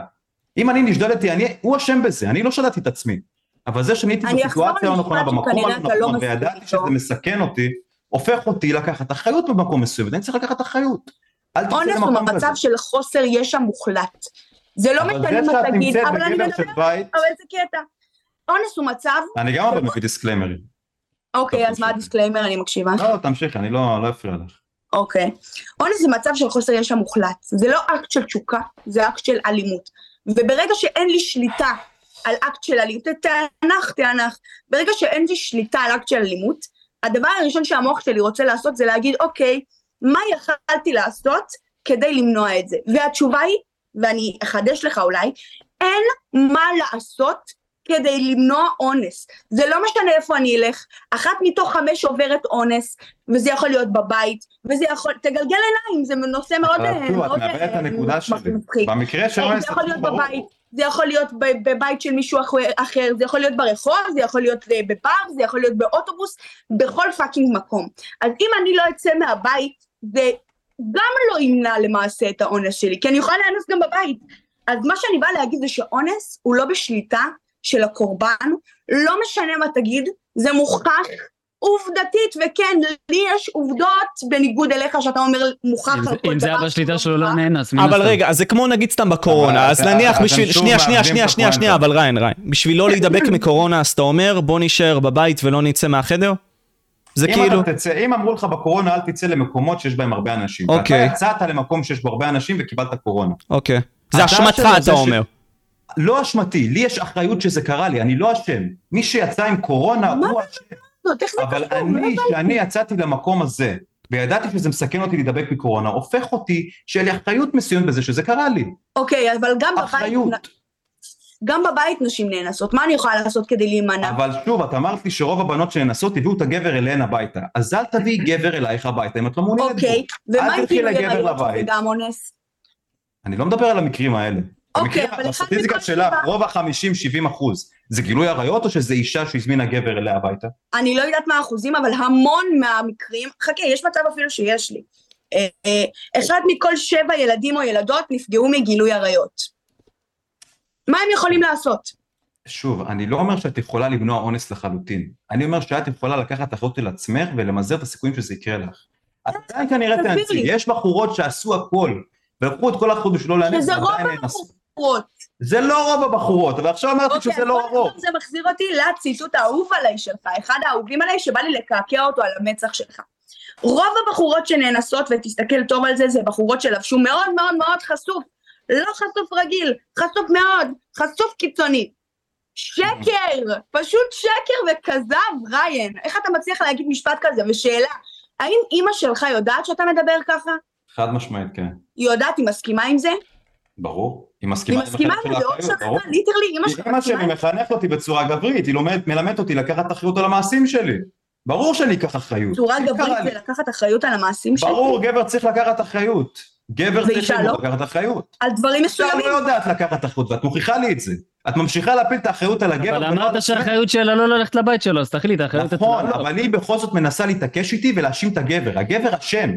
E: אם אני נשדדתי, אני, הוא אשם בזה, אני לא שדדתי את עצמי. אבל זה שאני הייתי
D: אני אחזור
E: בסיטואציה
D: על
E: לא נכונה,
D: משפט
E: במקום
D: שכנראה אתה לא
E: הנכון,
D: מסכים
E: וידעתי
D: איתו.
E: שזה מסכן אותי, הופך אותי לקחת אחריות במקום מסוים, אני צריך לקחת אחריות. אל תצא
D: אונס הוא
E: למקום כזה.
D: מצב של חוסר ישע מוחלט. זה לא
E: אבל
D: משנה
E: זה
D: מה
E: שאת
D: תגיד,
E: נמצאת
D: אבל אני
E: בגדר של
D: מדברת,
E: בית,
D: אבל זה קטע. אונס הוא מצב,
E: אני גם אבל מביא דיסקליימרים.
D: אוקיי, אז מה הדיסקליימר, אני מקשיבה.
E: לא, לא, תמשיכי, אני לא לא אפריע לך.
D: אוקיי. אונס זה מצב של חוסר ישע מוחלט. זה לא אקט של תשוקה, זה אקט של אלימות. וברגע שאין לי שליטה על אקט של אלימות, תענך, תענך. ברגע שאין לי שליטה על אקט של אלימות, הדבר הראשון שהמוח שלי רוצה לעשות זה להגיד, אוקיי, מה יכלתי לעשות כדי למנוע את זה? והתשובה היא, ואני אחדש לך אולי, אין מה לעשות כדי למנוע אונס. זה לא משנה איפה אני אלך, אחת מתוך חמש עוברת אונס, וזה יכול להיות בבית, וזה יכול, תגלגל עיניים, זה נושא מאוד...
E: אבל
D: אה,
E: שוב, את
D: מאוד,
E: מאבדת את
D: אה,
E: הנקודה שלי.
D: מצחיק.
E: במקרה של
D: אוקיי. זה
E: אונס,
D: יכול להיות
E: ברור.
D: בבית, זה יכול להיות ב- בבית של מישהו אח- אחר, זה יכול להיות ברחוב, זה יכול להיות אה, בפארק, זה יכול להיות באוטובוס, בכל פאקינג מקום. אז אם אני לא אצא מהבית, זה גם לא ימנע למעשה את האונס שלי, כי אני יכולה לאנוס גם בבית. אז מה שאני באה להגיד זה שאונס הוא לא בשליטה של הקורבן, לא משנה מה תגיד, זה מוכח עובדתית, וכן, לי יש עובדות בניגוד אליך, שאתה אומר מוכח
B: אם
D: על
B: זה-
D: כל דבר.
B: אם זה
D: שהוא
B: אבא שליטה שלו לא
D: מוכח.
B: נאנס, מן
A: אבל
B: הסתם.
A: רגע, אז זה כמו נגיד סתם בקורונה,
E: אבל
A: אז
E: אתה-
A: נניח
E: אתם
A: בשביל,
E: שוב
A: שנייה, שנייה,
E: מאבדים
A: שנייה,
E: את
A: שנייה, שנייה, אבל
E: הפואנטה.
A: ריין, ריין, בשביל לא להידבק מקורונה, אז אתה אומר, בוא נישאר בבית ולא נצא מהחדר? זה
E: אם
A: כאילו...
E: אתה תצא, אם אמרו לך בקורונה אל תצא למקומות שיש בהם הרבה אנשים.
A: אוקיי.
E: אתה יצאת למקום שיש בו הרבה אנשים וקיבלת קורונה.
A: אוקיי. זה
E: אתה
A: אשמתך,
E: אשם,
A: אתה
E: זה ש-
A: אומר.
E: לא אשמתי, לי יש אחריות שזה קרה לי, אני לא אשם. מי שיצא עם קורונה
D: מה
E: הוא אשם.
D: לא, איך זה
E: אבל
D: קשור? לא
E: אני, שאני יצאתי למקום הזה, וידעתי שזה מסכן אותי להידבק מקורונה, הופך אותי שיהיה לי אחריות מסוימת בזה שזה קרה לי.
D: אוקיי, אבל גם בבית,
E: אחריות.
D: גם בבית נשים נאנסות, מה אני יכולה לעשות כדי להימנע?
E: אבל שוב, את אמרת לי שרוב הבנות שנאנסות הביאו את הגבר אליהן הביתה. אז אל תביאי גבר אלייך הביתה אם את לא מעוניינת בו.
D: אוקיי, ומה אם
E: אל תלכי
D: כאילו
E: לגבר
D: יראו שזה
E: לבית.
D: גם אונס?
E: אני לא מדבר על המקרים האלה. אתה
D: אוקיי,
E: מכיר?
D: אבל אחד
E: בסטטיסטיקה
D: מכל
E: שלך,
D: שבעה-
E: רוב ה-50-70 אחוז, זה גילוי עריות או שזה אישה שהזמינה גבר אליה הביתה?
D: אני לא יודעת מה האחוזים, אבל המון מהמקרים, חכה, יש מצב אפילו שיש לי. אה, אה, אחד מכל שבע ילדים או ילדות נפגעו מגילוי עריות. מה הם יכולים לעשות?
E: שוב, אני לא אומר שאת יכולה למנוע אונס לחלוטין. אני אומר שאת יכולה לקחת אחריות על עצמך ולמזער את הסיכויים שזה יקרה לך. את עדיין כנראה
D: אה, תסביר
E: תאנסי,
D: לי.
E: יש בחורות שעשו הכל, ולקחו את כל האחריות בשביל לא לאנס,
D: שזה רוב
E: ועדיין נאנסו.
D: הבחורות.
E: זה לא רוב הבחורות, אבל עכשיו אמרתי
D: אוקיי,
E: שזה
D: אז
E: לא
D: קודם כל
E: הרוב.
D: זה מחזיר אותי לציטוט האהוב עליי שלך, אחד האהובים עליי שבא לי לקעקע אותו על המצח שלך. רוב הבחורות שנאנסות, ותסתכל טוב על זה, זה בחורות שלבשו מאוד מאוד מאוד חשוף. לא חשוף רגיל, חשוף מאוד, חשוף קיצוני. שקר, פשוט שקר וכזב, ריין. איך אתה מצליח להגיד משפט כזה? ושאלה, האם אימא שלך יודעת שאתה מדבר ככה?
E: חד משמעית, כן.
D: היא יודעת, היא מסכימה עם זה?
E: ברור. היא
D: היא
E: מסכימה עם
D: מסכימה
E: החלק
D: עם
E: של
D: הדעות
E: האחריות,
D: שלך,
E: ברור.
D: ליטרלי, אימא שלך
E: אמא
D: מסכימה
E: שלי מחנכת אותי בצורה גברית, היא לומדת- מלמדת אותי לקחת אחריות על המעשים שלי. ברור שאני אקח אחריות.
D: צורה
E: אם
D: גברית
E: קרה לי-
D: זה לקחת אחריות על המעשים שלי,
E: ברור, גבר צריך לקחת אחריות. גבר צריך
D: ואישה לא?
E: ללמוד לקחת אחריות.
D: על דברים
E: אישה
D: מסוימים.
E: לא יודעת לקחת אחריות, ואת מוכיחה לי את זה. את ממשיכה להפיל את האחריות על הגבר.
B: אבל
E: ולא על
B: אמרת
E: עצמך.
B: שהאחריות שלה לא ללכת לבית שלו, אז תחליט, האחריות
E: נכון,
B: אצלו.
E: אבל היא בכל זאת מנסה להתעקש איתי ולהאשים את הגבר. הגבר אשם.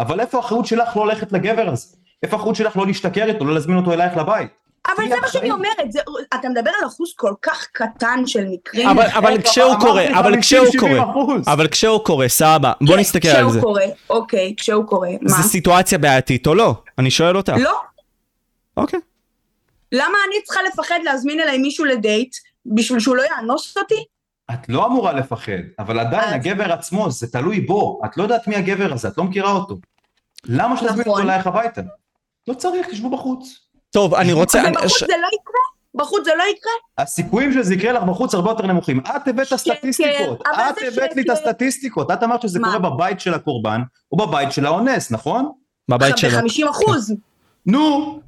E: אבל איפה האחריות שלך לא הולכת לגבר הזה? איפה האחריות שלך לא להשתכר איתו, לא להזמין אותו אלייך לבית?
D: אבל
E: היא
D: זה מה שאני
E: אחראית.
D: אומרת, זה- אתה מדבר על אחוז כל כך קטן של מקרים.
A: אבל- אבל כשהוא קורא, אבל כשהוא קורא, אבל כשהוא קורא, סבא, בוא
D: כן,
A: נסתכל על זה.
D: כשהוא קורה, אוקיי, כשהוא קורה, מה?
A: זה סיטואציה בעייתית או לא? אני שואל אותך.
D: לא,
A: אוקיי.
D: למה אני צריכה לפחד להזמין אליי מישהו לדייט בשביל שהוא לא יאנוס אותי?
E: את לא אמורה לפחד, אבל עדיין
D: אז-
E: הגבר עצמו, זה תלוי בו. את לא יודעת מי הגבר הזה, את לא מכירה אותו. למה שתזמין אותו
D: נכון.
E: אלייך הביתה? לא צריך, תשבו בחוץ.
A: טוב, אני רוצה...
D: אבל
A: אני-
D: בחוץ
A: ש-
D: זה לא יקרה? בחוץ זה לא יקרה?
E: הסיכויים שזה יקרה לך בחוץ הרבה יותר נמוכים. את הבאת את הסטטיסטיקות,
D: כן, אבל
E: את
D: זה
E: הבאת לי את
D: שקר.
E: הסטטיסטיקות, את אמרת שזה
D: מה?
E: קורה בבית של הקורבן, או בבית של האונס, נכון?
A: בבית שלו. כן.
D: ב-50 אחוז.
E: נו,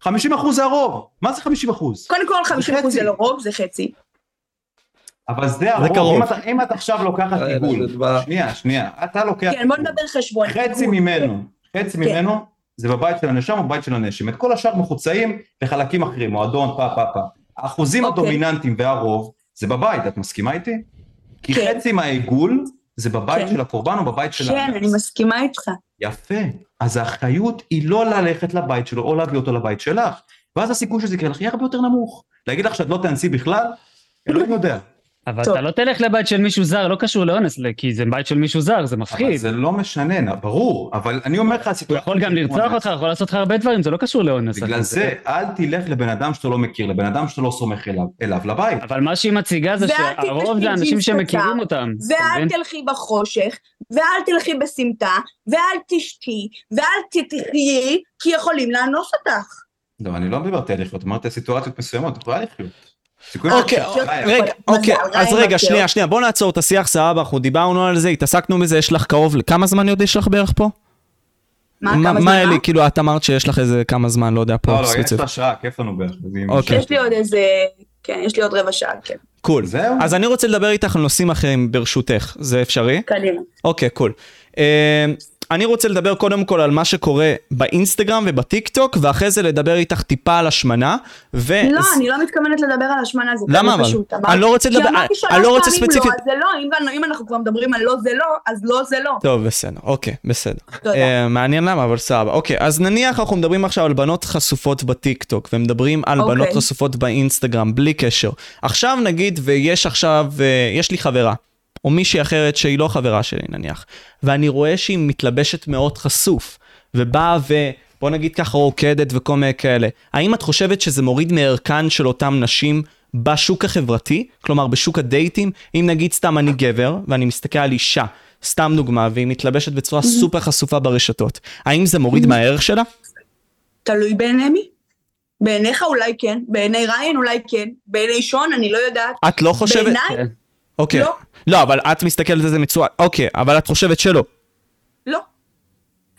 E: 50% זה הרוב. מה זה 50%?
D: קודם כל 50 אחוז
E: חצי.
D: זה לא רוב, זה חצי.
E: אבל זה הרוב.
A: קרוב.
E: אם את- אם את עכשיו לוקחת
F: אה,
E: עיגול,
F: זה דבר-
E: שנייה, שנייה, אתה לוקח
D: כן, בוא
E: עיגול.
D: נדבר חשבון.
E: חצי ממנו, חצי
D: כן.
E: ממנו זה בבית של הנאשם או בבית של הנאשם. את כל השאר מחוצאים לחלקים אחרים, מועדון, פה, פה, פה. האחוזים
D: אוקיי.
E: הדומיננטיים והרוב זה בבית, את מסכימה איתי? כי
D: כן.
E: חצי מהעיגול זה בבית
D: כן.
E: של הקורבן או בבית של
D: כן, אני מסכימה איתך.
E: יפה. אז האחריות היא לא ללכת לבית שלו או להביא אותו לבית שלך. ואז הסיכוי שזה יקרה לך יהיה הרבה יותר נמוך. להגיד לך שאת לא תאנסי בכלל? אלוהים יודע.
B: אבל
D: טוב.
B: אתה לא תלך לבית של מישהו זר, לא קשור לאונס, כי זה בית של מישהו זר, זה
E: אבל
B: מפחיד.
E: זה לא משנה, ברור. אבל אני אומר לך,
B: הוא
E: הסיטואציה...
B: יכול גם לרצוח אותך, יכול לעשות לך הרבה דברים, זה לא קשור לאונס.
E: בגלל
B: אתה-
E: זה, אל תלך לבן אדם שאתה לא מכיר, לבן אדם שאתה לא סומך אליו, אליו לבית.
B: אבל מה שהיא מציגה זה
D: ואל
B: שהרוב
D: תלבשי
B: זה אנשים
D: ג'ינס קצר.
B: שמכירים אותם. אתה
D: ואל
B: מבין?
D: תלכי בחושך, ואל תלכי בסמטה, ואל תשתי, ואל תתחיי, כי יכולים לאנוס אותך.
E: לא, אני לא דיברתי על לחיות, אמרתי סיטואציות מסוימות, את יכולה לחיות. סיכויים-
A: אוקיי,
E: אה,
A: רגע,
D: מזל,
A: אוקיי,
D: רעיון
A: אז רגע,
D: מפתיע.
A: שנייה, שנייה, בוא נעצור את השיח, סבבה, אנחנו דיברנו על זה, התעסקנו בזה, יש לך קרוב, כמה זמן עוד יש לך בערך פה?
D: מה, כמה זמן?
A: מה אלי, כאילו, את אמרת שיש לך איזה כמה זמן, לא יודע,
E: לא,
A: פה
E: לא, יש
A: ספציפית.
E: לה שעה, כיף לנו בערך. אז היא
A: אוקיי.
E: משעשעת.
D: יש לי עוד איזה... כן, יש לי עוד רבע שעה, כן.
A: קול.
E: זהו.
A: אז אני רוצה לדבר איתך על נושאים אחרים, ברשותך, זה אפשרי?
D: קדימה.
A: אוקיי, קול. אה, אני רוצה לדבר קודם כל על מה שקורה באינסטגרם ובטיק טוק, ואחרי זה לדבר איתך טיפה על השמנה. ו...
D: לא, אני לא מתכוונת לדבר על השמנה, זה
A: אה, למה
D: כזה
A: אבל?
D: פשוט.
A: אני לא רוצה לדבר-
D: כי אמרתי
A: אני-
D: שלוש
A: אני לא רוצה
D: פעמים
A: ספציפית-
D: לא, אז זה לא, אם- אם אנחנו כבר מדברים על לא זה לא, אז לא זה לא.
A: טוב, בסדר, אוקיי, בסדר.
D: תודה.
A: אה, מעניין למה, אבל סבבה. אוקיי, אז נניח אנחנו מדברים עכשיו על בנות חשופות בטיקטוק, ומדברים על
D: אוקיי.
A: בנות חשופות באינסטגרם, בלי קשר. עכשיו נגיד, ויש עכשיו, אה, יש לי חברה, או מישהי אחרת שהיא לא חברה שלי נניח, ואני רואה שהיא מתלבשת מאוד חשוף, ובאה ו... בוא נגיד ככה רוקדת וכל מיני כאלה. האם את חושבת שזה מוריד מערכן של אותן נשים בשוק החברתי? כלומר, בשוק הדייטים? אם נגיד סתם אני גבר, ואני מסתכל על אישה, סתם דוגמה, והיא מתלבשת בצורה סופר חשופה ברשתות, האם זה מוריד מהערך שלה?
D: תלוי בעיני מי. בעיניך אולי כן, בעיני ריין אולי כן, בעיני שון אני לא יודעת.
A: את לא חושבת...
D: בעיניי
B: כן.
A: אוקיי.
D: לא.
A: לא, אבל את מסתכלת על זה מצורה... אוקיי, אבל את חושבת שלא.
D: לא.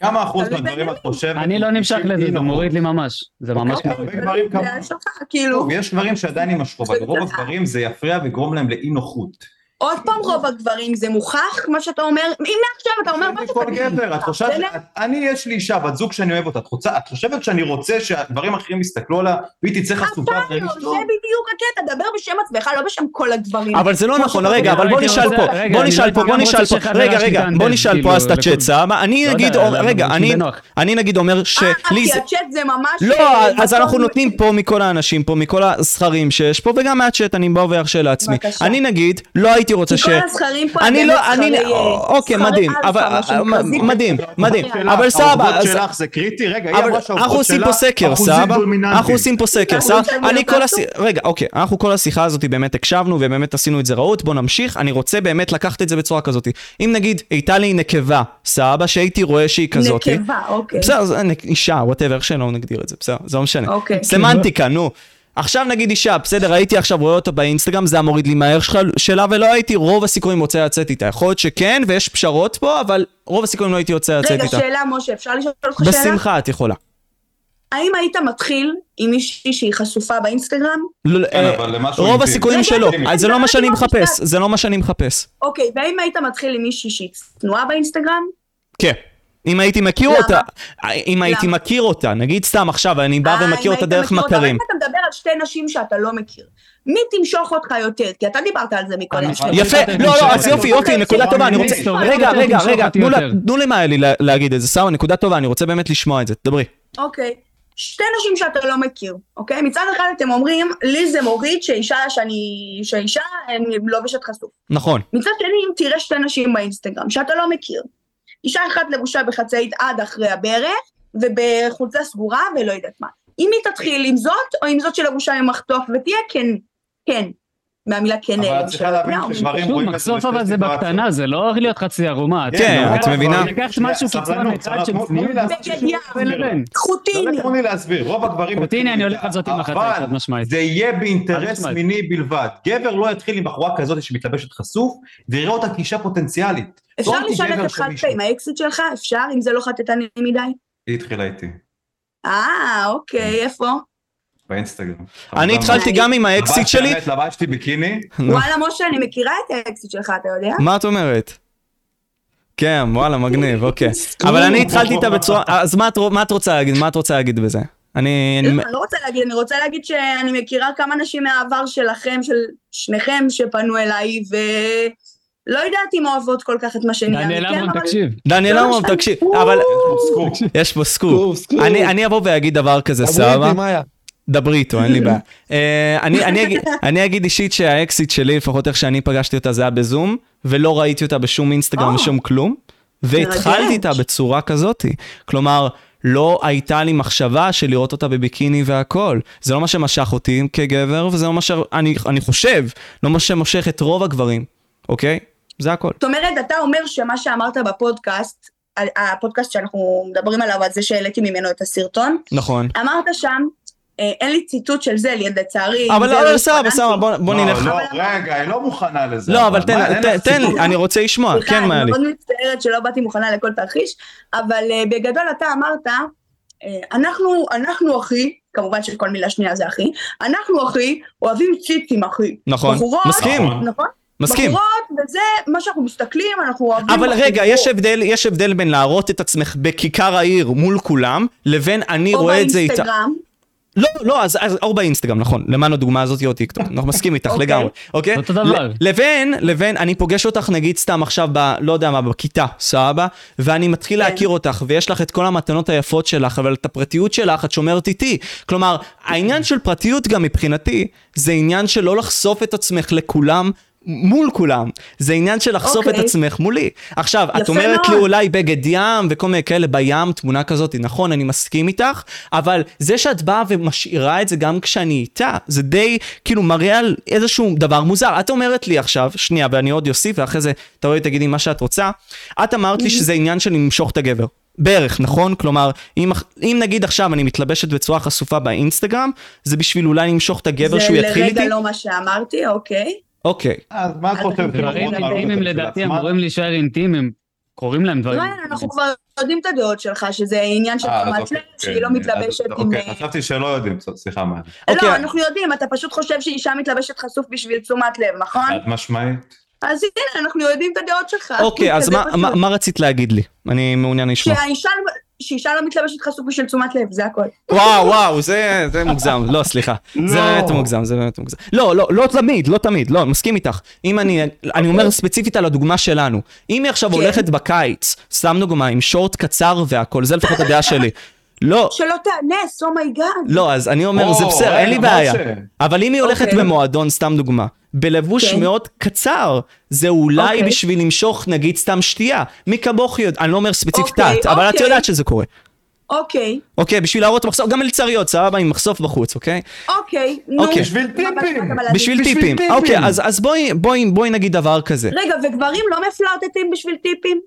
E: כמה אחוז
D: תלוי
E: מהדברים
D: בעיני
E: את חושבת?
B: אני לא נמשך
E: היא
B: לזה, זה
E: נכון.
B: מוריד לי ממש. זה ממש...
E: אוקיי, הרבה דברים אוקיי,
D: זה
E: כמוך.
D: שלך, כאילו.
E: טוב, יש דברים שעדיין יימשכו, אבל
D: זה
E: רוב
D: ככה.
E: הדברים זה יפריע ויגרום להם לאי נוחות.
D: עוד פעם רוב הגברים זה מוכח, מה שאתה אומר, אם מעכשיו אתה אומר משהו,
E: כל
D: תגיד,
E: גבר, את חושבת,
D: זה לא-
E: את- אני יש לי אישה, בת זוג שאני אוהב אותה, את רוצה- את חושבת שאני רוצה שהגברים האחרים יסתכלו עליה, והיא תצא חשופה
D: אף
E: אחרי
D: פעם לא,
E: אשתו?
D: זה בדיוק הקטע, דבר בשם עצמך, לא בשם כל הגברים.
A: אבל זה לא
D: כמו
A: נכון,
D: שאתה
A: רגע,
D: אומר,
A: אבל בוא
B: הייתי
A: נשאל
B: רוצה-
A: פה,
B: כן, רגע,
A: בוא
B: אני
A: נשאל
B: לא-
A: פה,
B: גם
A: בוא
B: רוצה
A: נשאל פה,
B: שחברה
A: רגע,
B: שלי
A: רגע,
B: תענדז,
A: בוא נשאל
B: כאילו,
A: פה אז את
B: לכל-
A: הצ'אצה, מה- אני
B: לא יודע,
A: נגיד,
B: אבל
A: רגע,
B: מרגיש
A: אני-
B: בנוח.
A: אני נגיד אומר
D: אה,
B: אוקיי,
A: שלי
D: כי
A: זה...
D: הצ'אט זה ממש...
A: לא,
D: אה,
A: אז
D: מקום-
A: אנחנו נותנים פה מכל האנשים פה, מכל הזכרים שיש פה, וגם מהצ'אט אני בא וארשה לעצמי.
D: בבקשה.
A: אני נגיד, לא הייתי רוצה
D: כי
A: ש...
D: כל הזכרים פה...
A: אני
D: הם
A: לא,
D: באמת
A: אני,
D: זכרי, אה,
A: אוקיי,
D: זכרי
A: מדהים,
D: אלפא,
A: אבל, אה,
D: מה שנקרא, זיק.
A: מדהים, מדהים,
D: שלך,
A: אבל סבבה,
E: העובדות
A: אז-
E: שלך זה קריטי, רגע, היא
A: אבל
E: אמרה
A: אנחנו
E: שהעובדות
A: עושים פה
E: שלה
A: סקר,
E: אחוזים
A: סבבה?
E: דומיננטיים.
A: אנחנו עושים פה סקר,
D: אנחנו
A: סבבה?
D: משלמים
A: אני
D: אותו
A: כל
D: עצוב.
A: השיחה, רגע, אוקיי, אנחנו כל השיחה הזאת באמת הקשבנו ובאמת עשינו את זה רהוט, בוא נמשיך, אני רוצה באמת לקחת את זה בצורה כזאת. אם נגיד הייתה לי נקבה, סבבה, שהייתי רואה שהיא כזאת,
D: נקבה, אוקיי.
A: בסדר, זה נק- אישה, וואטאבר, איך שלא נגדיר את זה, בסדר, זה לא משנה.
D: אוקיי.
A: סמנטיקה, נו. עכשיו נגיד אישה, בסדר, הייתי עכשיו רואה אותה באינסטגרם, זה היה מוריד לי מהערך של- שלה, ולא הייתי רוב הסיכויים רוצה לצאת איתה. יכול להיות שכן, ויש פשרות פה, אבל רוב הסיכויים לא הייתי רוצה לצאת
D: רגע,
A: איתה.
D: שאלה, משה, אפשר לשאול אותך שאלה?
A: בשמחה את יכולה.
D: האם היית מתחיל עם מישהי שהיא חשופה באינסטגרם?
A: לא, לא,
E: כן,
A: אה,
E: אבל למשהו
A: רוב
E: אינטימי.
A: הסיכויים
D: רגע,
A: שלא,
E: רגע,
A: אז זה לא
D: רגע,
A: מה שאני
D: רגע,
A: מחפש,
D: משפט.
A: זה לא מה שאני מחפש.
D: אוקיי, והאם היית מתחיל עם מישהי שהיא צנועה באינסטגרם?
A: כן. אם הייתי מכיר
D: למה?
A: אותה, אם הייתי מכיר אותה, נגיד סתם עכשיו, אני בא
D: אה,
A: ומכיר
D: אם
A: אותה
D: היית
A: דרך
D: מכיר אותה, אבל
A: מכרים.
D: אם אתה מדבר על שתי נשים שאתה לא מכיר, מי תמשוך אותך יותר? כי אתה דיברת על זה מקודם.
B: המשפחה.
D: שתי-
A: יפה, לא, לא, אז יופי, יופי, נקודה טובה, אני רוצה...
B: אוקיי.
A: רגע, רגע,
B: תמשוך
A: רגע,
B: אותי
A: תנו לה-
B: יותר.
A: תנו למאיה לי לה- להגיד את זה, סאו, נקודה טובה, אני רוצה באמת לשמוע את זה, דברי.
D: אוקיי. שתי נשים שאתה לא מכיר, אוקיי? מצד אחד אתם אומרים, לי זה מוריד שאישה שאני... שאישה אה, לובשת חשוף.
A: נכון.
D: מצד שני, אם תראה שתי נשים באינסטגרם שאתה לא מכיר, אישה אחת לבושה בחצאית עד אחרי הברך, ובחולצה סגורה ולא יודעת מה. אם היא תתחיל עם זאת, או עם זאת שלבושה עם מחטוף, ותהיה כן, כן, מהמילה כן.
E: אבל את
D: למשל.
E: צריכה להבין
D: לא,
E: שגברים
B: שוב,
E: רואים את זה
B: מחשוף אבל זה
E: בסיטואציות.
B: בקטנה, זה לא רק להיות חצי ערומה. אתה
A: כן,
B: יודע,
A: את
B: לקחת-
A: מבינה?
B: לקחת משהו קיצון
E: סבלנות,
B: אחד של
E: סבלנות, תנו לי
B: צניעות
E: להסביר.
D: בגד
B: בין לבין.
E: לא
D: חוטיני.
E: נתנו לי להסביר, רוב הגברים...
B: רוטיני, אני הולך
E: כן. אבל
B: על זאת עם החצי, חד משמעית.
E: זה יהיה באינטרס
B: משמעית.
E: מיני בלבד. גבר לא יתחיל עם בחורה כזאת שמתלבשת חשוף, ויראה אותה כאישה פוטנציאלית.
D: אפשר
E: לא
D: לשאול
E: הייתי גבר
D: את התחלת
E: שמישהו-
D: עם האקסיט שלך? אפשר? אם זה לא חטטני מדי?
E: היא התחילה איתי,
D: אה, אוקיי, איפה?
E: באינסטגרם.
A: אני התחלתי גם עם האקסיט שלי.
E: באמת,
A: *laughs*
E: לבשתי ביקיני,
A: נו,
D: וואלה, משה, אני מכירה את האקסיט שלך, אתה יודע?
A: מה את אומרת? כן, וואלה, מגניב,
D: *laughs*
A: אוקיי. אבל אני התחלתי איתה בצורה... אז מה את רוא- מה את רוצה להגיד? מה את רוצה להגיד בזה? אני...
D: לא,
A: אני-
D: אני לא רוצה להגיד, אני רוצה להגיד שאני מכירה כמה נשים מהעבר שלכם, של שניכם, שפנו אליי, ולא יודעת אם אוהבות כל כך את מה שנראה לי.
B: דניאל
D: כן,
B: אמרון,
D: אבל-
B: תקשיב.
A: דניאל
D: לא לא.
A: אמרון,
D: משנה.
A: תקשיב, אבל
E: סקופ.
A: יש פה סקופ. אני אני אבוא ואגיד דבר כזה, סבבה? דברי איתו, אין לי
D: *laughs*
A: בעיה. אה, אני- אני אגיד- אני אגיד אישית שהאקסיט שלי, לפחות איך שאני פגשתי אותה, זה היה בזום, ולא ראיתי אותה בשום אינסטגרם,
D: או.
A: בשום כלום, והתחלתי
D: אה. מרגש.
A: איתה בצורה כזאתי. כלומר, לא הייתה לי מחשבה של לראות אותה בביקיני והכל. זה לא מה שמשך אותי כגבר, וזה לא מה שאני חושב, לא מה שמושך את רוב הגברים, אוקיי? זה הכל.
D: זאת אומרת, אתה אומר שמה שאמרת בפודקאסט, על- הפודקאסט שאנחנו מדברים עליו, על זה שהעליתי ממנו את הסרטון,
A: נכון.
D: אמרת שם, אה, אין לי ציטוט של זה, לי, לצערי.
A: אבל
D: זה
A: לא, לא, סבבה,
D: התכוונתי.
A: סבבה, בוא- בוא
E: לא,
A: נלך.
E: לא, רגע, היא לא מוכנה לזה.
A: לא, אבל תן,
E: מה,
A: לה-
E: אין
A: תן,
E: לך
A: תן,
E: סיכוי.
A: לי, אני רוצה לשמוע,
D: סליחה,
A: כן, מה
D: אני
A: לי.
D: מאוד מצטערת שלא באתי מוכנה לכל תרחיש, אבל אה, בגדול אתה אמרת, אה, אנחנו, אנחנו אחי, כמובן שכל מילה שנייה זה אחי, אנחנו אחי, אוהבים ציצים אחי.
A: נכון,
D: בחורות,
A: מסכים,
E: נכון.
D: נכון?
A: מסכים.
D: בחורות, וזה מה שאנחנו מסתכלים, אנחנו אוהבים...
A: אבל
D: בחורות.
A: רגע, יש הבדל, יש הבדל בין להראות את עצמך בכיכר העיר מול כולם, לבין אני רואה את זה איתה.
D: או
A: לא, לא, אז, אז או באינסטגרם, נכון, למען הדוגמה הזאת או טיקטוק, אנחנו מסכים איתך
D: אוקיי.
A: לגמרי, אוקיי?
B: אותו דבר.
A: ל- לבין, לבין, אני פוגש אותך נגיד סתם עכשיו ב... לא יודע מה, בכיתה, סבבה? ואני מתחיל
D: כן.
A: להכיר אותך, ויש לך את כל המתנות היפות שלך, אבל את הפרטיות שלך את שומרת איתי. כלומר, העניין של פרטיות גם מבחינתי, זה עניין של לא לחשוף את עצמך לכולם. מול כולם, זה עניין של לחשוף את
D: אוקיי.
A: עצמך מולי. עכשיו, את
D: יפה
A: אומרת לי
D: מאוד.
A: אולי בגד ים וכל מיני כאלה בים, תמונה כזאת, נכון, אני מסכים איתך, אבל זה שאת באה ומשאירה את זה גם כשאני איתה, זה די כאילו מראה על איזשהו דבר מוזר. את אומרת לי עכשיו, שנייה, ואני עוד אוסיף, ואחרי זה תבואי תגידי מה שאת רוצה, את אמרת
D: Mm-hmm.
A: לי שזה עניין של למשוך את הגבר. בערך, נכון? כלומר, אם, אם נגיד עכשיו אני מתלבשת בצורה חשופה באינסטגרם, זה בשביל אולי למשוך את הגבר שהוא יתחיל
D: זה
A: איתי?
D: לרגע לא מה שאמרתי, אוקיי.
A: אוקיי.
E: אז מה את חושבת?
B: דברים
E: שמוכנות לעלות
B: אינטימיים
E: את זה
B: לדעתי
E: לעצמן?
B: אמורים להישאר אינטימיים. קוראים להם דברים.
D: לא, אנחנו כבר יודעים את הדעות שלך, שזה עניין של
E: אה, אז
D: תשומת
E: אוקיי,
D: לב, שהיא
E: כן,
D: לא
E: אז-
D: מתלבשת עם...
E: אוקיי,
D: אה,
E: חשבתי שלא יודעים, ס- סליחה, מה.
A: אוקיי.
E: אה,
D: לא, אנחנו יודעים, אתה פשוט חושב שאישה מתלבשת חשוף בשביל תשומת לב, נכון?
E: חד משמעית.
D: אז הנה, אנחנו יודעים את הדעות שלך. *laughs*
A: אוקיי, אז
D: זה לא
A: מה-
D: פשוט.
A: מה- מה רצית להגיד לי? אני מעוניין לשמוע.
D: שהאישה שאישה לא מתלבשת חשוף בשביל תשומת לב, זה הכל.
A: וואו, וואו, זה זה מוגזם. לא, סליחה. זה באמת מוגזם, זה באמת מוגזם. לא, לא, לא תמיד, לא תמיד, לא, אני מסכים איתך. אם אני, אני אומר ספציפית על הדוגמה שלנו. אם היא עכשיו
D: אוקיי. כן.
A: הולכת בקיץ, סתם דוגמה, עם שורט קצר והכל, זה לפחות הדעה שלי. לא,
D: שלא תאנס, oh אומייגאד.
A: לא, אז אני אומר, זה
E: או,
A: בסדר, אין לי
E: רגע,
A: בעיה.
E: משה.
A: אבל אם היא הולכת
D: אה, אוקיי.
A: במועדון, סתם דוגמה, בלבוש
D: כן.
A: מאוד קצר, זה אולי
D: אוקיי.
A: בשביל למשוך נגיד סתם שתייה. מי כמוך יודע, אני לא אומר ספציפית
D: אוקיי,
A: את, אבל את
D: אוקיי.
A: יודעת שזה קורה.
D: אוקיי,
A: אוקיי, בשביל להראות מחשוף, גם מלצריות, סבבה, עם מחשוף בחוץ, אוקיי?
D: אוקיי, נו.
A: אוקיי.
E: בשביל
D: מה באת
E: טיפים.
D: אבל להגיד?
A: בשביל
E: בשביל
A: טיפים.
E: טיפים.
A: אוקיי, אז אז בואי- בואי בואי נגיד דבר כזה.
D: רגע, וגברים לא מפלרטטים בשביל טיפים?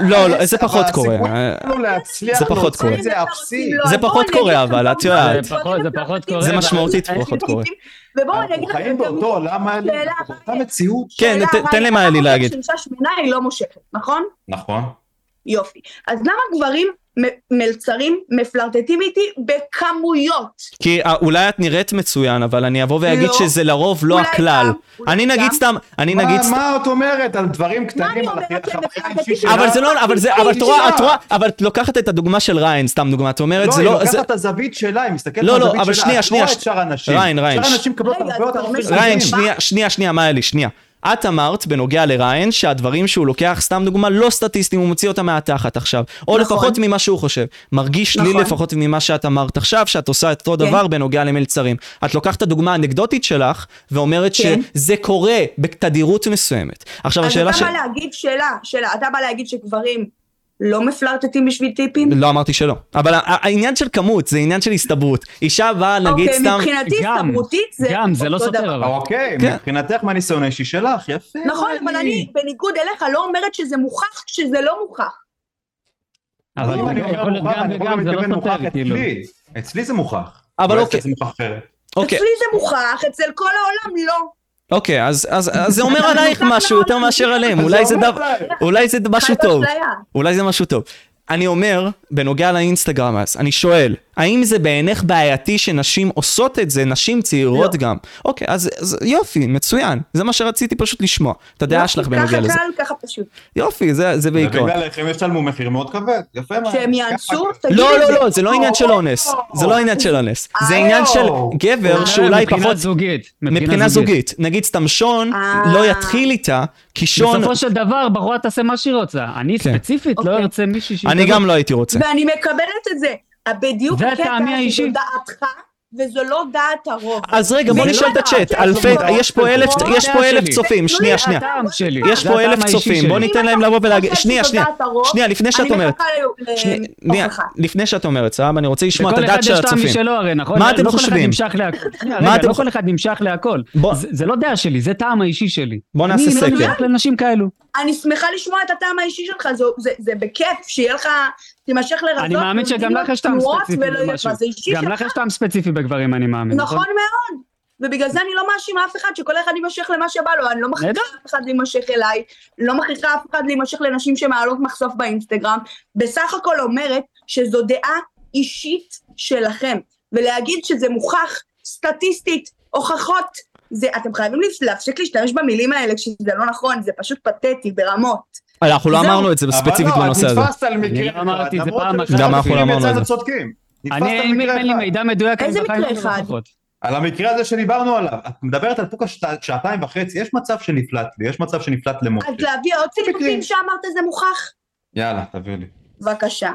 A: לא, לא, זה פחות קורה.
E: הסיכוי
A: אה,
E: שלנו להצליח
A: זה פחות
E: להוציא
A: קורה.
E: את זה
D: גברים
E: אפסי.
D: לא, אז
A: זה
D: בואו
A: פחות
D: אני
A: קורה,
D: אגיד לכם
A: אבל את
D: כמה
A: יודעת.
D: גברים
B: פחות- זה פחות
D: מפלרטטים
B: קורה,
A: זה
D: בשביל
A: משמעותית
D: טיפים.
A: פחות קורה.
D: ובואו אני
E: אנחנו
D: אגיד לכם...
E: חיים
D: יותר
E: באותו
D: מזה.
E: עולם האלה,
D: שאלה
E: באותה
D: הבאה.
E: מציאות.
A: כן,
D: שאלה
A: ת-
D: הבאה
A: תן
D: היא,
A: למעלי
D: למה
A: להגיד.
D: כשאישה שמנה היא לא מושכת, נכון?
E: נכון.
D: יופי. אז למה גברים מ- מלצרים מפלרטטים איתי בכמויות?
A: כי אה, אולי את נראית מצוין, אבל אני אבוא ואגיד
D: לא.
A: שזה לרוב לא
D: אולי
A: הכלל.
D: גם, אולי
A: אני נגיד
D: גם.
A: סתם, אני
E: מה-
A: נגיד סתם...
E: מה את אומרת על דברים קטנים, על
D: אומרת?
E: החי-
D: אתם
E: החוויה
D: מפחדים.
E: האישית שלה?
A: אבל זה לא, אבל זה, אבל את רואה, את רואה, אבל את לוקחת את הדוגמה של ריין, סתם דוגמה, את אומרת,
E: לא,
A: זה
E: היא
A: לא, זה,
E: לוקחת את הזווית שלה, היא מסתכלת על
A: לא,
E: הזווית
A: לא,
E: שלה.
A: אבל שנייה, שנייה,
E: את רואה
A: ש-
E: את שאר האנשים.
A: ריין, ריין,
E: שאר
A: ש-
E: האנשים מקבלות
D: רגע,
E: הרבה יותר
D: אתה אומר
E: אחוזים.
A: ריין,
D: מה?
A: שנייה, שנייה, שנייה, מאלי, שנייה. את אמרת בנוגע לריין שהדברים שהוא לוקח, סתם דוגמה, לא סטטיסטים, הוא מוציא אותם מהתחת עכשיו. או
D: נכון.
A: לפחות ממה שהוא חושב. מרגיש לי
D: נכון.
A: לפחות ממה שאת אמרת עכשיו, שאת עושה את אותו
D: כן.
A: דבר בנוגע למלצרים. את לוקחת את הדוגמה האנקדוטית שלך, ואומרת
D: כן.
A: שזה קורה בתדירות מסוימת. עכשיו,
D: אז אתה
A: השאלה ש...
D: בא להגיד שאלה, שאלה, אתה בא להגיד שגברים לא מפלרטטים בשביל טיפים?
A: לא אמרתי שלא. אבל ה- העניין של כמות, זה עניין של הסתברות. אישה באה, נגיד
D: אוקיי,
A: סתם...
D: מבחינתי
B: גם,
D: הסתברותית זה
B: גם, זה לא
D: אותו דבר.
B: סותר אבל.
E: אוקיי,
A: כן.
E: מבחינתך מהניסיון האישי שלך, יפה.
D: נכון,
E: ריין.
D: אבל אני בניגוד אליך לא אומרת שזה מוכח כשזה לא מוכח.
B: אבל
E: אם אני
B: יכול
E: אומר
B: להיות
E: מוכח,
B: גם
E: אני יכול
B: וגם, זה לא
E: להתכוון מוכח
B: סותר, כאילו.
E: אצלי. אצלי זה מוכח.
A: אבל
E: אולי
A: אוקיי.
E: אצלי זה מוכח אחרת.
A: אוקיי,
D: אצלי זה מוכח, אצל כל העולם לא.
A: אוקיי, אז אז- אז
D: *laughs*
A: זה אומר עלייך
D: מוכח
A: משהו יותר
D: מאוד. *laughs*
A: מאשר עליהם,
E: אז
A: אולי זה
E: אומר
A: דבר...
E: להם.
A: אולי זה משהו
D: חי
A: טוב,
D: באשליה.
A: אולי זה משהו טוב. אני אומר, בנוגע לאינסטגרם אז, אני שואל, האם זה בעינך בעייתי שנשים עושות את זה, נשים צעירות
D: לא.
A: גם? אוקיי, אז, אז יופי, מצוין. זה מה שרציתי פשוט לשמוע, את הדעה
D: יופי,
A: שלך בנוגע לזה.
D: לא, ככה קל, ככה פשוט.
A: יופי, זה, זה בעיקרון.
E: ובגלל איך הם ישלמו מחיר מאוד כבד. יפה מאוד.
D: שהם יאנסו, תגיד
A: לא,
D: את
A: לא,
D: זה.
A: לא, זה לא עניין של אונס. זה לא עניין של אונס. זה
D: אה,
A: עניין של
E: לא.
A: גבר שאולי
B: מבחינה
A: פחות...
B: זוגית.
A: מבחינה זוגית. נגיד סתם שון,
D: אה.
A: לא יתחיל איתה, כי שון...
B: בסופו של דבר, בחורה תעשה מה שהיא רוצה. אני
A: כן.
B: ספציפית לא
D: אוקיי.
B: ארצה מישהי שהיא...
A: אני
B: כזאת.
A: גם לא הייתי רוצה.
D: ואני מקבלת את זה. בדיוק
B: זה
D: הקטע
B: טעמי האישי.
D: שזו דעתך, וזו לא דעת הרוב.
A: אז רגע,
D: זה
A: בוא
D: לא
A: נשאל את
D: דעת
A: הצ'אט.
D: של
A: אלפי,
D: הרוב.
A: יש פה אלף,
B: זה לא
A: יש פה
B: הדעה
A: אלף
B: שלי.
A: צופים, שנייה, שנייה.
B: זה הטעם
D: אוקיי.
B: שלי.
A: יש
B: זה
A: פה
B: הטעם
A: אלף
B: האישי
A: צופים,
B: שלי.
A: בוא ניתן להם לבוא ולהגיד, שנייה, שנייה, שנייה, לפני שאת אומרת,
D: אה,
A: שנייה, שנייה, לפני שאת אומרת, סבבה, אני רוצה לשמוע את
B: לכל אחד
A: הדעת של
B: יש טעם
A: הצופים.
B: משלו הרי, נכון?
A: מה
B: לא-
A: אתם
B: לא כל אחד
A: חושבים?
B: נמשך להכל. שנייה,
A: מה
B: רגע,
A: אתם
B: לא
A: חו-
B: כל אחד נמשך להכל.
A: בוא-
B: זה זה לא דעה שלי, זה טעם האישי שלי.
A: בוא נעשה
B: אני
A: סקר.
B: לא נמשך לנשים כאלו.
D: אני שמחה לשמוע את הטעם האישי שלך, זו- זה- זה בכיף, שיהיה לך, תימשך לרצות.
B: אני מאמין שגם לך יש טעם
D: תנועות
B: ספציפי
D: ולא יהיה
B: במשהו.
D: לך, זה אישי
B: גם לך
D: שלך.
B: יש טעם ספציפי בגברים, אני מאמין.
D: נכון מאוד. ובגלל זה אני לא מאשימה אף אחד, שכל אחד יימשך למה שבא לו, אני לא מכריחה
B: נהדר.
D: אף אחד להימשך אליי, לא מכריחה אף אחד להימשך לנשים שמעלות מחשוף באינסטגרם, בסך הכל אומרת שזו דעה אישית שלכם, ולהגיד שזה מוכח, סטטיסטית, הוכחות, זה, אתם חייבים להפסיק להשתמש במילים האלה כשזה לא נכון, זה פשוט פתטי ברמות.
A: אנחנו לא
D: זהו.
A: אמרנו את זה ספציפית בנושא הזה.
E: אבל לא, את נתפסת על
B: אני
E: מקרה
B: לא
E: אחד.
B: אמרתי את זה
E: למרות
B: פעם
E: שלשאר
B: אחת.
A: גם אנחנו לא
E: המקרים
A: אמרנו
E: יצא
A: את זה.
E: לנו צודקים. נתפסת
B: אני,
E: על
B: אם
E: מקרה
B: אין לי
E: אחד.
B: מידע מדויק, אני
D: איזה
B: בחיים
D: מקרה
B: לא
D: אחד?
B: זוכר.
E: על המקרה הזה שדיברנו עליו. את מדברת על פוקה שעת- שעתיים וחצי, יש מצב שנפלט לי, יש מצב שנפלט למשה.
D: אז להביא עוד ציטוטים
E: מקרים.
D: שאמרת זה מוכח?
E: יאללה, תביא לי.
A: *laughs*
D: בבקשה.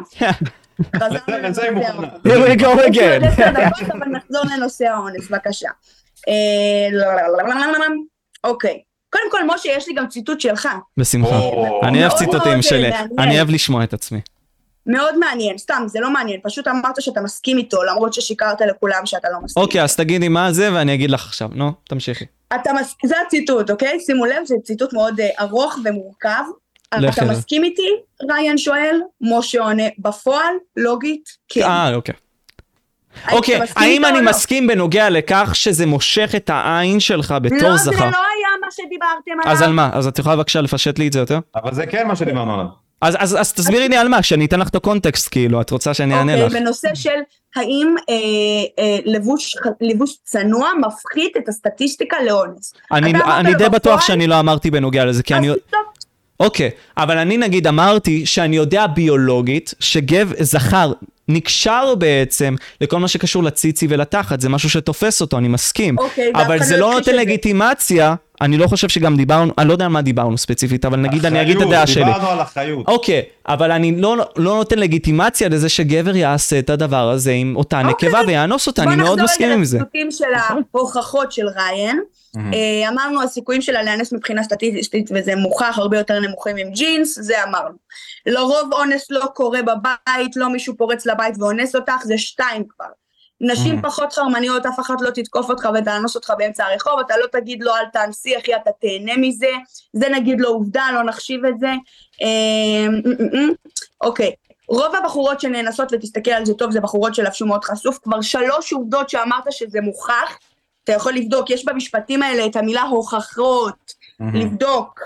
D: חזרנו
E: לזה- לזה היא
D: לנושא
E: מוכנה.
A: Here we go
D: יש לי עוד
A: again.
D: עשר דקות, אבל נחזור לנושא האונס, בבקשה. אה, אוקיי. קודם כל, משה, יש לי גם ציטוט שלך.
A: בשמחה.
D: לא,
E: או,
A: אני אוהב
D: מאוד
A: ציטוטים
D: מאוד אה,
A: שלי,
D: מעניין.
A: אני אוהב לשמוע את עצמי.
D: מאוד מעניין, סתם, זה לא מעניין. פשוט אמרת שאתה מסכים איתו, למרות ששיקרת לכולם שאתה לא מסכים.
A: אוקיי, אז תגידי מה זה ואני אגיד לך עכשיו. נו, תמשיכי.
D: אתה מס... זה הציטוט, אוקיי? שימו לב, זה ציטוט מאוד אה, ארוך ומורכב.
A: לך
D: אתה
A: אליו.
D: מסכים איתי? ריין שואל, משה עונה, בפועל, לוגית, כן.
A: אה, אוקיי.
D: האם
A: אוקיי,
D: אתה מסכים
A: האם
D: איתו או
A: אני
D: לא?
A: מסכים בנוגע לכך שזה מושך את העין שלך בתור
D: לא, זה
A: זכר?
D: לא היה מה שדיברתם עליו.
A: אז על מה? אז את יכולה בבקשה לפשט לי את זה יותר?
E: אבל זה כן מה שדיברנו עליו.
A: אז, אז, אז תסבירי לי על מה, שאני אתן לך את הקונטקסט, כאילו, את רוצה שאני אענה לך.
D: אוקיי, בנושא של האם אה, אה, לבוש, לבוש צנוע מפחית את הסטטיסטיקה לאונס.
A: אני,
D: אתה אמרת
A: אני
D: לו
A: די
D: בפועל,
A: בטוח שאני לא אמרתי בנוגע לזה, כי
D: אז
A: אני...
D: תכתוב,
A: אוקיי, אבל אני נגיד אמרתי שאני יודע ביולוגית שגב זכר נקשר בעצם לכל מה שקשור לציצי ולתחת, זה משהו שתופס אותו, אני מסכים.
D: אוקיי, ואף
A: אבל
D: אחד
A: זה
D: לא
A: לא
D: הכחיש
A: נותן
D: את זה.
A: לגיטימציה, אני לא חושב שגם דיברנו, אני לא יודע על מה דיברנו ספציפית, אבל נגיד אני אגיד את הדעה שלי.
E: דיברנו על אחריות.
A: אוקיי, אבל אני לא, לא נותן לגיטימציה לזה שגבר יעשה את הדבר הזה עם אותה
D: אוקיי.
A: נקבה ויאנוס אותה, אני מאוד מסכים עם זה. נכון.
D: בוא נחזור רגע לציטוטים של ההוכחות של ריין. אה, אמרנו הסיכויים שלה להיאנס מבחינה סטטיסטית וזה מוכח הרבה יותר נמוכים עם ג'ינס, זה אמרנו. לרוב אונס לא קורה בבית, לא מישהו פורץ לבית ואונס אותך, זה שתיים כבר. נשים
A: Mhm.
D: פחות חרמניות, אף אחת לא תתקוף אותך ותאנוס אותך באמצע הרחוב, אתה לא תגיד לו אל תאנסי אחי, אתה תהנה מזה, זה נגיד לא עובדה, לא נחשיב את זה. אה, מ- מ- מ- אוקיי, רוב הבחורות שנאנסות, ותסתכל על זה טוב, זה בחורות שלבשו מאוד חשוף, כבר שלוש עובדות שאמרת שזה מוכח, אתה יכול לבדוק, יש במשפטים האלה את המילה הוכחות,
E: Mm-hmm.
A: אוקיי.
D: לבדוק,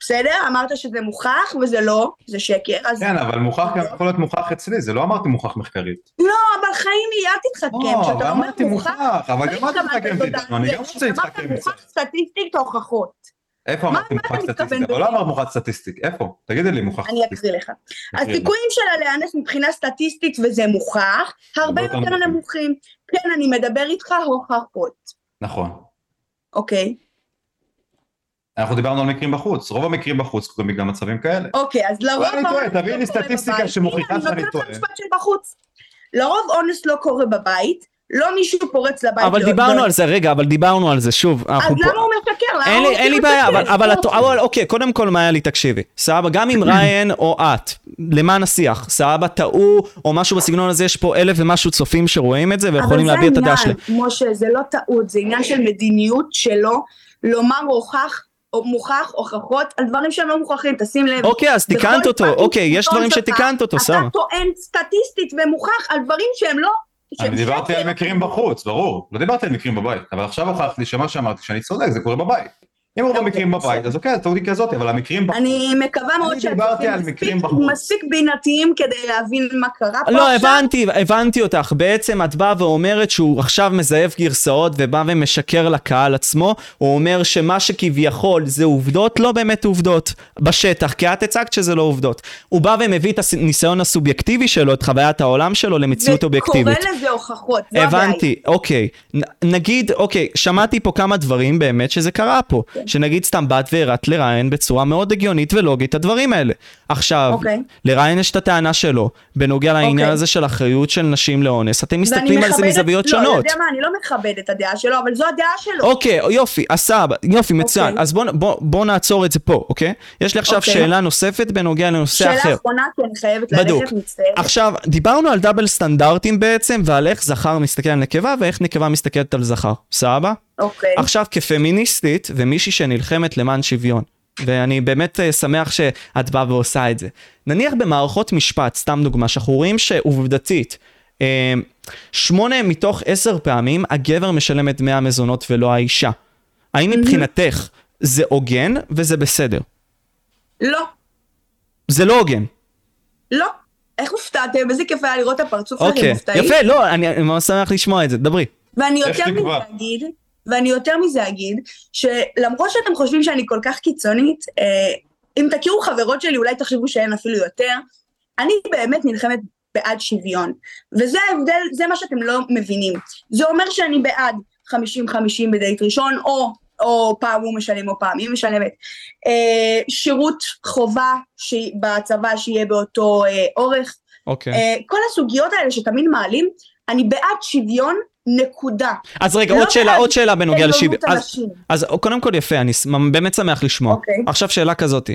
D: בסדר? אמרת שזה מוכח וזה לא, זה שקר, אז
E: כן, אבל מוכח גם יכול להיות מוכח אצלי, זה לא אמרתי מוכח מחקרית.
D: לא, אבל חיים היא, אל תתחכם,
E: לא,
D: כן,
E: אבל
D: כשאתה אומר
E: אמרתי מוכח, אבל גם את מתחכמת איתנו, אני גם רוצה להתחכם
D: אמרת
E: איתך.
D: מוכח סטטיסטית ההוכחות,
E: איפה
D: מה-
E: אמרתי
D: מה
E: מוכח
D: אתה מתכוון
E: סטטיסטי? אבל
D: בזה?
E: לא אמר מוכח סטטיסטי, איפה? תגידי לי מוכח
D: אני
E: סטטיסטי.
D: אקריא לך.
E: תקריא לי.
D: הסיכויים שלה להיאנס מבחינה סטטיסטית, וזה מוכח, הרבה
E: יותר
D: יותר
E: נמוכים.
D: נמוכים. כן, אני מדבר איתך הוכחות,
E: נכון.
D: אוקיי?
E: אנחנו דיברנו על מקרים בחוץ, רוב המקרים בחוץ קורים בגלל מצבים כאלה.
D: אוקיי, אז לרוב...
E: אולי אני טועה,
D: האונס
E: תביאי
D: לא קורה
E: לי סטטיסטיקה
D: בבית.
E: שמוכיחה
D: הנה,
E: שאני
D: אני נותן
E: טועה.
D: לך משפט של בחוץ. לרוב אונס לא קורה בבית, לא מישהו פורץ לבית.
A: אבל
D: לא-
A: דיברנו
D: לא-
A: על זה, רגע, אבל דיברנו על זה, שוב.
D: אז
A: אנחנו פה-
D: למה הוא משקר? למה
A: אין
D: הוא
A: לי, אין לי
D: ממשיך
A: בעיה,
D: לשקר?
A: אבל, אבל, את, אבל אוקיי, קודם כל מאיה לי, תקשיבי. סבבה, גם אם ריין או את, למען השיח, סבבה, טעו, או משהו בסגנון הזה, יש פה אלף ומשהו צופים שרואים את זה ויכולים להביע את הדעה שלהם.
D: אבל זה עניין, משה, זה לא טעות, זה עניין של מדיניות שלו לומר הוכח, או מוכח, הוכחות, על דברים שהם לא מוכחים, תשים לב.
A: אוקיי, אז
D: בכל
A: תיקנת אותו,
D: פעם
A: אוקיי, יש
D: בסרטון
A: דברים
D: שלך,
A: שתיקנת אותו,
D: אתה
A: סבבה.
D: טוען סטטיסטית ומוכח על דברים שהם לא... שהם
E: אני דיברתי
D: שקר.
E: על מקרים בחוץ, ברור. לא דיברתי על מקרים בבית, אבל עכשיו הוכחתי שמה שאמרתי שאני צודק, זה קורה בבית. אם רוב
D: אוקיי,
E: המקרים בבית,
D: בסדר.
E: אז אוקיי, הטעות היא כזאת, אבל המקרים בחוץ...
D: אני מקווה מאוד
E: אני דיברתי על
D: מספיק,
E: מקרים בחוץ.
D: מספיק בינתיים כדי להבין מה קרה פה
A: לא,
D: עכשיו.
A: הבנתי, הבנתי אותך. בעצם את באה ואומרת שהוא עכשיו מזייף גרסאות ובא ומשקר לקהל עצמו. הוא אומר שמה שכביכול זה עובדות, לא באמת עובדות בשטח, כי את הצגת שזה לא עובדות. הוא בא ומביא את הניסיון הסובייקטיבי שלו, את חוויית העולם שלו, למציאות אובייקטיבית.
D: וקורא לזה הוכחות, זו הבעיה.
A: הבנתי, אוקיי. נ- נגיד, אוקיי, שמעתי פה כמה דברים באמת שזה קרה פה.
D: כן.
A: שנגיד סתם באת והראת לראיין בצורה מאוד הגיונית ולוגית את הדברים האלה. עכשיו,
D: אוקיי.
A: לראיין יש את הטענה שלו, בנוגע לעניין
D: אוקיי.
A: הזה של אחריות של נשים לאונס. אתם מסתכלים
D: ואני
A: על זה
D: מכבדת-
A: מזוויות
D: לא, אתה
A: שונות.
D: יודע מה, אני לא מכבד את הדעה שלו, אבל זו הדעה שלו.
A: אוקיי, יופי, עשה, יופי, מצוין.
D: אוקיי.
A: אז בואו בוא, בוא נעצור את זה פה, אוקיי? יש לי עכשיו
D: אוקיי.
A: שאלה נוספת בנוגע לנושא
D: שאלה
A: אחר.
D: אחרונה, כי אני חייבת
A: בדוק.
D: ללכת, מצטערת.
A: עכשיו, דיברנו על דאבל סטנדרטים בעצם, ועל איך זכר מסתכל על נקבה, ואיך נקבה מסתכלת על זכר. סבבה?
D: אוקיי.
A: עכשיו, כפמיניסטית, ומישהי שנלחמת למען שוויון, ואני באמת אה, שמח שאת באה ועושה את זה. נניח במערכות משפט, סתם דוגמה, שאנחנו רואים שעובדתית, אה, שמונה מתוך עשר פעמים הגבר משלם את דמי המזונות ולא האישה. האם מבחינתך זה הוגן וזה בסדר?
D: לא,
A: זה לא הוגן.
D: לא. איך הופתעתם? איזה כיף היה לראות את הפרצוף שלכם
A: אוקיי,
D: מופתעים.
A: יפה, לא, אני אני ממש שמח לשמוע את זה, דברי.
D: ואני יותר
E: איך
D: מזה
E: נקבע?
D: אגיד, ואני יותר מזה אגיד, שלמרות שאתם חושבים שאני כל כך קיצונית, אה, אם תכירו חברות שלי אולי תחשבו שהן אפילו יותר, אני באמת נלחמת בעד שוויון. וזה ההבדל, זה מה שאתם לא מבינים. זה אומר שאני בעד 50-50 בדייט ראשון, או, או פעם הוא משלם או פעם היא משלמת. אה, שירות חובה שהיא- בצבא שיהיה באותו אה, אורך.
A: אוקיי.
D: אה, כל הסוגיות האלה שתמיד מעלים, אני בעד שוויון, נקודה.
A: אז רגע,
D: לא
A: עוד שאלה,
D: בעד
A: עוד שאלה בנוגע
D: עליונות
A: לשוויון. אז-
D: הנשים.
A: אז קודם כל יפה, אני ס- באמת שמח לשמוע.
D: אוקיי.
A: עכשיו שאלה כזאת,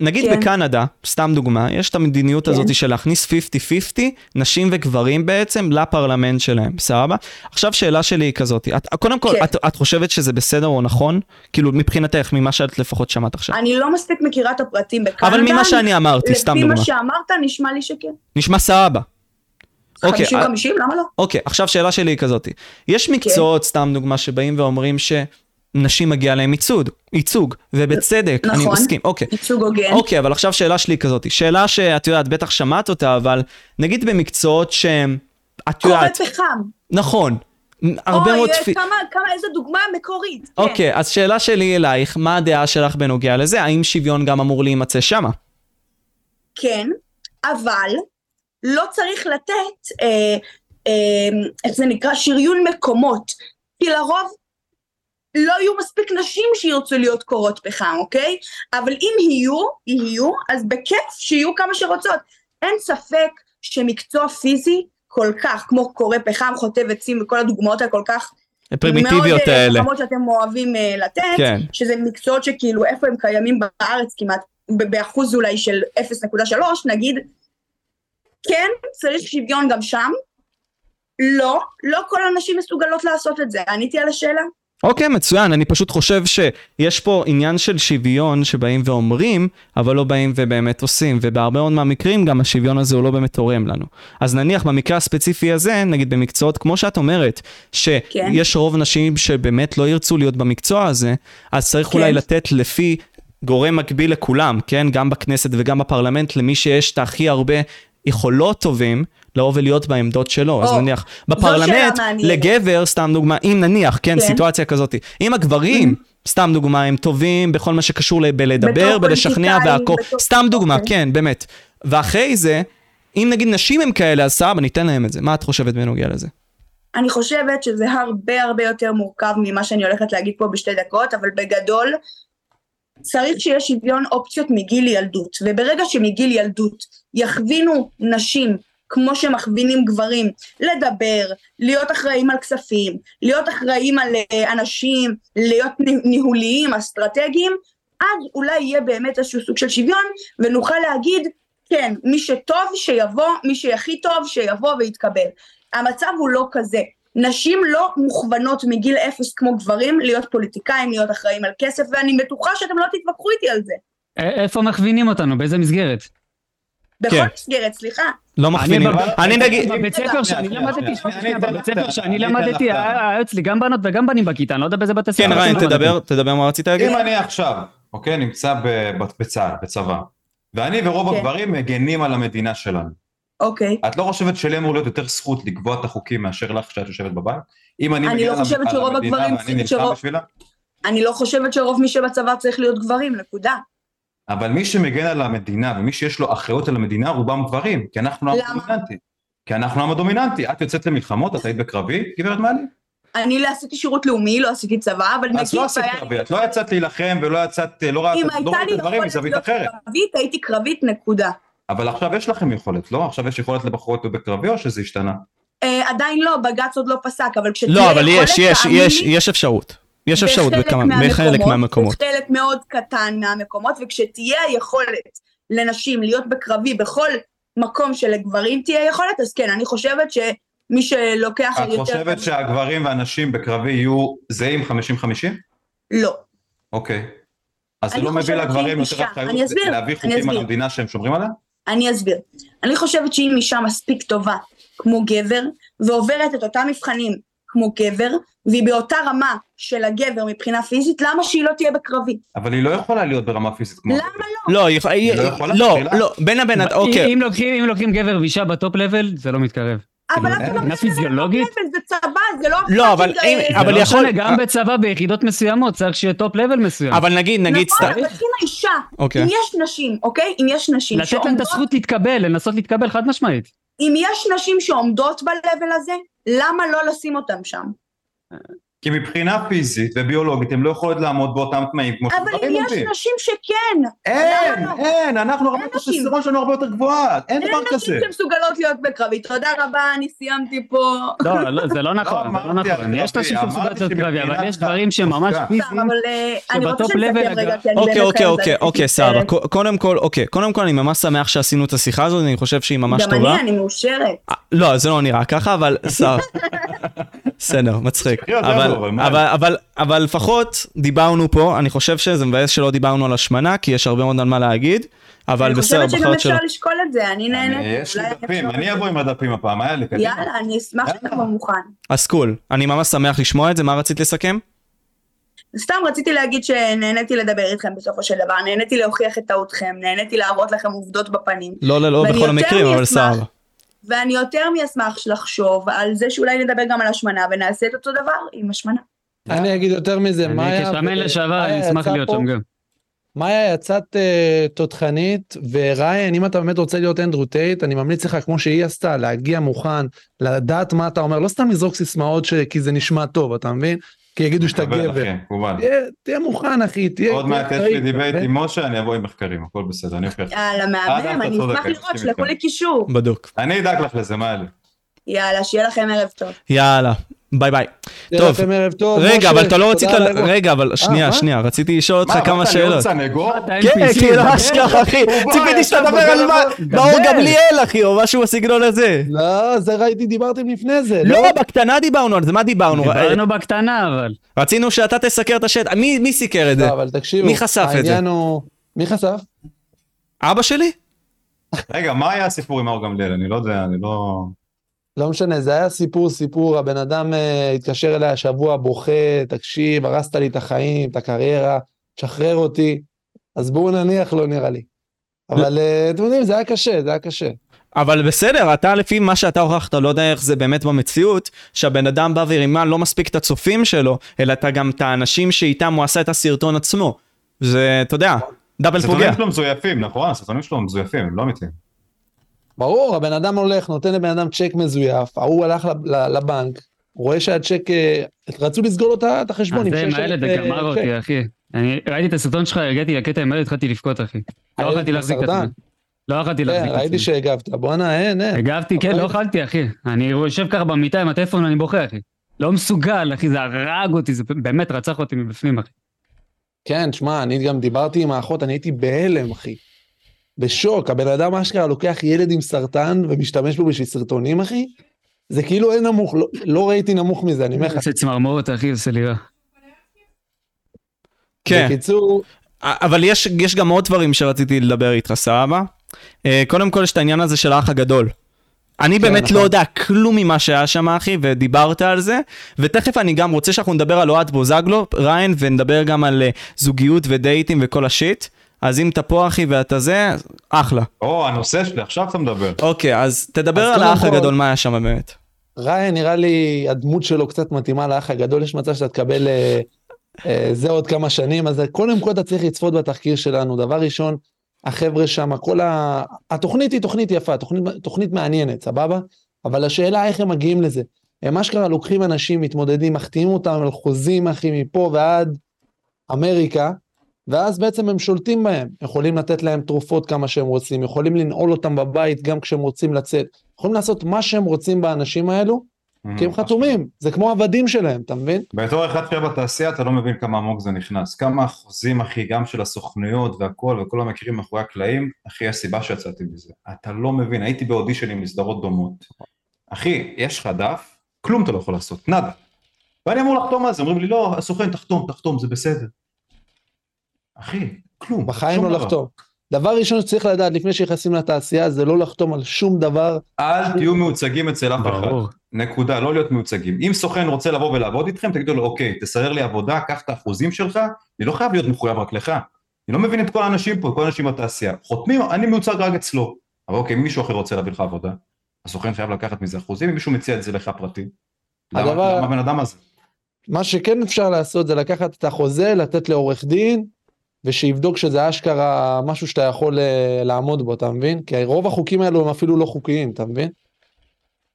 A: נגיד
D: כן.
A: בקנדה, סתם דוגמה, יש את המדיניות
D: כן.
A: הזאת של להכניס 50-50, נשים וגברים בעצם, לפרלמנט שלהם, סבבה? עכשיו שאלה שלי היא כזאת, את, קודם כל,
D: כן.
A: את, את חושבת שזה בסדר או נכון? כאילו, מבחינתך, ממה שאת לפחות שמעת עכשיו.
D: אני לא מספיק מכירה את הפרטים בקנדה.
A: אבל ממה שאני אמרתי, סתם
D: לפי
A: דוגמה.
D: מה שאמרת, נשמע לי שכן.
A: נשמע סבבה. אוקיי,
D: 50-50, למה לא? כן.
A: אוקיי, עכשיו שאלה שלי היא כזאת. יש מקצועות, סתם דוגמה, שבאים ואומרים ש... נשים מגיע להם ייצוג, ייצוג, ובצדק, אני
D: נכון.
A: מסכים. אוקיי.
D: ייצוג הוגן.
A: אוקיי, אבל עכשיו שאלה שלי כזאת, שאלה שאת יודעת, בטח שמעת אותה, אבל נגיד במקצועות שהם, את
D: קורא
A: יודעת,
D: פחם.
A: נכון, הרבה
D: אוי,
A: מאוד...
D: אה,
A: תפי-
D: כמה, כמה, איזה דוגמה מקורית. כן.
A: אוקיי, אז שאלה שלי אלייך, מה הדעה שלך בנוגע לזה? האם שוויון גם אמור להימצא שמה?
D: כן, אבל לא צריך לתת, אה, אה, איך זה נקרא, שריון מקומות. כי לרוב לא יהיו מספיק נשים שירצו להיות קורות פחם, אוקיי? אבל אם יהיו, יהיו, אז בכיף שיהיו כמה שרוצות. אין ספק שמקצוע פיזי כל כך, כמו קורא פחם, חוטב עצים וכל הדוגמאות הכל כך מאוד,
A: הפרימיטיביות
D: אה,
A: האלה.
D: חכמות שאתם אוהבים אה, לתת,
A: כן.
D: שזה מקצועות שכאילו איפה הם קיימים בארץ כמעט, ב- באחוז אולי של 0.3 נגיד, כן, צריך שוויון גם שם, לא, לא כל הנשים מסוגלות לעשות את זה, עניתי על השאלה?
A: אוקיי, מצוין, אני פשוט חושב שיש פה עניין של שוויון שבאים ואומרים, אבל לא באים ובאמת עושים, ובהרבה מאוד מהמקרים גם השוויון הזה הוא לא באמת תורם לנו. אז נניח במקרה הספציפי הזה, נגיד במקצועות, כמו שאת אומרת, שיש כן. רוב נשים שבאמת לא ירצו להיות במקצוע הזה, אז צריך
D: כן.
A: אולי לתת לפי גורם מקביל לכולם, כן? גם בכנסת וגם בפרלמנט, למי שיש את הכי הרבה יכולות טובים, לבוא ולהיות בעמדות שלו. אז
D: או,
A: נניח,
D: שאלה
A: בפרלמנט,
D: מעניינת.
A: לגבר, סתם דוגמה, אם נניח, כן,
D: כן. Mm-hmm.
A: סיטואציה כזאת, אם הגברים, סתם דוגמה, הם טובים בכל מה שקשור ל- בלדבר,
D: בתור
A: בלשכנע
D: פוליטיקאים,
A: והכל,
D: בתור-
A: סתם דוגמה,
D: אוקיי.
A: כן, באמת. ואחרי זה, אם נגיד נשים הם כאלה, אז סבא, ניתן להם את זה. מה את חושבת בנוגע לזה?
D: אני חושבת שזה הרבה הרבה יותר מורכב ממה שאני הולכת להגיד פה בשתי דקות, אבל בגדול צריך שיהיה שוויון אופציות מגיל ילדות, וברגע שמגיל ילדות יכווינו נשים כמו שמכווינים גברים, לדבר, להיות אחראים על כספים, להיות אחראים על אה, אנשים, להיות ני- ניהוליים, אסטרטגיים, אז אולי יהיה באמת איזשהו סוג של שוויון, ונוכל להגיד, כן, מי שטוב שיבוא, מי שהכי טוב שיבוא ויתקבל. המצב הוא לא כזה. נשים לא מוכוונות מגיל אפס כמו גברים להיות פוליטיקאים, להיות אחראים על כסף, ואני בטוחה שאתם לא תתווכחו איתי על זה.
B: א- איפה מכווינים אותנו? באיזה מסגרת?
D: בכל
A: כן.
D: מסגרת, סליחה.
A: לא מכווינים.
B: בב-
A: אני נגיד,
B: בבית ספר שאני
E: שנייה,
B: למדתי,
E: שנייה,
B: שנייה,
E: אני אתן לך
B: בבית
E: את
B: ספר
E: ה-
B: שאני
E: אני אתן לך
B: למדתי,
E: את ה-
B: היה היה אצלי גם בנות וגם בנים בכיתה, אני לא יודע באיזה בית הספר.
A: כן,
B: אתם
A: ריין,
B: למדתם.
A: תדבר, תדבר מה רצית להגיד.
E: אם אני עכשיו, אוקיי, נמצא ב- בצה"ל, בצבא, ואני ורוב
D: כן.
E: הגברים מגנים על המדינה שלנו,
D: אוקיי.
E: את לא חושבת שלי אמור להיות יותר זכות לקבוע את החוקים מאשר לך כשאת יושבת בבית? אם אני
D: אני
E: מגן
D: לא
E: על המ-
D: חושבת
E: על
D: שרוב
E: המדינה
D: הגברים
E: ואני
D: צריכים-
E: נלחם
D: שרוב-
E: בשבילה,
D: אני לא חושבת שרוב מי שבצבא צריך להיות גברים, נקודה.
E: אבל מי שמגן על המדינה ומי שיש לו אחריות על המדינה, רובם גברים, כי אנחנו העם
D: למה?
E: הדומיננטי. כי אנחנו העם הדומיננטי. את יוצאת למלחמות, את היית בקרבי, גברת מאלי?
D: אני לא עשיתי שירות לאומי, לא עשיתי צבא, אבל נגיד...
E: אז לא עשית
D: והיה-
E: קרבי, את לא יצאת להילחם ולא יצאת, לא ראית
D: אם
E: לא ראית
D: הייתה לי
E: את הדברים
D: יכולת
E: מזווית
D: להיות
E: אחרת.
D: קרבית, הייתי קרבית, נקודה.
E: אבל עכשיו יש לכם יכולת, לא? עכשיו יש יכולת לבחורות בקרבי או שזה השתנה?
D: אה, עדיין לא, בג"ץ עוד לא פסק, אבל כשתהיה
A: לא, אבל יש,
D: יכולת,
A: יש,
D: תאמין
A: יש,
D: לי,
A: יש אפשרות. יש אפשרות
D: בחלק
A: בכמה- בחלק מהמקומות.
D: בחלק מאוד קטן מהמקומות, וכשתהיה היכולת לנשים להיות בקרבי בכל מקום שלגברים תהיה יכולת, אז כן, אני חושבת שמי שלוקח על
E: את
D: יותר...
E: חושבת
D: קרבי-
E: שהגברים והנשים בקרבי יהיו זהים 50-50?
D: לא.
E: אוקיי. אז זה
D: אני
E: לא מביא
D: חושבת שאם
E: לגברים יותר
D: אישה-
E: אחריות
D: אני אסביר, אני
E: להביא חוקים על
D: אסביר.
E: המדינה שהם שומרים עליה?
D: אני אסביר. אני חושבת שאם אישה מספיק טובה כמו גבר, ועוברת את אותם מבחנים כמו גבר, והיא באותה רמה של הגבר מבחינה פיזית, למה שהיא לא תהיה בקרבי?
E: אבל היא לא יכולה להיות ברמה פיזית כמו...
D: למה
A: לא, היא- היא-
E: לא יכולה?
A: לא,
E: שאלה?
A: לא, בין הבן אדם, אוקיי.
B: אם לוקחים- אם לוקחים גבר ואישה בטופ לבל, זה לא מתקרב.
D: אבל
E: כאילו,
D: אף אחד לא
B: מבחינה
D: מדבר על
B: פיזיולוגית?
D: טופ-לבל, זה צבא, זה לא...
A: לא, אבל
D: הפחד
A: אם-
D: של-
B: אבל
A: אבל
B: יכול...
A: יכול- אה.
B: זה לא משנה, גם בצבא ביחידות מסוימות צריך שיהיה טופ לבל מסוים.
A: אבל נגיד, נגיד
D: נכון,
A: סתם,
D: אבל אם האישה,
A: אוקיי.
D: אם יש נשים, אוקיי? אם יש נשים
B: לתת להם את הזכות להתקבל, לנסות להתקבל חד משמעית.
D: אם יש נשים שעומדות ב-level הזה, למה לא לשים אותן שם?
E: כי מבחינה פיזית וביולוגית הם לא יכולות לעמוד באותם תנאים כמו
D: אבל אם
E: שגברים
D: יש
E: עומדים.
D: נשים שכן,
E: אין,
D: למה לא?
E: אין, אנחנו, רמת
D: נשים.
E: הטסטוסטרון שלנו הרבה יותר גבוהה, אין דבר
D: אין
E: כזה.
D: נשים שמסוגלות להיות בקרבי. תודה רבה, אני סיימתי פה.
B: לא, לא, זה לא נכון, זה לא
E: אמרתי על
B: נכון. יש
E: קרבי,
B: נשים
E: אמרתי
B: שמסוגלות להיות
E: שמבחינת
B: קרבי, אבל יש דברים
E: דווקא.
B: שהם ממש פיזיים.
D: אבל אה, אני רוצה
B: שבטופ level
D: לסכם רגע,
B: הגב-
D: כי אני
A: אוקיי,
D: באמת
A: אוקיי,
D: חייבת אה,
A: אוקיי,
D: ללכת.
A: אוקיי, סבבה. ק- קודם כל, אוקיי, קודם כל אני ממש שמח שעשינו את השיחה הזאת, אני חושב שהיא ממש
D: גם
A: טובה.
D: אני, אני מאושרת.
A: אה, לא, זה לא נראה ככה, אבל
D: *laughs*
A: סבבה. בסדר, מצחיק.
E: שחרר
A: אבל-
E: אותנו, אבל מה?
A: אבל- אבל- אבל לפחות דיברנו פה, אני חושב שזה מבאס שלא דיברנו על השמנה, כי יש הרבה מאוד על מה להגיד, אבל
D: אני
A: בסדר,
D: חושבת שגם
A: בחרת שלא.
D: אפשר לשקול את זה, אני
E: אני-
D: נהנית.
E: יש לי
D: אולי
E: דפים,
D: אפשר-
E: אני אבוא עם הדפים הפעם, היה לי קדימה.
D: יאללה, אני אשמח שאתה כבר מוכן.
A: אז קול, אני ממש שמח לשמוע את זה, מה רצית לסכם?
D: סתם רציתי להגיד שנהניתי לדבר איתכם בסופו של דבר, נהניתי להוכיח את טעותכם, נהניתי להראות לכם עובדות בפנים.
A: לא, לא, לא
D: ואני
A: בכל
D: יותר
A: המקרים, אבל
D: מאשמח.
A: סבבה.
D: ואני יותר מאשמח לחשוב על זה שאולי נדבר גם על השמנה ונעשה את אותו דבר עם השמנה.
F: אני אגיד יותר מזה,
B: אני
F: מאיה...
B: כשמן לשעבר,
F: מאיה
B: אני אשמח
F: יצאה
B: להיות
F: אה, פה-
B: שם גם.
F: מאיה, יצאת אה, תותחנית, וריין, אם אתה באמת רוצה להיות אנדרו טייט, אני ממליץ לך, כמו שהיא עשתה, להגיע מוכן, לדעת מה אתה אומר, לא סתם לזרוק סיסמאות ש- כי זה נשמע טוב, אתה מבין? כי יגידו שאתה
E: מקבל,
F: גבר.
E: אחי, מקובל.
F: תהיה- תהיה מוכן, אחי, תהיה...
E: עוד מעט יש
F: אחראי,
E: לי דיבייט
F: אתה מבין?
E: עם משה, אני אבוא עם מחקרים, הכל בסדר, אני אוכיח.
D: יאללה,
E: אדם,
D: מהמם,
E: אה, אתה
D: אני אשמח
E: צודק, אני
D: לראות,
E: מסכים
D: שלחו לי
E: איתך.
D: קישור.
A: בדוק.
E: אני אדאג לך לזה, מה אלה?
D: יאללה, שיהיה לכם ערב טוב.
A: יאללה, ביי ביי.
F: שיהיה
A: טוב.
F: לכם ערב טוב,
A: רגע,
F: משה,
A: אבל אתה לא
F: תודה
A: רצית...
F: על
A: ל-
F: האירוע.
A: רגע, אבל שנייה,
F: מה?
A: שנייה, רציתי לשאול אותך כמה
E: להיות
A: שאלות.
E: סנגור?
A: כן,
B: NPC,
A: כן,
B: דבר.
A: ממש ככה, אחי.
E: הוא בא,
A: ציפיתי
E: ישב,
A: שתדבר
E: דבר
A: על מה-
E: דבר.
A: מאור גמליאל, אחי, או משהו בסגנון הזה.
F: לא, זה ראיתי, דיברתם לפני זה.
A: לא, בקטנה דיברנו על זה, מה דיברנו? אה,
B: דיברנו בקטנה, אבל.
A: רצינו שאתה תסקר את השטח. מי מי סיקר את זה?
F: לא, אבל תקשיבו,
A: מי חשף את זה?
F: העניין הוא... מי חשף?
A: אבא שלי?
E: רגע, מה היה הסיפור עם מאור גמליאל? אני לא יודע, אני לא...
F: לא משנה, זה היה סיפור, סיפור, הבן אדם אה, התקשר אליי השבוע, בוכה, תקשיב, הרסת לי את החיים, את הקריירה, תשחרר אותי, אז בואו נניח לו, נראה לי. אבל אה, אתם יודעים, זה היה קשה, זה היה קשה.
A: אבל בסדר, אתה לפי מה שאתה הוכחת, לא יודע איך זה באמת במציאות, שהבן אדם בא ורימה לא מספיק את הצופים שלו, אלא אתה גם את האנשים שאיתם הוא עשה את הסרטון עצמו. זה, אתה יודע, דאבל פוגע.
E: הסרטונים שלו מזויפים, נכון? הסרטונים שלו מזויפים, הם לא אמיתיים.
F: ברור, הבן אדם הולך, נותן לבן אדם צ'ק מזויף, ההוא הלך לב- ל- לבנק, רואה שהצ'ק, אה, רצו לסגור לו את ה- את החשבון.
B: אז
F: עם
B: זה עם
F: 6,000,
B: הילד,
F: אה,
B: זה גמר
F: צ'ק.
B: אותי, לא אחי. אני ראיתי את הסרטון שלך, הגעתי לקטע עם הילד, התחלתי לבכות, אחי. לא
F: הילד
B: יכולתי להחזיק את
F: בסרטן.
B: עצמי. לא יכולתי
F: כן,
B: להחזיק את
F: ראיתי
B: עצמי.
F: שהגבת, בואנה, אין, אין.
B: הגבתי, כן,
F: אבל-
B: לא יכולתי, אחי. אני יושב ככה במיטה עם הטלפון, אני בוכה, אחי. לא מסוגל, אחי, זה הרג אותי, זה באמת רצח אותי מבפנים, אחי.
F: כן, תשמע, אני גם דיברתי עם האחות, אני הייתי בהלם, אחי. בשוק, הבן אדם אשכרה לוקח ילד עם סרטן ומשתמש בו בשביל סרטונים, אחי? זה כאילו אין נמוך, לא, לא ראיתי נמוך מזה, אני אומר לך.
B: עושה צמרמורת, אחי, עושה לי רע.
A: כן.
F: בקיצור,
A: אבל יש, יש גם עוד דברים שרציתי לדבר איתך, סבבה? אה, קודם כל יש את העניין הזה של האח הגדול. אני באמת
F: נכון.
A: לא יודע כלום ממה שהיה שם אחי, ודיברת על זה, ותכף אני גם רוצה שאנחנו נדבר על אוהד בוזגלו, ריין, ונדבר גם על אה, זוגיות ודייטים וכל השיט. אז אם אתה פה אחי ואתה זה, אחלה.
E: או, הנושא שלי, עכשיו אתה מדבר.
A: אוקיי, אז תדבר
F: אז
A: על
F: קודם
A: האח
F: כל-
A: הגדול, מה היה שם באמת.
F: ריין, נראה לי הדמות שלו קצת מתאימה לאח הגדול, יש מצב שאתה תקבל אה, אה, זה עוד כמה שנים, אז קודם כל אתה צריך לצפות בתחקיר שלנו. דבר ראשון, החבר'ה שם, כל ה... התוכנית היא תוכנית יפה, תוכנית, תוכנית מעניינת, סבבה? אבל השאלה איך הם מגיעים לזה. הם אשכרה לוקחים אנשים, מתמודדים, מחתימים אותם על חוזים, אחי, מפה ועד אמריקה, ואז בעצם הם שולטים בהם. יכולים לתת להם תרופות כמה שהם רוצים, יכולים לנעול אותם בבית גם כשהם רוצים לצאת. יכולים לעשות מה שהם רוצים באנשים האלו,
A: Mm,
F: כי הם חתומים, זה כמו עבדים שלהם, אתה מבין?
E: בתור אחד שהיה בתעשייה אתה לא מבין כמה עמוק זה נכנס. כמה אחוזים, אחי, גם של הסוכנויות והכל, וכל המכירים מאחורי הקלעים, אחי, יש סיבה שיצאתי מזה. אתה לא מבין, הייתי באודישנים לסדרות דומות. אחי, יש לך דף, כלום אתה לא יכול לעשות, נאדה. ואני אמור לחתום על זה, אומרים לי, לא, הסוכן, תחתום, תחתום, זה בסדר. אחי, כלום.
F: בחיים
E: שום
F: לא
E: דבר.
F: לחתום. דבר ראשון שצריך לדעת לפני שנכנסים לתעשייה זה לא לחתום על שום דבר.
E: אל תהיו מיוצגים אצל אף אחד.
B: ברור.
E: נקודה, לא להיות מיוצגים. אם סוכן רוצה לבוא ולעבוד איתכם, תגידו לו, אוקיי, תסדר לי עבודה, קח את האחוזים שלך, אני לא חייב להיות מחויב רק לך. אני לא מבין את כל האנשים פה, את כל האנשים בתעשייה. חותמים, אני מיוצג רק אצלו. אבל אוקיי, אם מישהו אחר רוצה להביא לך עבודה, הסוכן חייב לקחת מזה אחוזים, אם מישהו מציע את זה לך פרטי. למה
F: הדבר-
E: למה הבן אדם הזה?
F: מה שכן אפשר לעשות זה לקחת את החוזה, לתת לעורך דין, ושיבדוק שזה אשכרה משהו שאתה יכול אה, לעמוד בו, אתה מבין? כי רוב החוקים האלו הם אפילו לא חוקיים, אתה מבין?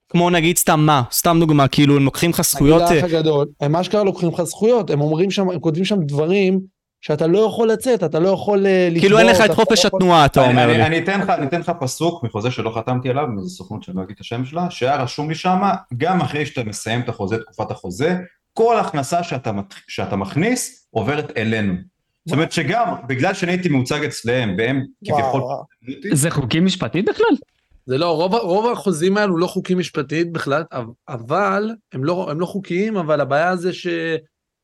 A: כמו נגיד סתם מה, סתם דוגמה, כאילו הם לוקחים לך זכויות,
F: נגיד
A: אה,
F: האח הגדול, הם אשכרה לוקחים לך זכויות, הם אומרים שם, הם כותבים שם דברים שאתה לא יכול לצאת, אתה לא יכול אה, לקבוע...
A: כאילו אין לך את
F: אתה
A: חופש
F: לא יכול-
A: התנועה, אתה
E: אני-
A: אומר
E: אני-
A: לי.
E: אני אתן לך- אני אתן לך פסוק מחוזה שלא חתמתי עליו, מאיזו סוכנות שאני לא אגיד את השם שלה, שהיה רשום לי שמה, גם אחרי שאתה מסיים את החוזה, תקופת החוזה, כל הכנסה שאתה מת- שאתה מכניס עוברת אלינו. זאת אומרת שגם, בגלל שאני הייתי מיוצג אצלהם, והם
F: וואו,
E: כביכול...
F: וואו.
B: זה חוקי משפטי בכלל?
G: זה לא, רוב, ה- רוב החוזים האלו לא חוקים משפטית בכלל, אב- אבל הם לא, הם לא חוקיים, אבל הבעיה זה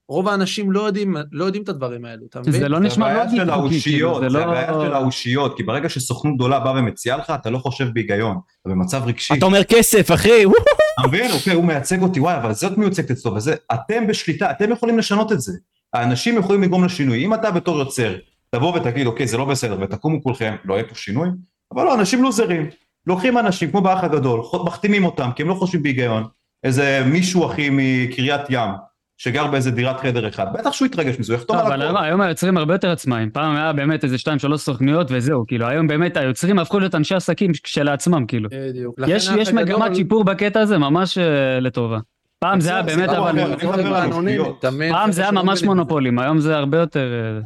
G: שרוב האנשים לא יודעים, לא יודעים את הדברים האלו, אתה מבין?
B: זה לא נשמע לא
E: הבעיה של
B: חוקי, כאילו,
E: האושיות,
B: זה
E: זה הבעיה של
B: לא...
E: האושיות, כי ברגע שסוכנות גדולה באה ומציעה לך, אתה לא חושב בהיגיון, אתה במצב רגשי.
A: אתה אומר כסף, אחי, וואו.
E: אתה מבין? אוקיי, הוא מייצג אותי, וואי, אבל זאת מיוצגת אצלו, וזה, אתם בשליטה, אתם יכולים לשנות את זה. האנשים יכולים לגרום לשינוי. אם אתה בתור יוצר, תבוא ותגיד, אוקיי, זה לא בסדר, ותקומו כולכם, לא יהיה פה שינוי, אבל לא, אנשים לוזרים. לוקחים אנשים, כמו באח הגדול, ח- מחתימים אותם, כי הם לא חושבים בהיגיון. איזה מישהו, אחי, מקריית ים, שגר באיזה דירת חדר אחד, בטח שהוא יתרגש מזה, הוא יחתום
B: טוב,
E: על
B: אבל
E: הכל.
B: היום היוצרים הרבה יותר עצמאיים. פעם היה באמת איזה שתיים, שלוש סוכניות וזהו, כאילו, היום באמת היוצרים הפכו להיות אנשי עסקים כשלעצמם, כאילו.
F: בדיוק.
B: יש,
F: לכן
B: יש
F: האח הגדול-
G: לא-
B: מגמת שיפור בקטע הזה, ממש אה, לטובה. פעם זה היה
F: בסדר,
B: באמת,
E: זה
B: אבל...
E: לא אני מדבר על
F: אנונימי,
E: מונופוליות.
F: אתה מבין?
B: פעם זה היה
F: שלא
B: ממש
F: מבינים.
B: מונופולים, היום זה הרבה יותר...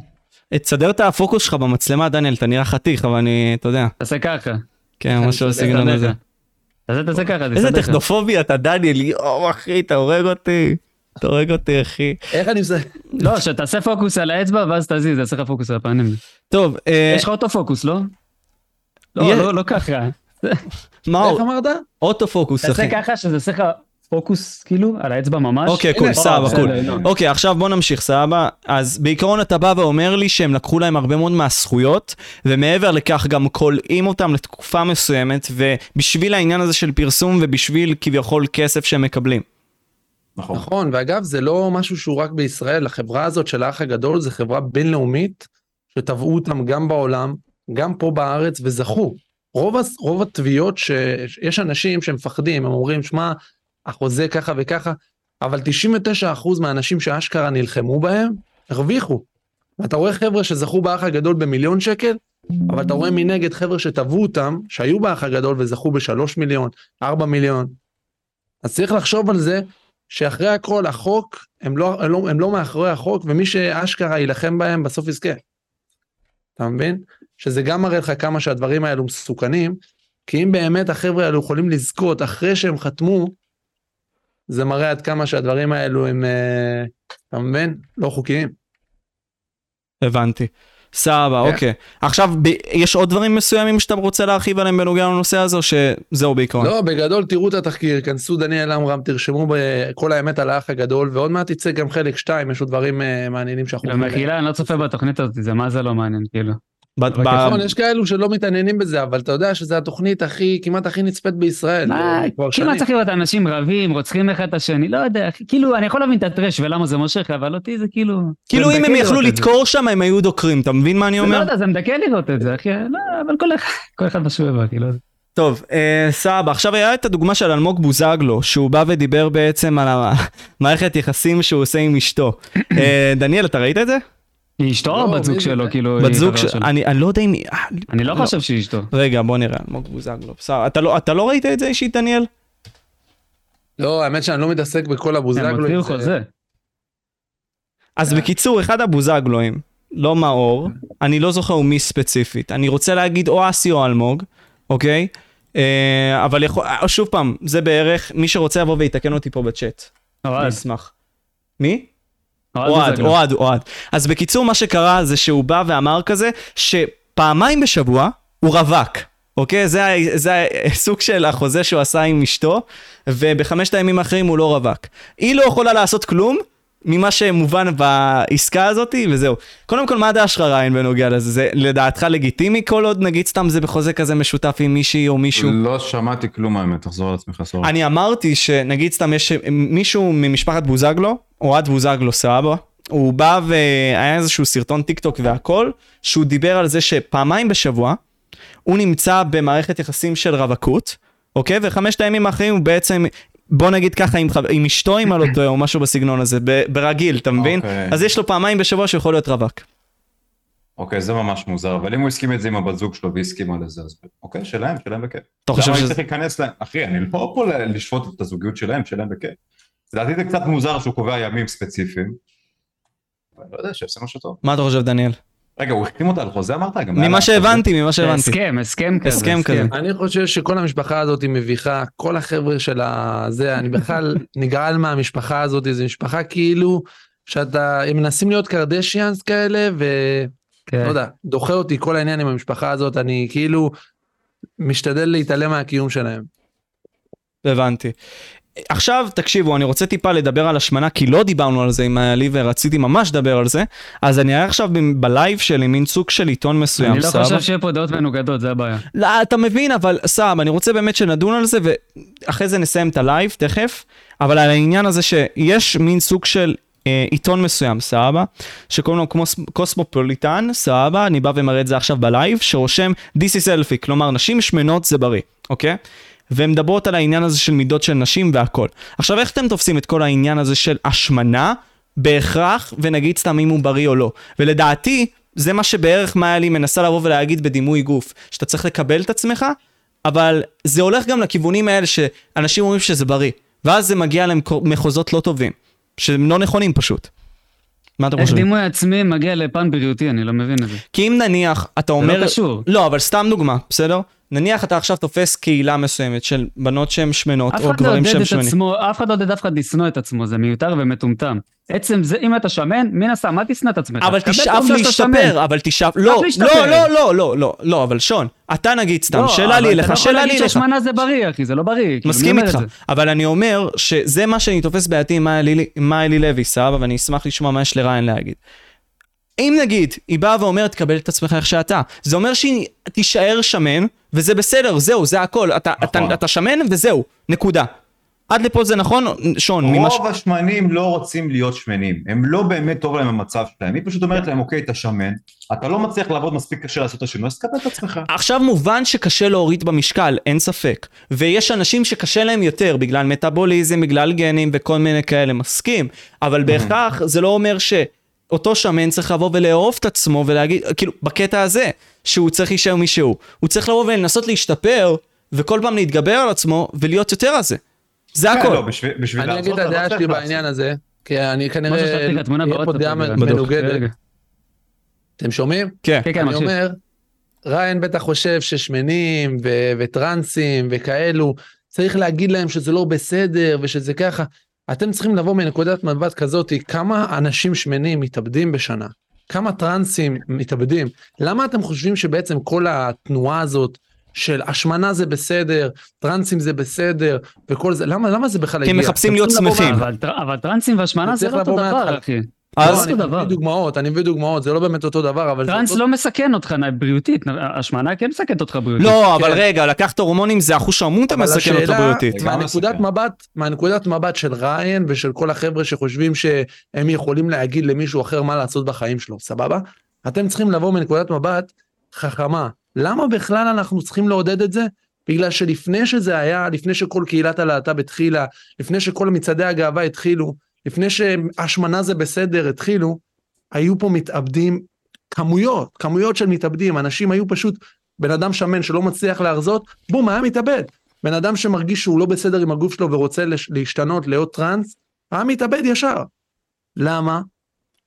B: אה,
A: תסדר את הפוקוס שלך במצלמה, דניאל, אתה נראה חתיך, אבל אני, אתה יודע,
B: תעשה ככה.
A: כן, משהו בסגנון
B: תסתדר
A: הזה.
B: ככה. תעשה, תעשה ככה, תסתדר
A: איזה
B: ככה.
A: טכנופובי אתה, דניאל, יואו, אחי, אתה הורג אותי. אתה הורג אותי, אחי.
F: איך אני מזה...
B: לא, שתעשה פוקוס על האצבע ואז תזיז, תעשה לך פוקוס על הפנים.
A: טוב, אה,
B: יש לך אוטו פוקוס, לא? לא,
A: יש-
B: לא, לא ככה.
A: מאור,
F: איך אמרת?
A: אוטופוקוס, אחי.
B: תעשה ככה שזה עושה לך פוקוס, כאילו, על האצבע ממש.
A: אוקיי,
B: הנה,
A: קול,
B: או,
A: סבבה,
B: בסדר,
A: קול.
B: לא.
A: אוקיי, עכשיו בוא נמשיך, סבבה. אז בעיקרון אתה בא ואומר לי שהם לקחו להם הרבה מאוד מהזכויות, ומעבר לכך גם כולאים אותם לתקופה מסוימת, ובשביל העניין הזה של פרסום ובשביל כביכול כסף שהם מקבלים.
E: נכון.
F: נכון, ואגב, זה לא משהו שהוא רק בישראל, החברה הזאת של האח הגדול זו חברה בינלאומית, שתבעו אותם גם בעולם, גם פה בארץ, וזכו. רוב, הס- רוב התביעות, ש- יש אנשים שמפחדים, הם אומרים, שמע, החוזה ככה וככה, אבל 99% מהאנשים שאשכרה נלחמו בהם, הרוויחו. ואתה רואה חבר'ה שזכו באח הגדול במיליון שקל, אבל אתה רואה מנגד חבר'ה שתבעו אותם, שהיו באח הגדול וזכו בשלוש מיליון, ארבע מיליון. אז צריך לחשוב על זה, שאחרי הכל החוק, הם לא, הם לא, הם לא מאחורי החוק, ומי שאשכרה יילחם בהם בסוף יזכה. אתה מבין? שזה גם מראה לך כמה שהדברים האלו מסוכנים, כי אם באמת החבר'ה האלו יכולים לזכות אחרי שהם חתמו, זה מראה עד כמה שהדברים האלו הם, אה, אתה מבין? לא חוקיים.
A: הבנתי. סבבה,
F: כן.
A: אוקיי. עכשיו, ב- יש עוד דברים מסוימים שאתה רוצה להרחיב עליהם בנוגע לנושא הזה, או שזהו בעיקרון?
F: לא, בגדול תראו את התחקיר, כנסו דניאל עמרם, תרשמו בכל האמת על האח הגדול, ועוד מעט יצא גם חלק 2, יש עוד דברים אה, מעניינים שאנחנו...
B: כאילו, מחילה, אני לא צופה בתוכנית הזאת, זה מה זה לא מעניין, כאילו.
A: ב- ב-
B: אמ,
F: נכון, יש כאלו שלא מתעניינים בזה, אבל אתה יודע שזו התוכנית הכי, כמעט הכי נצפית בישראל.
B: מה,
F: אה, כבר
B: כאילו
F: שנים.
B: צריך לראות אנשים רבים, רוצחים אחד את השני, לא יודע, אחי, כאילו, אני יכול להבין את הטרש ולמה זה מושך, אבל אותי זה כאילו...
A: כאילו
B: זה
A: אם
B: מדכא
A: הם יכלו
B: לראות את זה.
A: לדקור שם, הם היו דוקרים, אתה מבין מה אני
B: לא
A: אומר?
B: יודע, זה מדכא לראות את זה, אחי, לא, אבל כל אחד, כל אחד בשבוע, כאילו.
A: לא, טוב, אה, סבבה, עכשיו היה את הדוגמה של אלמוג בוזגלו, שהוא בא ודיבר בעצם *laughs* על המערכת יחסים שהוא עושה עם אשתו.
F: *coughs*
A: אה, דניאל, אתה ראית את זה?
B: היא אשתו
F: לא,
B: או בת
F: מי
B: זוג
F: זה?
B: שלו, כאילו? היא
A: בת זוג
B: חברה
A: של...
B: שלו?
A: אני אני לא יודע אם... אה,
B: אני לא
A: לא.
B: חושב שהיא אשתו.
A: רגע, בוא נראה, אלמוג בוזגלו. בסדר, אתה לא- אתה לא ראית את זה אישית, דניאל?
F: לא, האמת שאני לא מתעסק בכל
B: הם הוציאו
F: הבוזגלו.
B: כן, חוזה.
A: אז בקיצור, אחד הבוזגלואים, לא מאור, אני לא זוכר הוא מי ספציפית. אני רוצה להגיד או אסי או אלמוג, אוקיי? אה, אבל יכול... אה, שוב פעם, זה בערך, מי שרוצה יבוא ויתקן אותי פה בצ'אט. אני
B: אוהד,
A: אשמח. מי?
F: כן.
B: אוהד
A: אוהד,
B: בוזגלו.
A: אוהד, אוהד. אז בקיצור, מה שקרה זה שהוא בא ואמר כזה, שפעמיים בשבוע הוא רווק. אוקיי? זה, ה- *laughs* זה הסוג של החוזה שהוא עשה עם אשתו, ובחמשת הימים האחרים הוא לא רווק. היא לא יכולה לעשות כלום ממה שמובן בעסקה הזאת, וזהו. קודם כל, מה הדעה שלך, ריין, בנוגע לזה? זה לדעתך לגיטימי כל עוד, נגיד סתם זה בחוזה כזה משותף עם מישהי או מישהו?
E: לא שמעתי כלום האמת, תחזור על עצמך סורי.
A: אני אמרתי שנגיד סתם יש מישהו ממשפחת בוזגלו, אוהד בוזגלו סבבה, הוא בא והיה איזשהו סרטון טיק טוק והכל, שהוא דיבר על זה שפעמיים בשבוע הוא נמצא במערכת יחסים של רווקות, אוקיי? וחמשת הימים האחרים הוא בעצם, בוא נגיד ככה, עם, חב- עם אשתו אם אני לא טועה או משהו בסגנון הזה, ב- ברגיל, אתה מבין?
E: אוקיי.
A: אז יש לו פעמיים בשבוע שהוא יכול להיות רווק.
E: אוקיי, זה ממש מוזר, אבל אם הוא הסכים את זה עם הבת זוג שלו והסכימה לזה, אז אוקיי, שלהם, שלהם בכיף.
A: אתה חושב
E: למה לא, אני
A: שזה...
E: צריך להיכנס להם? אחי, אני לא פה ל- לשפוט את הזוגיות שלהם, שלהם בכיף. לדעתי זה קצת מוזר שהוא קובע ימים ספציפיים. אבל לא יודע, שיעשה משהו טוב.
A: מה אתה חושב, דניאל?
E: רגע, הוא החתים אותה על חוזה אמרת? גם היה לה
A: ממה שהבנתי, ממה
B: זה
A: שהבנתי.
B: הסכם, הסכם כזה.
A: הסכם כזה.
F: אני חושב שכל המשפחה הזאת היא מביכה, כל החבר'ה של הזה, אני
B: *laughs*
F: בכלל נגעל מהמשפחה הזאת, זו משפחה כאילו שאתה, הם מנסים להיות קרדשיאנס כאלה, ולא
A: לא
B: כן.
F: יודע, דוחה אותי כל העניין עם המשפחה הזאת, אני כאילו משתדל להתעלם מהקיום שלהם.
A: הבנתי. עכשיו תקשיבו, אני רוצה טיפה לדבר על השמנה, כי לא דיברנו על זה עם עלי ורציתי ממש לדבר על זה, אז אני אראה עכשיו ב- בלייב שלי מין סוג של עיתון מסוים,
B: אני לא
A: סבבה?
B: חושב שיהיה פה דעות מנוגדות, זה הבעיה.
A: לא, אתה מבין, אבל סבבה, אני רוצה באמת שנדון על זה, ואחרי זה נסיים את הלייב תכף, אבל על העניין הזה שיש מין סוג של אה, עיתון מסוים, סבבה? שקוראים לו כמו ס- קוסמופוליטן, סבבה? אני בא ומראה את זה עכשיו בלייב, שרושם This is healthy, כלומר נשים שמנות זה בריא, אוקיי? והן מדברות על העניין הזה של מידות של נשים והכל. עכשיו איך אתם תופסים את כל העניין הזה של השמנה בהכרח, ונגיד סתם אם הוא בריא או לא? ולדעתי, זה מה שבערך מאלי מנסה לבוא ולהגיד בדימוי גוף, שאתה צריך לקבל את עצמך, אבל זה הולך גם לכיוונים האלה שאנשים אומרים שזה בריא, ואז זה מגיע למחוזות לא טובים, שהם לא נכונים פשוט. מה אתם
B: איך
A: חושבים?
B: דימוי עצמי מגיע לפן בריאותי, אני לא מבין את זה.
A: כי אם נניח אתה אומר...
B: קשור.
A: לא, אבל סתם דוגמה, בסדר? נניח אתה עכשיו תופס קהילה מסוימת של בנות שהן שמנות,
B: אף
A: או
B: אחד לא
A: גברים
B: עודד
A: שהם
B: את
A: שמנים.
B: עצמו, אף אחד לא עודד אף אחד לשנוא את עצמו, זה מיותר ומטומטם. עצם זה, אם אתה שמן, מן הסתם, אל תשנא את עצמך.
A: אבל
B: תקבל את
A: תשאף
B: העובדה שאתה שמן.
A: להשתפר, אבל תשאף... לא, לא,
B: להשתפר.
A: לא, לא, לא, לא, לא, אבל שון, אתה נגיד סתם,
B: לא,
A: שאלה
B: אבל
A: לי אליך,
B: אתה לא
A: שאלה
B: יכול
A: לי
B: להגיד
A: אליך.
B: שהשמנה זה בריא, אחי, זה לא בריא. כאילו,
A: מסכים
B: אני אומר
A: איתך,
B: את זה.
A: אבל אני אומר שזה מה שאני תופס בעייתי עם מאיה לילי- מאיה אלי לוי, סבבה, ואני אשמח לשמוע מה יש לריין להגיד. אם נגיד, היא באה ואומרת, קבל את עצמך איך שאתה, זה אומר שהיא תישאר שמן, וזה בסדר, זהו, זה הכל, אתה,
E: נכון.
A: אתה, אתה שמן וזהו, נקודה. עד לפה זה נכון, שון, ממה ש...
E: רוב השמנים לא רוצים להיות שמנים, הם לא באמת טוב להם המצב שלהם, היא פשוט אומרת להם, אוקיי, אתה שמן, אתה לא מצליח לעבוד מספיק קשה לעשות את השינוי, אז תקבל את עצמך.
A: עכשיו מובן שקשה להוריד במשקל, אין ספק. ויש אנשים שקשה להם יותר בגלל מטאבוליזם, בגלל גנים וכל מיני כאלה, מסכים. אבל בהכרח זה לא אומר שאותו שמן צריך לבוא ולאהוב את עצמו ולהגיד, כאילו, בקטע הזה, שהוא צריך להישאר מי שהוא. הוא צריך לבוא ולנסות להשתפר, וכל פעם להתגבר על עצמו ולהיות יותר על זה. זה
E: כן,
A: הכל.
E: לא, בשביל בשביל
F: אני אגיד
E: לעשות,
F: את
E: אתה לא
F: הדעה
E: צריך
F: שלי
E: לעשות.
F: בעניין הזה, כי אני
B: משהו
F: כנראה,
B: שתחליט לך תמונה
F: אה, יהיה פה
B: בוואטסאפ.
F: דעה
B: רגע.
F: מנוגדת.
E: כן.
B: רגע.
F: אתם שומעים?
A: כן.
B: כן, כן,
F: אני
B: מקשיב.
F: אומר, ריין בטח חושב ששמנים ו- וטרנסים וכאלו, צריך להגיד להם שזה לא בסדר ושזה ככה. אתם צריכים לבוא מנקודת מבט כזאת, כמה אנשים שמנים מתאבדים בשנה? כמה טרנסים מתאבדים? למה אתם חושבים שבעצם כל התנועה הזאת של השמנה זה בסדר, טרנסים זה בסדר, וכל זה, למה, למה זה בכלל
A: כי
F: הגיע?
A: הם מחפשים
F: אתם
A: להיות
F: צריכים לבוא
A: שמחים.
B: לא, אבל טר- אבל טרנסים והשמנה זה
F: צריך
B: לא אותו
F: לבוא
B: דבר,
F: מההתחלה.
B: אחי.
A: אז...
B: אז-
F: לא, אני מביא דוגמאות, אני מביא דוגמאות, זה לא באמת אותו דבר, אבל... זה
B: טרנס
F: אותו-
B: לא מסכן אותך נ- בריאותית, נ- השמנה כן מסכנת אותך בריאותית.
A: לא, אבל
F: כן.
A: רגע, לקחת הורמונים זה אחוש המוטה
F: אבל
A: מסכן אותו
F: השאלה-
A: בריאותית.
E: גם
F: מהנקודת
E: מסכן.
F: מבט, מהנקודת מבט של ריין ושל כל החבר'ה שחושבים שהם יכולים להגיד למישהו אחר מה לעשות בחיים שלו, סבבה? אתם צריכים לבוא מנקודת מבט חכמה. למה בכלל אנחנו צריכים לעודד את זה? בגלל שלפני שזה היה, לפני שכל קהילת הלהט"ב התחילה, לפני שכל מצעדי הגאווה התחילו, לפני שהשמנה זה בסדר התחילו, היו פה מתאבדים כמויות, כמויות של מתאבדים, אנשים היו פשוט, בן אדם שמן שלא מצליח להרזות, בום, היה מתאבד. בן אדם שמרגיש שהוא לא בסדר עם הגוף שלו ורוצה לש- להשתנות, להיות טראנס, היה מתאבד ישר. למה?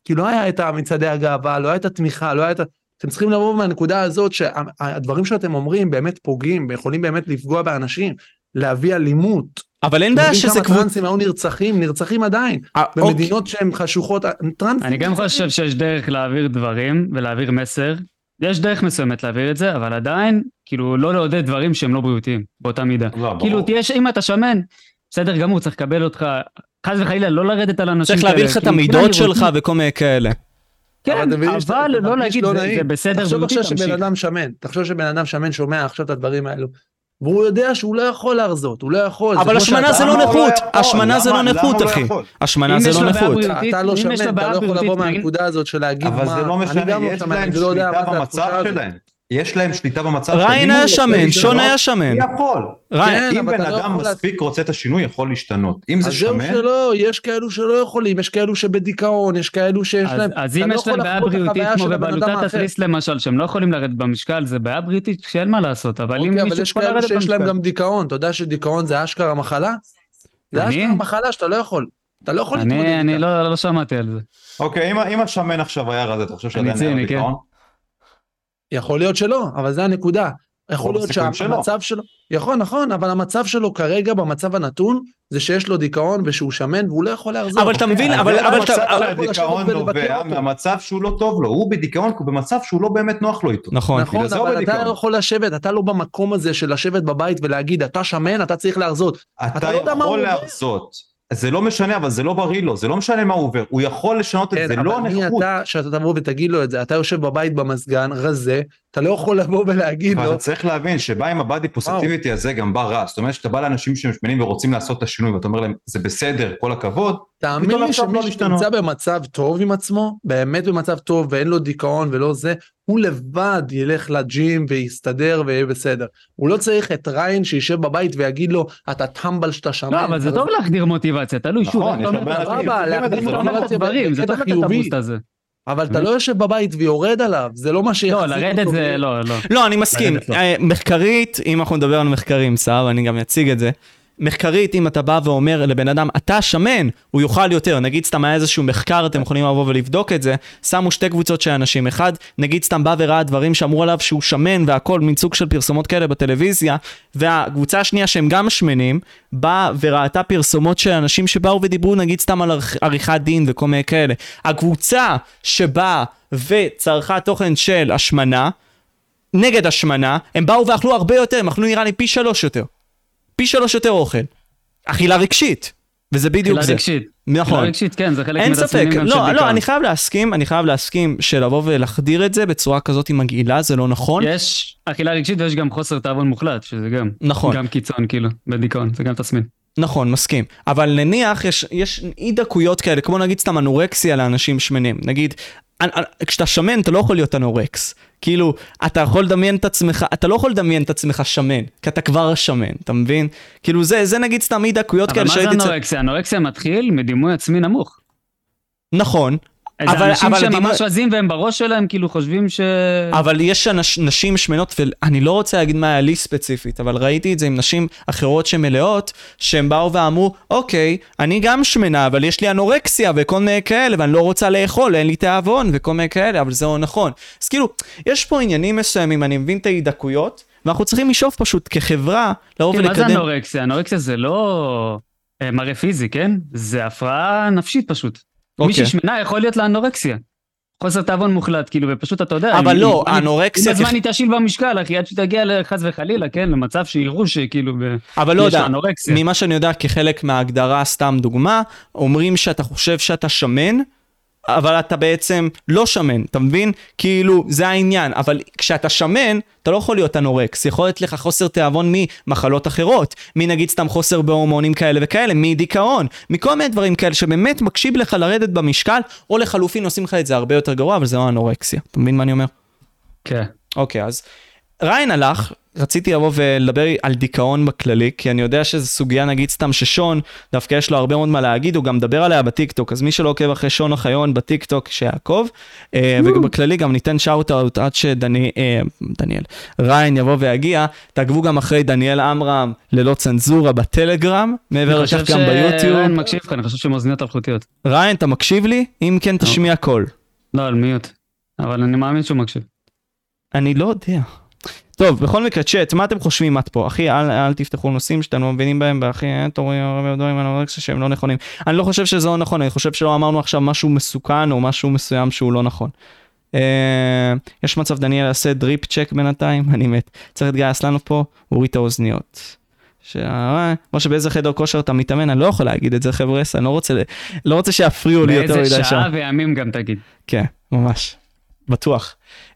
F: כי לא היה את מצעדי הגאווה, לא היה את התמיכה, לא היה את... ה- אתם צריכים לבוא מהנקודה הזאת שהדברים שאתם אומרים באמת פוגעים, ויכולים באמת לפגוע באנשים, להביא אלימות.
A: אבל אין
F: אתם
A: בעיה
F: יודעים
A: שזה אה, אוקיי.
F: כמה
A: קבוצה...
F: טרנסים היו נרצחים, נרצחים עדיין. במדינות שהן חשוכות, אה, טרנסים.
B: אני גם חושב שיש דרך להעביר דברים ולהעביר מסר. יש דרך מסוימת להעביר את זה, אבל עדיין, כאילו, לא לעודד דברים שהם לא בריאותיים, באותה מידה.
E: לא,
B: כאילו,
E: ברור.
B: תהיה, ש- אם אתה שמן, בסדר גמור, צריך לקבל אותך, חס וחלילה, לא לרדת על אנשים
A: צריך
B: כאלה.
A: להביא לך את
B: כאילו,
A: המידות
B: כולם
A: שלך
B: ירוקים.
A: וכל מיני כאלה.
B: כן,
F: אבל תבין שאתה-
B: אבל
F: אתה
B: לא
F: מרגיש
B: להגיד,
F: לא
B: זה-
F: נעים.
B: זה בסדר
F: תחשוב
B: בריאותי,
F: עכשיו שבן
B: תמשיך.
F: אדם שמן, תחשוב שבן אדם שמן שומע עכשיו את הדברים האלו, והוא יודע שהוא לא יכול להרזות, הוא לא יכול. זה
A: אבל
F: כמו
A: השמנה
F: שאתה-
A: זה לא
E: למה הוא
A: נכות,
E: יכול?
A: השמנה זה
E: למה-
A: לא
E: למה הוא
A: נכות,
E: לא
A: אחי.
E: יכול?
A: השמנה
B: אם
A: זה
B: יש
A: לא
B: לו בעיה
A: נכות.
B: בריאותית,
F: אתה לא
B: אם יש לו
F: שמן, אתה
B: בעיה
F: לא יכול
B: בריאותית,
F: לבוא
B: נגיד-
F: מהנקודה הזאת של להגיד מה...
E: אבל זה לא
F: אני
E: משנה,
F: גם
E: יש
F: שמן,
E: להם
F: אני לא יודע
E: שליטה
F: מה זה
E: במצב
F: התחושה הזאת.
E: שלהם. יש להם שליטה במצב שלהם.
A: ריין
E: אם
A: היה
E: הוא
A: שמן,
E: רוצה
B: לא."
A: שון היה
E: להשתנות,
A: שמן.
E: הוא יכול.
A: ריין,
F: כן,
E: אם
F: אבל
E: בן
F: אתה לא
E: אדם
F: יכול לעשות-
E: מספיק רוצה את השינוי, יכול להשתנות. אם זה
F: אז זהו
E: שמן,
F: שלא, יש כאלו שלא יכולים, יש כאלו שבדיכאון, יש כאלו שיש
B: אז-
F: להם...
B: אז
F: אתה
B: אם
F: לא
B: יש
F: יכול
B: להם בעיה
F: לחוות את
B: בריאותית,
F: החוויה
B: כמו
F: של הבן אדם אוקיי,
B: בבלוטת
F: האחר.
B: התריס למשל, שהם לא יכולים לרדת במשקל, זה בעיה בריאותית שאין מה לעשות, אבל אם
F: אוקיי, אבל
B: מישהו
F: יש
B: יכול
F: כאלו
B: לרדת
F: שיש להם
B: במשקל...
F: גם דיכאון, אתה יודע שדיכאון זה אשכרה מחלה? זה
B: אני?
F: אשכרה מחלה שאתה לא יכול. אתה לא יכול להתמודד
B: אני- אני
F: איתה.
B: לא לא שמעתי על זה.
E: אוקיי, אם ה- אם השמן עכשיו היה רזה, אתה חושב שעדיין היה לו
B: ציני, כן.
E: דיכאון?
F: יכול להיות שלא, אבל זה הנקודה. יכול
E: רוב
F: להיות
E: הסיכויים שלא.
F: שהמצב שלו... יכול, נכון, אבל המצב שלו כרגע, במצב הנתון, זה שיש לו דיכאון ושהוא שמן והוא לא יכול להחזור.
A: אבל אתה מבין,
E: אז
A: אבל
B: לא
E: זה
A: אבל
E: המצב
A: אתה...
E: של
F: אתה יכול
E: הדיכאון
F: לשבת ולבקר
E: נובע
F: אותו.
E: מהמצב שהוא לא טוב לו, הוא בדיכאון כי הוא במצב שהוא לא באמת נוח לו איתו.
A: נכון.
E: בגלל
F: נכון,
E: זה הוא
F: אבל אתה
E: בדיכאון.
F: לא יכול לשבת, אתה לא במקום הזה של לשבת בבית ולהגיד, אתה שמן, אתה צריך להרזות.
E: אתה
F: אתה לא יודע מה הוא
E: יכול
F: עובר.
E: להרזות. זה לא משנה, אבל זה לא בריא לו, זה לא משנה מה הוא עובר. הוא יכול לשנות את
F: כן,
E: זה,
F: אבל
E: לא
F: מי
E: נכות.
F: אתה שאתה תבוא ותגיד לו את זה? אתה יושב בבית במזגן, רזה, אתה לא יכול לבוא ולהגיד לו,
E: אבל אתה צריך להבין שבא עם הבאדי פוזיטיביטי הזה גם בא רע. זאת אומרת שאתה בא לאנשים שהם שמנים ורוצים לעשות את השינוי ואתה אומר להם, זה בסדר, כל הכבוד,
F: תאמין
E: פתאום
F: לי
E: עכשיו
F: שמי
E: לא להשתנות.
F: שנמצא במצב טוב עם עצמו, באמת במצב טוב ואין לו דיכאון ולא זה, הוא לבד ילך לג'ים ויסתדר ויהיה בסדר. הוא לא צריך את ריין שישב בבית ויגיד לו, אתה טמבל שאתה שמן.
B: לא, אבל זה טוב להחדיר מוטיבציה, תלוי שוב.
E: נכון,
B: איך
E: יש
B: אתה
E: הרבה
B: אומר את
E: אנשים
B: הדברים. איך אתה
F: שעושים את זה, זה
B: אומר
F: לא
B: את הדברים, זה
F: בקטע
B: טוב לתת את
F: חיובי.
B: הבוסט הזה.
F: אבל אתה לא יושב בבית ויורד עליו, זה לא מה שיחזיק
B: לא,
F: אותו.
B: לרדת זה, לא, לא.
A: לא, אני מסכים.
B: לרדת לא.
A: אה, מחקרית, אם אנחנו נדבר על מחקרים, סער, אני גם אציג את זה. מחקרית, אם אתה בא ואומר לבן אדם, אתה שמן, הוא יאכל יותר. נגיד סתם היה איזשהו מחקר, אתם יכולים לבוא ולבדוק את זה. שמו שתי קבוצות של אנשים. אחד, נגיד סתם בא וראה דברים שאמרו עליו שהוא שמן והכל, מין סוג של פרסומות כאלה בטלוויזיה. והקבוצה השנייה, שהם גם שמנים, באה וראתה פרסומות של אנשים שבאו ודיברו, נגיד סתם על עריכ- עריכת דין וכל מיני כאלה. הקבוצה שבאה וצרכה תוכן של השמנה, נגד השמנה, הם באו ואכלו הרבה יותר, הם אכלו נראה לי פי שלוש יותר. פי שלוש יותר אוכל. אכילה רגשית. וזה בדיוק
B: תחילה
A: זה.
B: רגשית. תחילה
A: נכון.
B: רגשית, כן, זה חלק
A: אין ספק.
B: מהתסמינים גם של
A: לא,
B: דיכאון.
A: לא, אני חייב להסכים, אני חייב להסכים שלבוא ולהחדיר את זה בצורה כזאת עם מגעילה, זה לא
B: כן.
A: נכון.
B: יש אכילה רגשית ויש גם חוסר תאבון מוחלט, שזה גם.
A: נכון.
B: גם קיצון, כאילו, בדיכאון, זה גם תסמין.
A: נכון, מסכים. אבל נניח יש, יש אי דקויות כאלה, כמו נגיד סתם אנורקסיה לאנשים שמנים. נגיד, אנ- אנ- כשאתה שמן אתה לא יכול להיות אנורקס. כאילו, אתה יכול לדמיין את עצמך, אתה לא יכול לדמיין את עצמך שמן, כי אתה כבר שמן, אתה מבין? כאילו זה, זה נגיד סתם אי דקויות
B: אבל
A: כאלה
B: מה זה
A: שראיתי אצל-
B: אנורקסיה? אנורקסיה מתחיל מדימוי עצמי נמוך.
A: נכון, אבל-
B: אבל אנשים
A: אבל
B: שהם
A: דימוי-
B: ממש רזים והם בראש שלהם כאילו חושבים ש...
A: אבל יש אנש, נשים שמנות, ואני לא רוצה להגיד מה היה לי ספציפית, אבל ראיתי את זה עם נשים אחרות שמלאות, שהן באו ואמרו, אוקיי, אני גם שמנה, אבל יש לי אנורקסיה וכל מיני כאלה, ואני לא רוצה לאכול, אין לי תיאבון וכל מיני כאלה, אבל זה לא נכון. אז כאילו, יש פה עניינים מסוימים, אני מבין את ההידקויות, ואנחנו צריכים לשאוף פשוט כחברה, לבוא
B: כן, מה זה
A: ולקדם...
B: אנורקסיה? אנורקסיה זה לא אה, מראה פיזי, כן? זה הפרעה נפשית פשוט. מי
A: אוקיי.
B: ששמנה יכול להיות לה אנורקסיה. חוסר תאבון מוחלט, כאילו, ופשוט אתה יודע...
A: אבל
B: אם-
A: לא,
B: אם- עם
A: האנורקסיה...
B: הזמן היא תשיל במשקל, אחי, עד שתגיע לחס וחלילה, כן? למצב שיראו שכאילו... ב-
A: אבל לא
B: יש לה
A: יודע,
B: אנורקסיה.
A: ממה שאני יודע כחלק מההגדרה, סתם דוגמה, אומרים שאתה חושב שאתה שמן, אבל אתה בעצם לא שמן, אתה מבין? כאילו, זה העניין. אבל כשאתה שמן, אתה לא יכול להיות אנורקס. יכול להיות לך חוסר תיאבון ממחלות אחרות, מנגיד סתם חוסר בהורמונים כאלה וכאלה, מדיכאון, מכל מיני דברים כאלה שבאמת מקשיב לך לרדת במשקל, או לחלופין עושים לך את זה הרבה יותר גרוע, אבל זה לא אנורקסיה. אתה מבין מה אני אומר?
B: כן.
A: אוקיי, אז ריין הלך, רציתי לבוא ולדבר על דיכאון בכללי, כי אני יודע שזו סוגיה, נגיד סתם ששון, דווקא יש לו הרבה מאוד מה להגיד, הוא גם מדבר עליה בטיקטוק, אז מי שלא עוקב אחרי שון אוחיון בטיקטוק, שיעקוב. אה, ובכללי גם ניתן שאוט אאוט עד שדני, אה, דניאל, ריין יבוא ויגיע, תעקבו גם אחרי דניאל עמרם ללא צנזורה בטלגרם, מעבר
B: אני
A: לכך
B: חושב
A: גם ביוטיוב.
B: שרן מקשיב לך, אני חושב שהן אוזניות אלחוטיות.
A: ריין, אתה מקשיב לי? אם כן, תשמיע קול.
B: לא, על מיוט. אבל אני מאמין שהוא מקשיב.
A: אני לא יודע. טוב, בכל מקרה, צ'אט, מה אתם חושבים את פה? אחי, אל, אל תפתחו נושאים שאתם לא מבינים בהם, ואחי, אה, אין תורים הרבה דברים על אנורקסיה שהם לא נכונים. אני לא חושב שזה לא נכון, אני חושב שלא אמרנו עכשיו משהו מסוכן או משהו מסוים שהוא לא נכון. אה, יש מצב דניאל יעשה דריפ צ'ק בינתיים, *laughs* אני מת. צריך את גיא אסלנו פה, הוא הוריד את האוזניות. ש... אה, משה, באיזה חדר כושר אתה מתאמן? אני לא יכול להגיד את זה, חבר'ה, אני לא רוצה, לא רוצה שיפריעו לי יותר מדי שם.
B: באיזה שעה וימים גם תגיד.
A: כן, ממש. בטוח. Uh,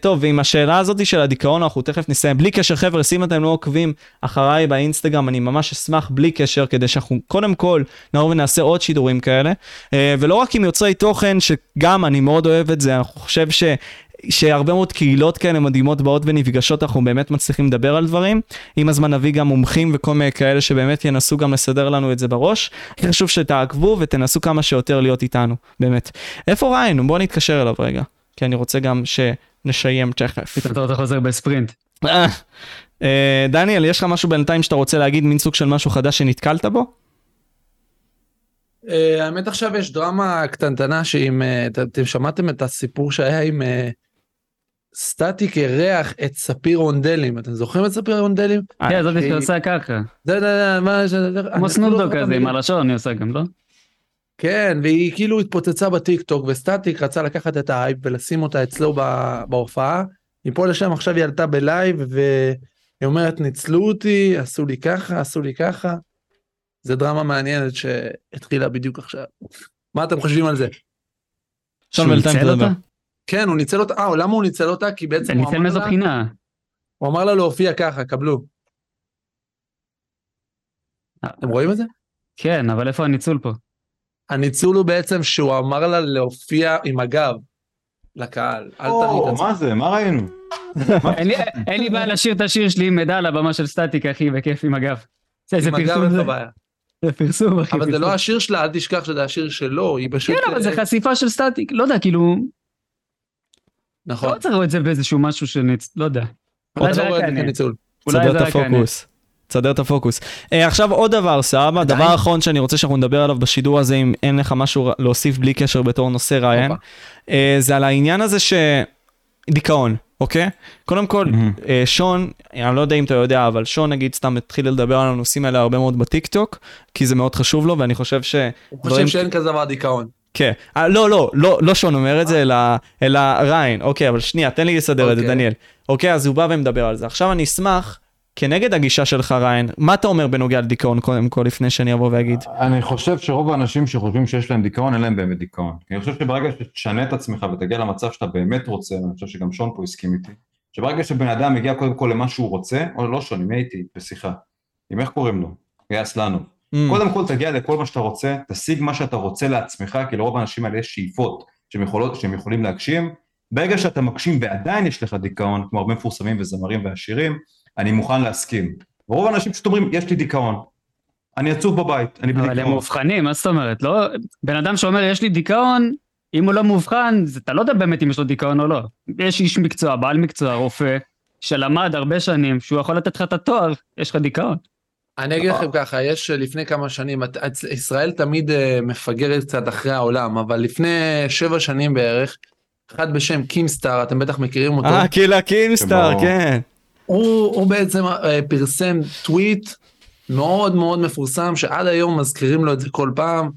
A: טוב, ועם השאלה הזאת של הדיכאון, אנחנו תכף נסיים. בלי קשר, חבר'ה, אם אתם לא עוקבים אחריי באינסטגרם, אני ממש אשמח בלי קשר, כדי שאנחנו קודם כל נעבור ונעשה עוד שידורים כאלה. Uh, ולא רק עם יוצרי תוכן, שגם אני מאוד אוהב את זה, אני חושב ש... שהרבה מאוד קהילות כאלה מדהימות באות ונפגשות, אנחנו באמת מצליחים לדבר על דברים. עם הזמן נביא גם מומחים וכל מיני כאלה שבאמת ינסו גם לסדר לנו את זה בראש. הכי חשוב שתעקבו ותנסו כמה שיותר להיות איתנו, באמת. איפה ריין? בוא נתקשר אליו רגע, כי אני רוצה גם שנשיים תכף.
B: פתאום אתה חוזר בספרינט.
A: אה, אה, דניאל, יש לך משהו בינתיים שאתה רוצה להגיד, מין סוג של משהו חדש שנתקלת בו?
F: אה, האמת עכשיו יש דרמה קטנטנה שעם, אה, ת- אתם שמעתם את הסיפור שהיה עם אה, סטטיק אירח את ספיר רונדלים, אתם זוכרים את ספיר רונדלים?
B: כן, זאת
F: אחי.
B: שעושה ככה.
F: זה, זה, זה, מה, זה, זה,
B: כמו
F: אני אפילו לא
B: סנודו
F: יודע
B: כזה
F: מי-
B: עם הלשון, אני עושה גם, לא?
F: כן, והיא כאילו התפוצצה בטיקטוק, וסטטיק רצה לקחת את האייפ ולשים אותה אצלו ב- בהופעה. מפה לשם עכשיו היא עלתה בלייב, והיא אומרת, ניצלו אותי, עשו לי ככה, עשו לי ככה. זה דרמה מעניינת שהתחילה בדיוק עכשיו. מה אתם חושבים על זה?
A: שון
B: שהוא
A: בינתיים
B: ניצל
A: תדבר.
B: אותה?
F: כן, הוא ניצל אותה, אה, למה הוא ניצל אותה? כי בעצם
B: אני
F: הוא
B: אצל
F: אמר,
B: מאיזו
F: לה,
B: בחינה?
F: הוא אמר לה להופיע ככה, קבלו. אתם רואים את זה?
B: כן, אבל איפה הניצול פה?
F: הניצול הוא בעצם שהוא אמר לה להופיע עם הגב לקהל, אל תראי את
E: או,
F: עצמך.
E: מה זה? מה ראינו?
B: אין
F: *laughs*
B: לי- אין לי בעיה לשיר את השיר שלי עם מידע על הבמה של סטטיק, אחי, בכיף עם הגב. זה זה
F: עם הגב
B: פרסום,
F: אין
B: זה-
F: לך בעיה.
B: זה פרסום, אחי.
F: אבל זה
B: פרסום.
F: לא השיר שלה, אל תשכח שזה השיר שלו, היא פשוט... אה,
B: כן, אבל זה חשיפה של סטטיק, לא יודע, כאילו,
F: נכון.
B: לא צריך לראות את זה באיזשהו משהו שניצ... לא יודע. אולי
F: אתה
B: זה
F: לא רואה
B: רק
F: את זה
B: אני.
F: כניצול.
B: אולי
A: תסדר
B: זה
A: את
B: רק אני.
A: הפוקוס. תסדר את הפוקוס. אה, עכשיו עוד דבר, סבא, דבר האחרון שאני רוצה שאנחנו נדבר עליו בשידור הזה, אם אין לך משהו ר- להוסיף בלי קשר בתור נושא ראיין,
F: הופה.
A: אה, זה על העניין הזה ש... דיכאון, אוקיי? קודם כל,
E: מהמם.
A: אה, שון, אני לא יודע אם אתה יודע, אבל שון נגיד סתם התחיל לדבר על הנושאים האלה הרבה מאוד בטיקטוק, כי זה מאוד חשוב לו, ואני חושב ש...
F: הוא
A: דברים-
F: חושב שאין כזה דבר דיכאון.
A: כן. אה, לא, לא, לא, לא שון אומר את זה, אלא, אלא ריין. אוקיי, אבל שנייה, תן לי לסדר את זה,
F: אוקיי.
A: דניאל. אוקיי, אז הוא בא ומדבר על זה. עכשיו אני אשמח, כנגד הגישה שלך, ריין, מה אתה אומר בנוגע לדיכאון, קודם כל, לפני שאני אבוא ואגיד?
E: אני חושב שרוב האנשים שחושבים שיש להם דיכאון, אין להם באמת דיכאון. כי אני חושב שברגע שתשנה את עצמך ותגיע למצב שאתה באמת רוצה, ואני חושב שגם שון פה הסכים איתי, שברגע שבן אדם מגיע קודם כל למה שהוא רוצה, או לא שון, עם מי הייתי בשיחה? עם איך קוראים לו? יאס לנו.
A: אה,
B: Mm.
E: קודם כל תגיע לכל מה שאתה רוצה, תשיג מה שאתה רוצה לעצמך, כי לרוב האנשים האלה יש שאיפות שהם, יכולות, שהם יכולים להגשים. ברגע שאתה מגשים ועדיין יש לך דיכאון, כמו הרבה מפורסמים וזמרים ועשירים, אני מוכן להסכים. ורוב האנשים פשוט אומרים, יש לי דיכאון. אני עצוב בבית, אני
B: אבל הם
E: בדיכאון.
B: מאובחנים, מה זאת אומרת? לא... בן אדם שאומר, יש לי דיכאון, אם הוא לא מאובחן, זה- אתה לא יודע באמת אם יש לו דיכאון או לא. יש איש מקצוע, בעל מקצוע, רופא, שלמד הרבה שנים, שהוא יכול לתת לך את התואר, יש לך דיכאון.
F: אני אגיד לכם ככה, יש אה, לפני כמה שנים, את- את- ישראל תמיד אה, מפגרת קצת אחרי העולם, אבל לפני שבע שנים בערך, אחד בשם קימסטאר, אתם בטח מכירים אותו,
A: אה, קילה קימסטאר,
E: כמו-
A: כן.
F: הוא, הוא בעצם אה, פרסם טוויט מאוד מאוד מפורסם, שעד היום מזכירים לו את זה כל פעם,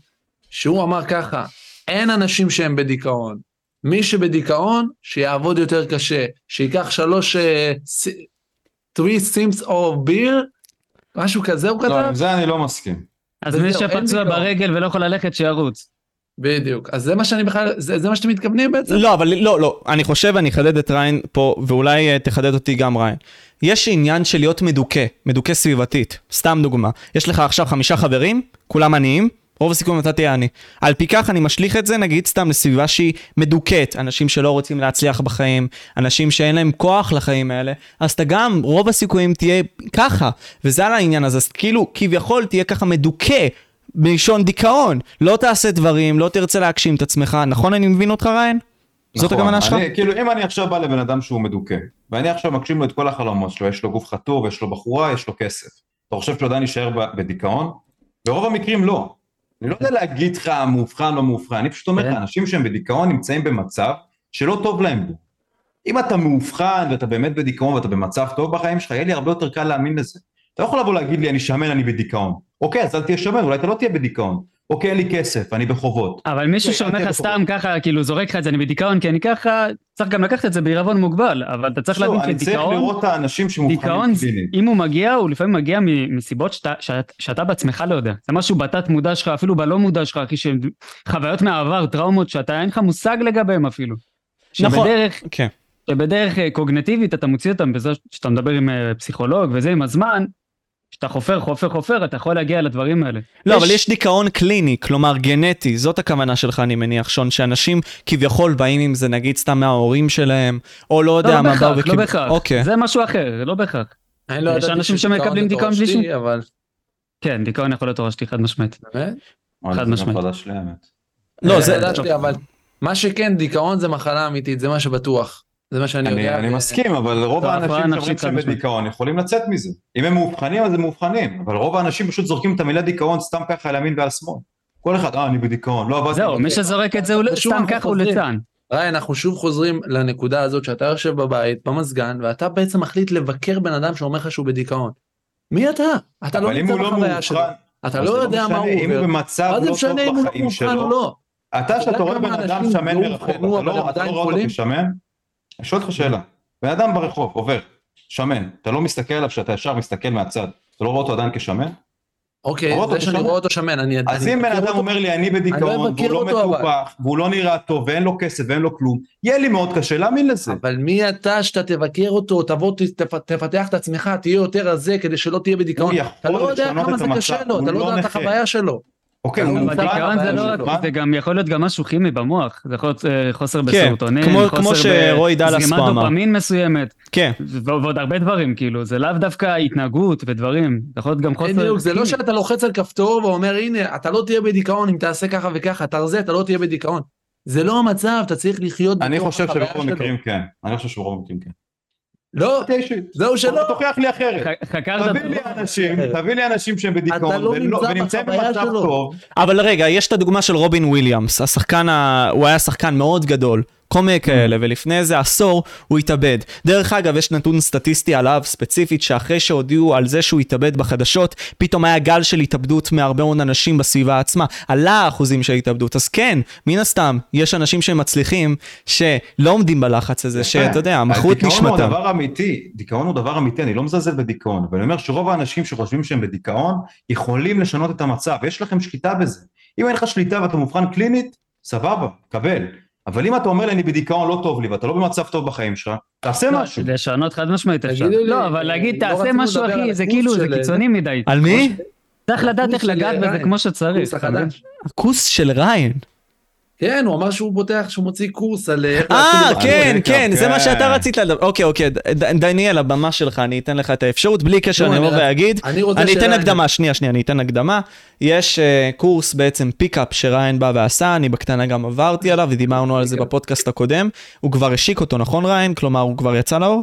F: שהוא אמר ככה, אין אנשים שהם בדיכאון. מי שבדיכאון, שיעבוד יותר קשה, שייקח שלוש... אה, ס- three sims of beer, משהו כזה הוא
E: לא,
F: כתב?
E: עם זה אני לא מסכים.
B: אז
F: וזהו,
B: מי
F: אין
B: שפצוע
F: דיכאון.
B: ברגל ולא יכול ללכת, שירוץ.
F: בדיוק. אז זה מה שאני בכלל, זה, זה מה שאתם מתכוונים בעצם?
A: לא, אבל לא, לא, אני חושב, אני אחדד את ריין פה, ואולי אה, תחדד אותי גם ריין. יש עניין של להיות מדוכא, מדוכא סביבתית. סתם דוגמה. יש לך עכשיו חמישה חברים, כולם עניים, רוב הסיכויים אתה תהיה עני. על פי כך אני משליך את זה, נגיד, סתם לסביבה שהיא מדוכאת. אנשים שלא רוצים להצליח בחיים, אנשים שאין להם כוח לחיים האלה, אז אתה גם, רוב הסיכויים תהיה ככה. וזה על העניין הזה, אז כאילו, כביכול תהיה ככה מדוכא. מלשון דיכאון, לא תעשה דברים, לא תרצה להגשים את עצמך, נכון אני מבין אותך ריין? זאת
E: נכון,
A: הכוונה שלך?
E: אני- כאילו, אם אני עכשיו בא לבן אדם שהוא מדוכא, ואני עכשיו מגשים לו את כל החלומות שלו, יש לו גוף חטוב, יש לו בחורה, יש לו כסף. אתה חושב שהוא עדיין יישאר ב- בדיכאון? ברוב המקרים לא. אני לא יודע להגיד לך מאובחן לא מאובחן, אני פשוט אומר לך,
B: כן.
E: אנשים שהם בדיכאון נמצאים במצב שלא טוב להם בו. אם אתה מאובחן ואתה באמת בדיכאון ואתה במצב טוב בחיים שלך, יהיה לי הרבה יותר קל להאמין לזה. אתה לא יכול לבוא להגיד לי, אני שמן, אני בדיכאון. אוקיי, אז אל תהיה שמן, אולי אתה לא תהיה בדיכאון. אוקיי, אין לי כסף, אני בחובות.
B: אבל מישהו
E: אוקיי,
B: שאומר
E: אל
B: לך
E: תהיה
B: סתם ככה, כאילו זורק לך את זה, אני בדיכאון כי אני ככה, צריך גם לקחת את זה בעירבון מוגבל, אבל אתה צריך
E: שוב,
B: להבין
E: לא, אני צריך
B: שדיכאון,
E: לראות את האנשים
B: דיכאון,
E: שמובחנים קלינית.
B: אם הוא מגיע, הוא לפעמים מגיע מ- מסיבות שאתה- שאת- שאתה בעצמך לא יודע. זה משהו בתת מודע שלך, אפילו בלא מודע שלך, אחי, שהם חוויות מהעבר, טראומות שאתה אין לך מושג לגביהם אפילו.
A: נכון.
B: שבדרך,
A: כן.
B: שבדרך אה, קוגנטיבית אתה מוציא אותם בזה שאתה מדבר עם אה, פסיכולוג וזה עם הזמן, כשאתה חופר, חופר, חופר, אתה יכול להגיע לדברים האלה.
A: לא, אבל יש דיכאון קליני, כלומר גנטי, זאת הכוונה שלך, אני מניח, שון, שאנשים כביכול באים עם זה, נגיד, סתם מההורים שלהם, או לא
B: לא
A: יודע מה באו
B: בהכרח, לא
A: וכיב-
B: בהכרח.
A: אוקיי.
B: זה משהו אחר, זה לא בהכרח.
F: אני לא
B: יש
F: ידעתי
B: אנשים
F: שדיכאון
B: שמקבלים
F: זה
B: דיכאון בלי
F: תורשתי,
B: שום-
F: אבל
B: כן, דיכאון יכול להיות תורשתי חד משמעית.
F: באמת?
E: וואלה,
B: חד
E: אה, זה נכון, גם
B: משמעית.
E: חדש לי, האמת.
A: לא,
F: אה? אני
A: זה...
F: ידעתי, אבל מה שכן, דיכאון זה מחלה אמיתית, זה מה שבטוח. זה מה שאני
E: אני
F: יודע.
E: אני
F: ו-
E: מסכים, אבל רוב
B: לא, הפרעה
E: האנשים שאומרים
B: נפשית, חד
E: שהם
B: משמעית.
E: בדיכאון יכולים לצאת מזה. אם הם מאובחנים אז הם מאובחנים, אבל רוב האנשים פשוט זורקים את המילה דיכאון סתם ככה על ימין ועל שמאל. כל אחד, אה, אני בדיכאון, לא עבדתי.
B: זהו,
E: בדיכאון."
B: מי שזורק את זה הוא לא-
F: ושוב
B: סתם
F: אנחנו
B: ככה הוא
F: חוזרים.
B: ליצן.
F: ראי, אנחנו שוב חוזרים לנקודה הזאת שאתה יושב בבית, במזגן, ואתה בעצם מחליט לבקר בן אדם שאומר לך שהוא בדיכאון. מי אתה? אתה לא
E: אבל אם
F: נמצא
E: הוא לא
F: בחוויה שלו.
E: מאובחן,
F: אתה
E: אז
F: לא
E: זה
F: יודע מה
E: משנה,
F: הוא
E: אם הוא
F: עובר.
E: במצב
F: מה
E: לא
F: זה
E: טוב
F: משנה אם הוא
E: בחיים
F: מאובחן או
E: שלו,
F: לא?
E: אתה, שאתה
F: יודע
E: רואה
F: כמה
E: בן אדם
F: אנשים
E: שמן
F: לא
E: מרחוב,
F: אובחנו,
E: אתה
F: אבל הם
E: לא אתה
F: עדיין
E: לא רואה אותו
F: חולים?
E: כשמן? אני שואל אותך שאלה. בן אדם ברחוב, עובר, שמן, אתה לא מסתכל עליו כשאתה ישר מסתכל מהצד, אתה לא רואה אותו עדיין כשמן?
F: אוקיי,
E: רואה אותו
F: זה שאני
E: שמן?
F: רואה אותו שמן, אני...
E: אז
F: אני
E: אם בן
F: מכיר
E: אדם
F: אותו.
E: אומר לי, אני בדיכאון,
F: מכיר
E: והוא לא
F: אותו, אבל.
E: מטופח, והוא לא נראה טוב, ואין לו כסף, ואין לו כלום, יהיה לי מאוד קשה להאמין לזה.
F: אבל מי אתה שאתה תבקר אותו, תבוא, ת- תפ- תפתח את עצמך, תהיה יותר הזה כדי שלא תהיה
E: הוא
F: בדיכאון. אתה
E: יכול
F: לא יודע
E: לשנות
F: כמה
E: את
F: זה קשה
E: המצב,
F: לו,
E: הוא
F: אתה לא יודע את
E: נכה.
F: החוויה שלו.
E: אוקיי,
F: אבל
E: הוא
B: אבל
E: מובן,
B: דיכאון זה לא...
E: אבל-
B: זה גם יכול להיות גם משהו כימי במוח. זה יכול להיות אה, חוסר
A: כן,
B: בסרוטונין,
A: כמו-
B: חוסר
A: כמו שרועי דאלאס
B: בזרימת
A: פה אמר.
B: דופמין מסוימת,
A: כן,
B: ו- ועוד הרבה דברים, כאילו. זה לאו דווקא התנהגות ודברים. זה יכול להיות גם חוסר...
F: בדיוק, זה לא
B: כימי.
F: שאתה לוחץ על כפתור ואומר, הנה, אתה לא תהיה בדיכאון אם תעשה ככה וככה, תרזה, אתה לא תהיה בדיכאון. זה לא המצב, אתה צריך לחיות
E: אני
F: בתוך
E: חושב
F: החוויה
E: שברוב
F: שלו.
E: המקרים כן. אני חושב שברוב המקרים כן.
F: לא, זהו שלא.
E: שלא תוכיח לי אחרת.
B: ח- חקרת...
E: תביא לי אנשים, תביא לי אנשים שהם בדיכאון,
F: כן. לא
E: ולא-
F: נמצא
E: ונמצאים
F: בחוויה
E: במצב
F: שלו.
E: טוב,
A: אבל רגע, יש את הדוגמה של רובין וויליאמס, השחקן, ה... הוא היה שחקן מאוד גדול, כל מיני כאלה, ולפני איזה עשור הוא התאבד. דרך אגב, יש נתון סטטיסטי עליו ספציפית, שאחרי שהודיעו על זה שהוא התאבד בחדשות, פתאום היה גל של התאבדות מהרבה מאוד אנשים בסביבה עצמה. עלה האחוזים של התאבדות, אז כן, מן הסתם, יש אנשים שמצליחים, שלא עומדים בלחץ הזה, שאתה יודע, מכרו את
E: הדיכאון הוא
A: נשמתם.
E: דבר אמיתי, דיכאון הוא דבר אמיתי, אני לא מזלזל בדיכאון, אבל אני אומר שרוב האנשים שחושבים שהם בדיכאון, יכולים לשנות את המצב, יש לכם שליטה בזה. אם אין לך שליטה ואתה מאובחן קלינית, סבבה, קבל. אבל אם אתה אומר לי אני בדיכאון לא טוב לי ואתה לא במצב טוב בחיים שלך, תעשה
B: לא,
E: משהו.
B: לשנות חד משמעית אפשר.
F: תגידו לי,
B: לא, אבל להגיד
F: לא
B: תעשה
F: רצינו
B: משהו
F: לדבר על
B: אחי, זה
F: הקורס
B: כאילו, זה
F: של-
B: קיצוני מדי.
A: על מי?
B: צריך לדעת איך
F: של
B: לגעת בזה
F: ריין.
B: כמו שצריך.
F: הקורס
B: אתה מבין?
F: החדש.
A: הכוס של ריין.
F: כן, הוא אמר שהוא פותח, שהוא מוציא קורס על איך
A: אה,
F: להתחיל את
A: כן,
E: ברדיו,
A: כן, זה
E: כן.
A: מה שאתה רצית לדבר. אוקיי, אוקיי, ד- ד- דניאל, הבמה שלך, אני אתן לך את האפשרות, בלי קשר,
F: לא,
A: אני
F: אני
A: אבוא
F: רק-
A: ואגיד.
F: אני רוצה
A: אני אתן
F: שריין-
A: הקדמה, שנייה, שנייה, אני אתן הקדמה. יש אה, קורס בעצם פיקאפ שריין בא ועשה, אני בקטנה גם עברתי עליו, ודיברנו על זה בפודקאסט הקודם. הוא כבר השיק אותו, נכון ריין? כלומר, הוא כבר יצא לאור?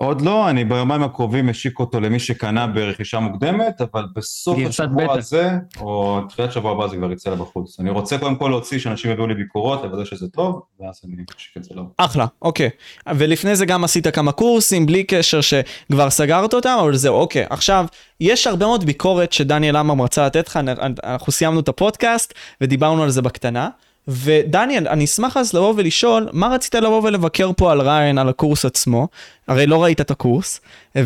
E: עוד לא, אני ביומיים הקרובים משיק אותו למי שקנה ברכישה מוקדמת, אבל בסוף
B: גרסת
E: השבוע
B: בטא.
E: הזה, או תחילת שבוע הבא זה כבר יצא לבחוץ. אני רוצה קודם כל להוציא שאנשים יביאו לי ביקורות, לוודא שזה טוב, ואז אני אשיק את זה לא. לאור.
A: אחלה, אוקיי. ולפני זה גם עשית כמה קורסים, בלי קשר שכבר סגרת אותם, אבל זהו, אוקיי. עכשיו, יש הרבה מאוד ביקורת שדניאל עמאם רצה לתת לך, נ- אנחנו סיימנו את הפודקאסט ודיברנו על זה בקטנה. ודניאל, אני אשמח אז לבוא ולשאול, מה רצית לבוא ולבקר פה על ריין, על הקורס עצמו? הרי לא ראית את הקורס,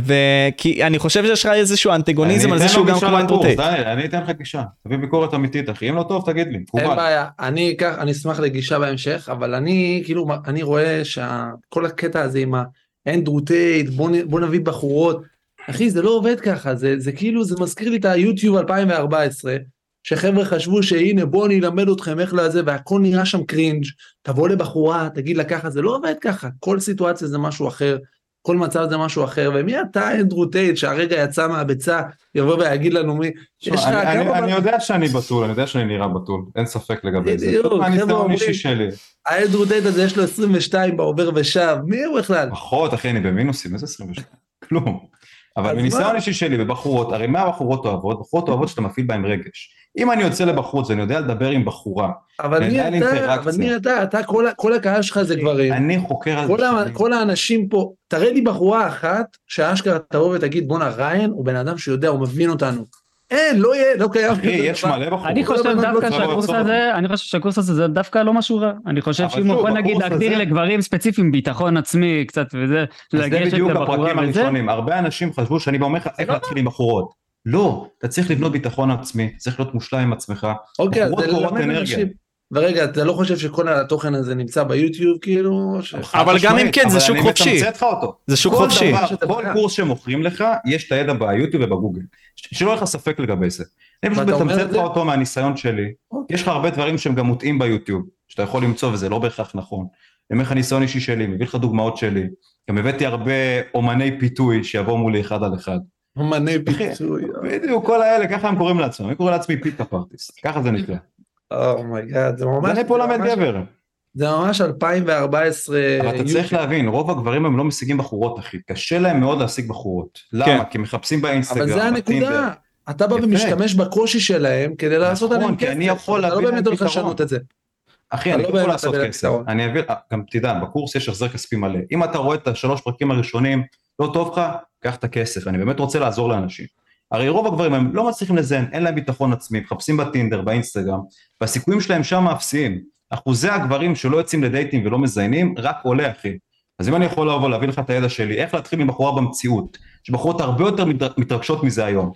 A: וכי אני חושב שיש לך איזשהו אנטגוניזם על זה שהוא גם כמו אנדרוטייט.
E: אני אתן לך גישה, תביא ביקורת אמיתית, אחי. אם לא טוב, תגיד לי,
F: אין
E: מקובל.
F: בעיה, אני אקח, אני אשמח לגישה בהמשך, אבל אני כאילו, מה- אני רואה שכל הקטע הזה עם האנדרו טייט, בוא, נ- בוא נביא בחורות, אחי זה לא עובד ככה, זה, זה כאילו, זה מזכיר לי את היוטיוב 2014, שחבר'ה חשבו שהנה בוא אני אלמד אתכם איך לזה, והכל נראה שם קרינג', תבוא לבחורה, תגיד לה ככה, זה לא עובד ככה, כל סיטואציה זה משהו אחר, כל מצב זה משהו אחר, ומי אתה אנדרו טייט שהרגע יצא מהביצה, יבוא ויגיד לנו מי,
E: תשמע,
F: יש לך
E: אני- אני-
F: כמה
E: אני יודע שאני בתול, אני יודע שאני נראה בתול, אין ספק לגבי זה.
F: בדיוק,
E: אני
F: חבר'ה
E: סתם
F: אומרים-
E: אישי שלי.
F: האנדרו טייט הזה יש לו 22 בעובר ושב, מי הוא בכלל?
E: פחות, אחי, אני במינוסים, איזה 22? כלום. אבל
F: אז
E: מניסיון
F: מה?
E: אישי שלי בבחורות, הרי מה הבחורות אוהבות? בחורות אוהבות שאתה מפעיל בהן רגש. אם אני יוצא לבחוץ ואני יודע לדבר עם בחורה,
F: אבל מי
E: מנהל
F: אתה?
E: אינטראקציה.
F: אבל מי אתה? אתה, כל ה- כל הקהל שלך זה גברים.
E: אני חוקר על זה.
F: כל ה-
E: שנים.
F: כל האנשים פה, תראה לי בחורה אחת שאשכרה תבוא ותגיד בואנה ריין הוא בן אדם שיודע, הוא מבין אותנו. אין, לא יהיה, לא קיים.
E: אחי,
F: כזה
E: יש
F: דבר.
E: מלא בחורות.
B: אני חושב
F: לא
B: דווקא
F: צריך
B: שהקורס
E: לעצור.
B: הזה, אני חושב שהקורס הזה זה דווקא לא משהו רע. אני חושב
E: אבל
B: שאם
E: שוב,
B: הוא יכול נגיד
E: הקורס
B: להגדיר
E: הזה-
B: לגברים ספציפיים ביטחון עצמי קצת וזה,
E: אז זה
B: לגשת
E: בדיוק
B: לבחורה
E: הפרקים
B: וזה,
E: הראשונים. הרבה אנשים חשבו שאני בא אומר לך איך להתחיל עם בחורות. לא, אתה צריך לבנות ביטחון עצמי, צריך להיות מושלם עם עצמך.
F: אוקיי, אז
E: בחורות
F: זה
E: קוראות
F: ללמד
E: אנרגיה.
F: אנשים. ורגע, אתה לא חושב שכל התוכן הזה נמצא ביוטיוב כאילו? ש-
A: אבל גם אם כן, זה
E: אבל
A: שוק
E: אני
A: חופשי.
E: מתמצת לך אותו.
A: זה שוק
E: כל
A: חופשי.
E: דבר,
F: שאתה
E: כל
F: בוחר.
E: קורס שמוכרים לך, יש את הידע ביוטיוב ובגוגל. ש- שלא יהיה לך ספק לגבי זה. אני פשוט
F: ואתה אומר
E: מתמצת
F: את
E: לך
F: זה?
E: אותו מהניסיון שלי.
F: אוקיי.
E: יש לך הרבה דברים שהם גם מוטעים ביוטיוב, שאתה יכול למצוא וזה לא בהכרח נכון. אני אומר לך ניסיון אישי שלי, מביא לך דוגמאות שלי. גם הבאתי הרבה אומני פיתוי שיבואו מולי אחד על אחד.
F: אומני
E: אחי,
F: פיצוי.
E: בדיוק, כל האלה, ככה הם קוראים לעצמם. אני קורא לעצמי פיתה פרטיסט, ככה זה נקרא.
F: אומייגאד, Oh זה ממש...
E: אני פה
F: זה
E: למד
F: ממש-
E: גבר.
F: זה אה, ממש 2014.
E: אבל אתה
F: יוטיוב.
E: צריך להבין, רוב הגברים הם לא משיגים בחורות, אחי. קשה להם מאוד להשיג בחורות.
A: כן.
E: למה? כי הם מחפשים באינסטגרם,
F: אבל זה
E: בטינדר.
F: הנקודה. אתה בא
E: יפה.
F: ומשתמש בקושי שלהם כדי לעשות
E: נכון,
F: עליהם
E: כי
F: כסף.
E: אני יכול
F: אתה
E: להביא
F: לא
E: להם
F: באמת הולך
E: פתרון.
F: לשנות את זה.
E: אחי,
F: אתה
E: אני
F: לא
E: יכול
F: באמת
E: לעשות
F: מקבל
E: כסף.
F: הפתרון.
E: אני אביא, אה, גם תדע, בקורס יש החזר כספי מלא. אם אתה רואה את השלוש פרקים הראשונים, לא טוב לך, קח את הכסף. אני באמת רוצה לעזור לאנשים. הרי רוב הגברים הם לא מצליחים לזיין, אין להם ביטחון עצמי, מחפשים בטינדר, באינסטגרם, והסיכויים שלהם שם אפסיים. אחוזי הגברים שלא יוצאים לדייטים ולא מזיינים, רק עולה, אחי. אז אם אני יכול לבוא להביא לך את הידע שלי, איך להתחיל עם בחורה במציאות, שבחורות הרבה יותר מת- מתרגשות מזה היום.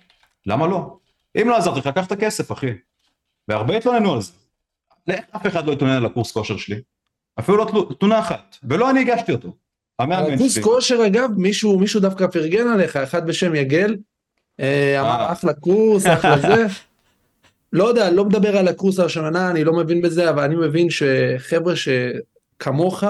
E: למה לא? אם לא עזרתי לך, קח את הכסף, אחי. והרבה התלוננו על זה. לא, אף אחד לא התלונן על הקורס כושר שלי. אפילו לא תלו- תלונה אחת. ולא אני הגשתי אותו. המאמן
F: קורס
E: שלי.
F: כושר אגב, מישהו מישהו דווקא פרגן עליך, אחד בשם יגל, אה, אמר
E: אה.
F: אחלה קורס, אחלה זה. *laughs* לא יודע, לא מדבר על הקורס השנה, אני לא מבין בזה, אבל אני מבין שחבר'ה שכמוך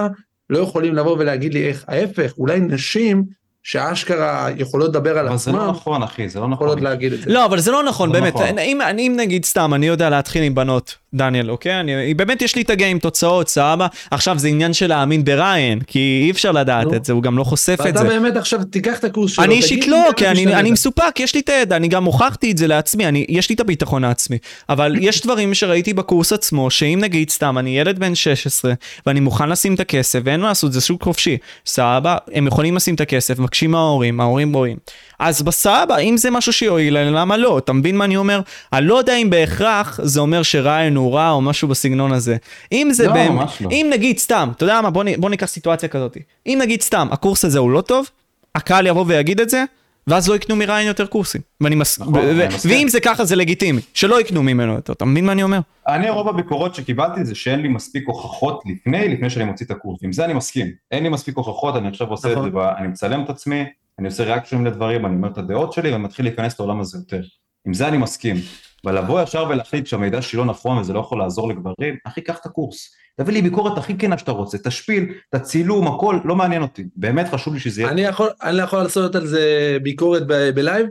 F: לא יכולים לבוא ולהגיד לי איך, ההפך, אולי נשים שאשכרה יכולות לדבר על
E: אבל זה
F: עצמן,
E: לא נכון, אחי, זה לא נכון.
F: יכולות להגיד את זה.
A: לא, אבל זה לא נכון,
E: לא
A: באמת.
E: נכון.
A: אם, אני, אם נגיד סתם, אני יודע להתחיל עם בנות, דניאל, אוקיי? אני, באמת יש לי את הגיים, תוצאות, סבבה? עכשיו זה עניין של להאמין בראיין, כי אי אפשר לדעת
F: נו.
A: את זה, הוא גם לא חושף את
F: ואתה
A: זה.
F: באמת עכשיו תיקח את הקורס שלו.
A: אני
F: תגיד
A: אישית
F: לי
A: לא,
F: כמה
A: כי אני,
F: משתלם.
A: אני מסופק, יש לי את הידע, אני גם הוכחתי את זה לעצמי, אני, יש לי את הביטחון העצמי. אבל יש דברים שראיתי בקורס עצמו, שאם נגיד סתם, אני ילד בן 16, ואני מוכן לשים את הכסף, ואין מה לעשות, זה שוק חופשי. סבבה, הם יכולים לשים את הכסף, מבקשים מההורים, ההורים רואים. אז בסבבה, אם זה משהו שיועיל, להם, למה לא? אתה מבין מה אני אומר? אני לא יודע אם בהכרח זה אומר שרעיון הוא רע או משהו בסגנון הזה. אם זה
E: לא,
A: באמת,
E: ממש לא.
A: אם נגיד סתם, אתה יודע מה, בוא, נ- בוא ניקח סיטואציה כזאת. אם נגיד סתם, הקורס הזה הוא לא טוב, הקהל יבוא ויגיד את זה, ואז לא יקנו מרעיון יותר קורסים. ואני מס...
E: נכון,
A: ו-
E: אני
A: ו-
E: מסכים.
A: ואם זה ככה זה לגיטימי, שלא יקנו ממנו יותר, אתה מבין מה אני אומר?
E: אני רוב הביקורות שקיבלתי זה שאין לי מספיק הוכחות לפני, לפני שאני מוציא את הקורס. עם זה אני מסכים. אין לי מספיק הוכחות, אני עכשיו עושה את
F: נכון.
E: זה, ב- אני מצלם את עצמי, אני עושה ריאקשנים לדברים, אני אומר את הדעות שלי ואני מתחיל להיכנס לעולם הזה יותר. עם זה אני מסכים. אבל לבוא ישר ולהחליט שהמידע שלי לא נכון וזה לא יכול לעזור לגברים, אחי, קח את הקורס. תביא לי ביקורת הכי כנה שאתה רוצה, תשפיל, תצילום, הכל, לא מעניין אותי. באמת חשוב לי שזה יהיה
F: אני יכול- אני לא יכול לעשות על זה ביקורת ב- בלייב?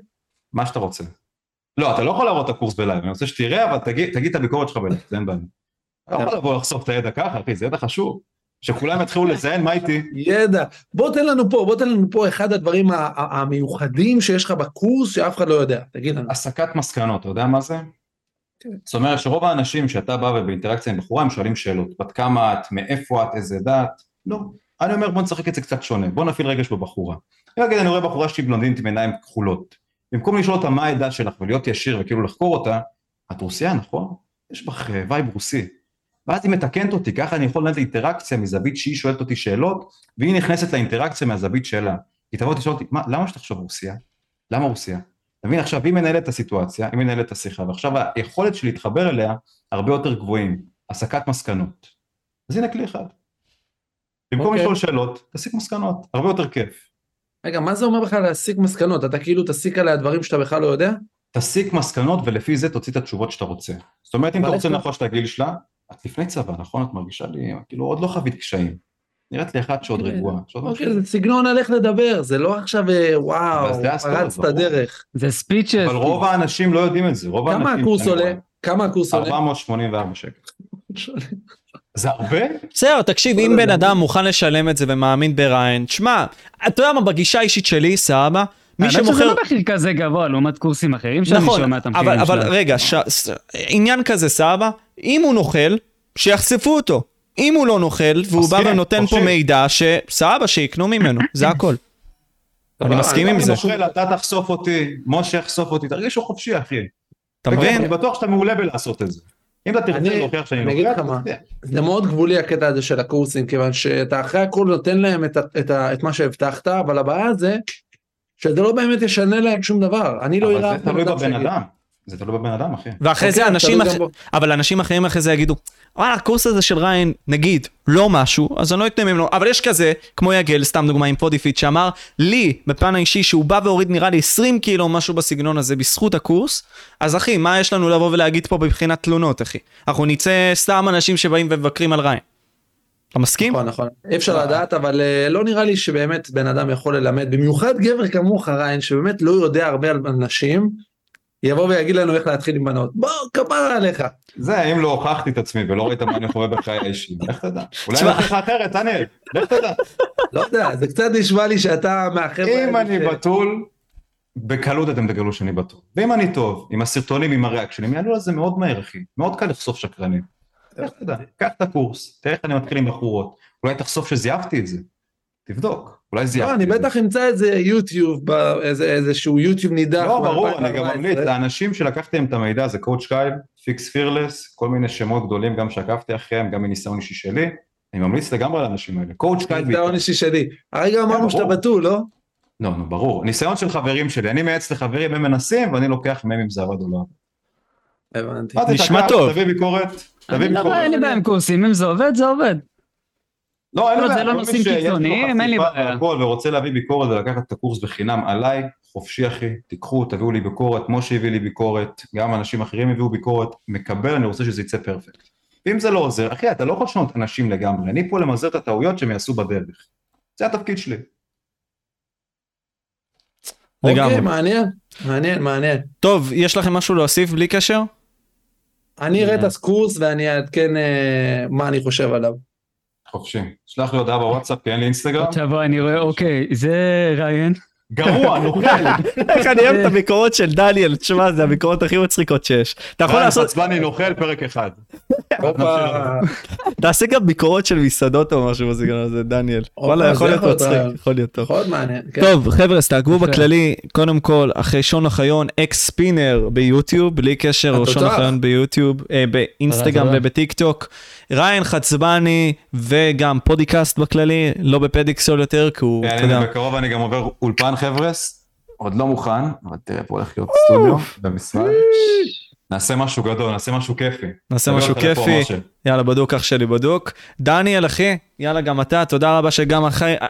E: מה שאתה רוצה. לא, אתה לא יכול להראות את הקורס בלייב, אני רוצה שתראה, אבל תגיד, תגיד את הביקורת שלך בלייב, זה אין בעיה. אתה לא יכול לבוא לחשוף את הידע ככה, אחי, זה ידע חשוב. שכולם יתחילו לציין מה איתי.
F: ידע. בוא תן לנו פה, בוא תן לנו פה אחד הדברים ה- ה- המיוחדים שיש לך בקורס שאף אחד לא יודע. תגיד לנו.
E: הסקת מסקנות, אתה יודע מה זה? זאת אומרת שרוב האנשים שאתה בא ובאינטראקציה עם בחורה, הם שואלים שאלות. בת כמה את, מאיפה את, איזה דת? לא. אני אומר, בוא נשחק את זה קצת שונה, בוא נפעיל רגש בבחורה. אני אגיד, אני רואה בחורה שהיא בלונדינית עם עיניים כחולות. במקום לשאול אותה מה העדה שלך ולהיות ישיר וכאילו לחקור אותה, את רוסיה, נכון? יש בך אה, וייב רוסי. ואז היא מתקנת אותי, ככה אני יכול לנהל את האינטראקציה מזווית שהיא שואלת אותי שאלות, והיא נכנסת לאינטראקציה מהזווית שלה. היא תבוא ותשאל אותי, מה, למה שתחשוב רוסיה? למה רוסיה? אתה מבין, עכשיו היא מנהלת את הסיטואציה, היא מנהלת את השיחה, ועכשיו היכולת שלי להתחבר אליה הרבה יותר גבוהים, הסקת מסקנות. אז הנה כלי אחד. במקום
F: אוקיי.
E: לשאול שאלות, תסיק מסקנות, הרבה יותר כיף.
F: רגע, מה זה אומר בכלל להסיק מסקנות? אתה כאילו תסיק עליה דברים שאתה בכלל לא יודע?
E: תסיק מסקנות ולפי זה תוציא את התשובות שאתה רוצה. זאת אומרת, אם
F: אבל
E: אתה רוצה
F: איך-
E: לנחוש את הגיל שלה, את לפני צבא, נכון? את מרגישה לי, כאילו, עוד לא חווית קשיים. נראית לי אחת שעוד
F: אוקיי.
E: רגועה. שעוד לא
F: אוקיי,
E: משהו.
F: זה סגנון על איך לדבר, זה לא עכשיו אה, וואו,
E: אבל זה הסטורי,
F: פרצת
E: ברור.
F: דרך.
B: זה ספיצ'ס.
E: אבל רוב האנשים לא יודעים את זה, רוב האנשים...
F: כן. כמה הקורס
E: שאני
F: עולה?
E: רואה,
F: כמה הקורס עולה?
E: 484 שקל.
F: *laughs*
E: זה הרבה?
A: בסדר, תקשיב, אם בן אדם מוכן לשלם את זה ומאמין בראיין, שמע, אתה יודע מה, בגישה האישית שלי, סבבה, מי
B: האמת שזה
A: שמוכר... נכון,
B: לא מחיר כזה גבוה לעומת קורסים אחרים שאני שומע את המחירים
A: אבל,
B: שלהם.
A: אבל רגע, ש... ס- עניין כזה, סבא, אם הוא נוכל, שיחשפו אותו. אם הוא לא נוכל, והוא בא
E: מסכים,
A: ונותן פה
E: חופשי.
A: מידע, שסבא, שיקנו ממנו, זה
B: *coughs*
A: הכל. אני מסכים עם
E: אה, אני
A: זה,
E: מוכרל, אתה תחשוף אותי, משה יחשוף אותי, תרגישו חופשי, אחי.
A: אתה
E: וגם,
A: מבין?
E: אני בטוח שאתה מעולה בלעשות את זה. אם אתה
F: אני-
E: תרצה להוכיח שאני לא
F: אני אגיד
E: נוכח,
F: לך מה. כאילו,
E: תצליח.
F: זה מאוד גבולי הקטע הזה של הקורסים, כיוון שאתה אחרי הכל נותן להם את, ה- את, ה- את מה שהבטחת, אבל הבעיה זה שזה לא באמת ישנה להם שום דבר. אני לא אראה
E: אבל זה תלוי
F: אף אדם
E: בבן
F: שיגיד,
E: אדם. זה תלוי בבן אדם, אחי.
A: ואחרי
F: אוקיי,
A: זה אנשים,
F: תלוי
B: לא-
A: אח...
F: גם בו.
A: אבל אנשים אחרים אחרי זה יגידו, וואלה, הקורס הזה של ריין, נגיד, לא משהו, אז אני לא אתן ממנו, אבל יש כזה, כמו יגל, סתם דוגמא עם פודיפיט, שאמר לי, בפן האישי, שהוא בא והוריד נראה לי 20 קילו, משהו בסגנון הזה, בזכות הקורס, אז אחי, מה יש לנו לבוא ולהגיד פה מבחינת תלונות, אחי? אנחנו נצא סתם אנשים שבאים ומבקרים על ריין. אתה מסכים?
F: נכון, נכון. אי אפשר לדעת, אבל אה, לא נראה לי שבאמת בן אדם יכול ללמד, במיוחד גבר כמוך, ריין, שבאמת לא יודע הרבה על נשים, יבוא ויגיד לנו איך להתחיל עם בנות. בוא, כפרה עליך.
E: זה, אם לא הוכחתי את עצמי ולא ראית מה אני חווה בחיי האישיים, לך תדע. אולי אני
A: תשמע-
E: אוכיח לך אחרת, דניאל, לך תדע.
F: לא יודע, זה קצת נשמע לי שאתה מהחבר'ה...
E: אם
F: האלה
E: אני
F: ש-
E: בתול, בקלות אתם תגלו שאני בתול. ואם אני טוב, עם הסרטונים, עם הריאקשנים, יעלו על זה מאוד מהר, אחי. מאוד קל לחשוף שקרנים. לך תדע, קח את הקורס, תראה איך אני מתחיל עם בחורות. אולי תחשוף שזייפתי את זה. תבדוק, אולי זייפתי
F: לא,
E: את
F: אני
E: זה.
F: בטח אמצא איזה יוטיוב, ב- איזה- איזשהו יוטיוב נידח.
E: לא, ברור, אני גם
F: מ-
E: ממליץ, האנשים שלקחתי להם את המידע זה קואוצ' קייב, פיקס פירלס, כל מיני שמות גדולים גם שעקבתי אחריהם, גם מניסיון אישי שלי, אני ממליץ לגמרי לאנשים האלה. קואוצ' קייב
F: זה
E: בעיקר.
F: העונש שלי. הרגע אמרנו
E: אה, כן, ברור.
F: שאתה בתול, לא?
E: לא, נו, ברור. ניסיון של חברים שלי, אני מייעץ לחברים, הם מנסים, ואני לוקח מהם אם זה עבד או לא.
F: הבנתי.
E: מה,
A: נשמע
E: תתקע,
A: טוב.
E: תביא ביקורת, תביא
B: אני לא-
E: ביקורת.
B: אין לי בעיה עם קורסים, אם זה עובד, זה עובד.
E: לא, אין לי
B: לא,
E: בעיה.
B: זה לא
E: כל מי
B: נושאים
E: שיש לו
B: קיצוניים, אין לי
E: חשיפה
B: בעיה.
E: והכל ורוצה להביא ביקורת ולקחת את הקורס בחינם עליי, חופשי אחי, תיקחו, תביאו לי ביקורת, משה הביא לי ביקורת, גם אנשים אחרים הביאו ביקורת, מקבל, אני רוצה שזה יצא פרפקט. ואם זה לא עוזר, אחי, אתה לא יכול לשנות אנשים לגמרי, אני פה למזער את הטעויות שהם יעשו בדרך. זה התפקיד שלי.
A: לגמרי.
F: אוקיי, מעניין, מעניין, מעניין.
A: טוב, יש לכם משהו להוסיף בלי קשר?
F: Mm.
H: אני אראה את
A: אה.
H: הקורס ואני אעדכן אה, מה אני חושב עליו.
E: חופשי. שלח לי הודעה בוואטסאפ, כי אין לי אינסטגרם.
B: עוד שבוע אני רואה, אוקיי, זה רעיון. *laughs*
E: גרוע, נוכל.
A: איך *laughs* אני אוהב את הביקורות של דניאל, תשמע, זה הביקורות הכי מצחיקות שיש. אתה יכול לעשות,
E: עצבני נוכל פרק אחד. כן.
F: הופה.
A: תעשה גם ביקורות של מסעדות או משהו בסגנון הזה, דניאל.
F: אוקיי,
A: וואלה, יכול
F: זה
A: להיות
F: יכול להיות
A: מצחיק,
F: רעיון.
A: יכול להיות *laughs* טוב.
F: מאוד מעניין. כן.
A: טוב, חבר'ה, אז תעקבו
B: יפה.
A: בכללי, קודם כל, אחרי שון אוחיון, אקס ספינר ביוטיוב, בלי קשר, או
F: התותח.
A: שון אוחיון ביוטיוב, אה, באינסטגרם
B: תודה.
A: ובטיק טוק. ריין חצבני, וגם פודיקאסט בכללי, לא בפדיקסול יותר, כי הוא, אתה יודע,
E: אני בקרוב אני גם עובר אולפן חבר'ס, עוד לא מוכן, אבל תראה פה הולך להיות סטודיו במשרד. נעשה משהו גדול, נעשה משהו כיפי.
A: נעשה
E: תביא
A: משהו
E: אותך לפה,
A: כיפי.
E: משה.
A: יאללה, בדוק אח שלי, בדוק. דניאל, אחי, יאללה, גם אתה, תודה רבה שגם אחרי, אה,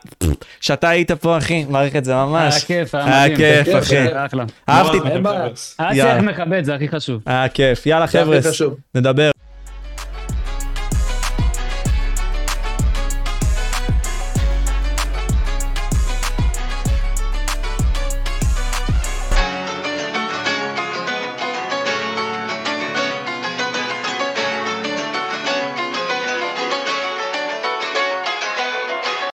A: שאתה היית פה, אחי, מעריך את זה
B: היה
A: ממש.
B: כיף, היה
A: היה
B: מדהים.
A: כיף, אחי.
B: אחלה.
A: אהבתי,
E: נורא,
F: אין בעיה.
E: חבר'ס.
B: היה
A: יאללה.
B: שיח מכבד, זה הכי חשוב.
A: היה כיף. יאללה,
F: זה הכי
A: חבר'ה,
F: חשוב.
A: נדבר.